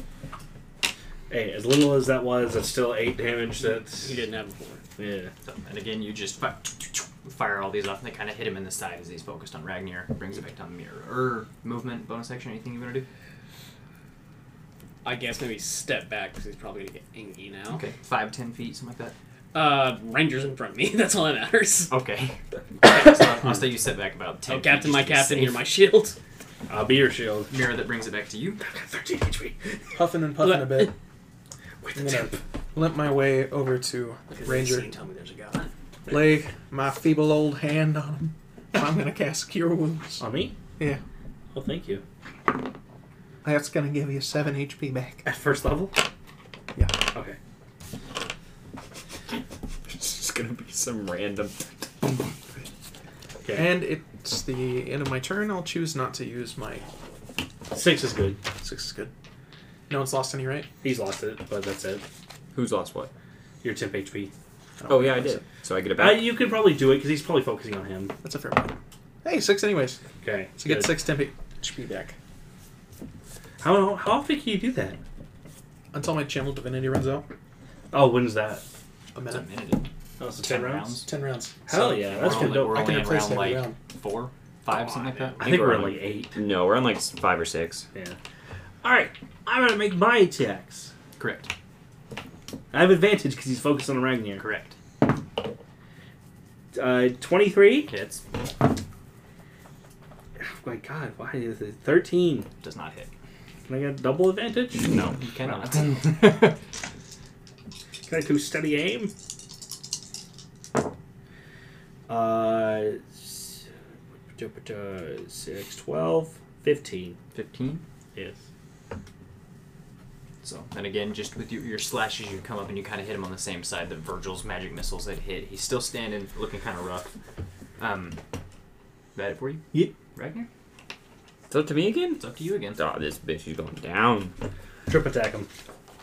Speaker 3: Hey, as little as that was, that's still 8 damage. That's.
Speaker 4: He didn't have before.
Speaker 3: Yeah.
Speaker 2: So, and again, you just fi- fire all these off, and they kind of hit him in the side as he's focused on Ragnar. Brings it back down the mirror. Er, movement, bonus action, anything you want to do?
Speaker 4: I guess maybe step back because he's probably gonna get angry now.
Speaker 2: Okay, five, ten feet, something like
Speaker 4: Uh, Ranger's in front of me. That's all that matters.
Speaker 2: that. Okay. okay so I'll say you set back about ten.
Speaker 4: Oh,
Speaker 2: feet just
Speaker 4: captain, my
Speaker 2: to be
Speaker 4: captain,
Speaker 2: safe.
Speaker 4: you're my shield.
Speaker 3: I'll be your shield.
Speaker 2: mirror that brings it back to you.
Speaker 3: 13 HP.
Speaker 1: Puffing and puffing a bit.
Speaker 3: With
Speaker 1: I'm
Speaker 3: the
Speaker 1: gonna
Speaker 3: tip.
Speaker 1: limp my way over to
Speaker 4: Because they
Speaker 1: Ranger.
Speaker 4: seen- Tell me there's a god.
Speaker 1: Lay my feeble old hand on him. I'm gonna cast Cure Wounds.
Speaker 3: On me?
Speaker 1: Yeah.
Speaker 3: Well, thank you.
Speaker 1: That's gonna give you seven HP back.
Speaker 3: At first level?
Speaker 1: Yeah.
Speaker 3: Okay.
Speaker 5: It's just gonna be some random.
Speaker 3: Okay.
Speaker 1: And it's the end of my turn. I'll choose not to use my
Speaker 3: Six is good.
Speaker 1: six is good. No one's lost any, right?
Speaker 3: He's lost it, but that's it.
Speaker 5: Who's lost what?
Speaker 3: Your temp HP.
Speaker 1: don't
Speaker 5: Oh yeah, I
Speaker 1: think
Speaker 5: did. So I get it
Speaker 3: Uh,
Speaker 5: back.
Speaker 3: you could probably do it because he's probably focusing on him.
Speaker 1: That's a fair point. Hey, six anyways.
Speaker 3: Okay.
Speaker 1: So get
Speaker 3: good.
Speaker 1: six temp HP back.
Speaker 3: How, how often can you do that?
Speaker 1: Until my channel divinity runs out.
Speaker 3: Oh, when's that?
Speaker 1: A
Speaker 2: It's a
Speaker 1: minute.
Speaker 2: minute. and
Speaker 3: Oh, it's
Speaker 2: 10 rounds.
Speaker 1: Ten rounds.
Speaker 3: Hell
Speaker 2: So
Speaker 3: yeah, that's
Speaker 2: we're
Speaker 3: good.
Speaker 2: only,
Speaker 3: dope.
Speaker 2: We're
Speaker 1: I
Speaker 2: only
Speaker 1: can
Speaker 2: in
Speaker 1: replace
Speaker 2: round
Speaker 1: every
Speaker 2: like
Speaker 1: round.
Speaker 2: four, five, something like that.
Speaker 3: I think we're on like eight.
Speaker 5: No, we're on like five or six.
Speaker 3: Yeah. All right, I'm gonna make my attacks.
Speaker 2: Correct.
Speaker 3: I have advantage because he's focused on Ragnar.
Speaker 2: Correct.
Speaker 3: Uh, 23
Speaker 2: Hits.
Speaker 3: my god, why is it thirteen?
Speaker 2: Does not hit.
Speaker 3: Can I get double advantage?
Speaker 2: No, you cannot.
Speaker 3: Can I do steady aim? Uh, s- six, 12, 15.
Speaker 2: 15.
Speaker 3: Yes.
Speaker 2: So, and again, just with your, your slashes, you come up and you kind of hit him on the same side that Virgil's magic missiles had hit. He's still standing, looking kind of rough. Um, that it for you?
Speaker 3: Yep.
Speaker 2: Ragnar?
Speaker 5: It's up to me again?
Speaker 2: It's up to you again.
Speaker 5: Oh, this bitch is going down.
Speaker 3: Trip attack him.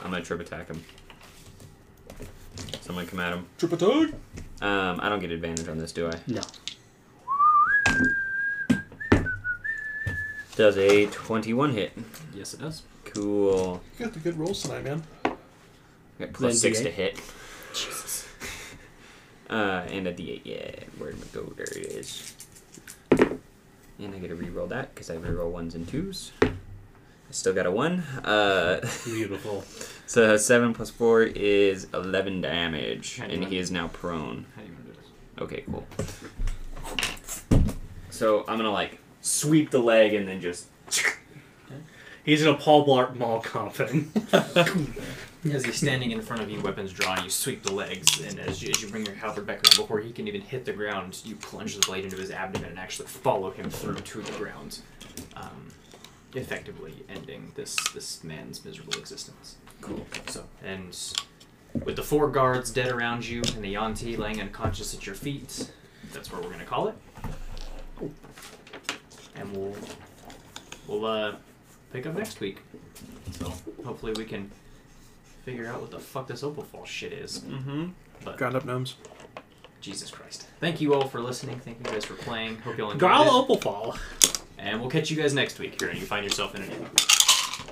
Speaker 5: I'm gonna trip attack him. So I'm gonna come at him.
Speaker 3: Trip attack?
Speaker 5: Um, I don't get advantage on this, do I?
Speaker 3: No.
Speaker 5: Does a 21 hit?
Speaker 2: Yes, it does.
Speaker 5: Cool.
Speaker 1: You got the good rolls tonight, man.
Speaker 5: Got plus
Speaker 3: Then
Speaker 5: six to
Speaker 3: D8?
Speaker 5: hit. Jesus. Uh, and a D8. Yeah, where'd it go? There it is. And I get to reroll that because I reroll ones and twos. I still got a one. Uh,
Speaker 3: Beautiful.
Speaker 5: so seven plus four is eleven damage,
Speaker 2: And
Speaker 5: and
Speaker 2: one.
Speaker 5: he is now prone.
Speaker 2: How do you want to do this?
Speaker 5: Okay, cool. So I'm gonna like sweep the leg and then just
Speaker 3: He's in a Paul Blart mall coffin.
Speaker 2: As he's standing in front of you, weapons drawn, you sweep the legs, and as you, as you bring your halberd back up before he can even hit the ground, you plunge the blade into his abdomen and actually follow him through to the ground, um, effectively ending this this man's miserable existence. Cool. So, and with the four guards dead around you and the Yanti laying unconscious at your feet, that's where we're gonna call it. And we'll we'll uh, pick up next week. So hopefully we can figure out what the fuck this opal fall shit is.
Speaker 1: Mm-hmm.
Speaker 2: But-
Speaker 1: Ground up gnomes.
Speaker 2: Jesus Christ. Thank you all for listening. Thank you guys for playing. Hope you all enjoyed
Speaker 3: Garl
Speaker 2: it.
Speaker 3: Opalfall.
Speaker 2: And we'll catch you guys next week here and you find yourself in an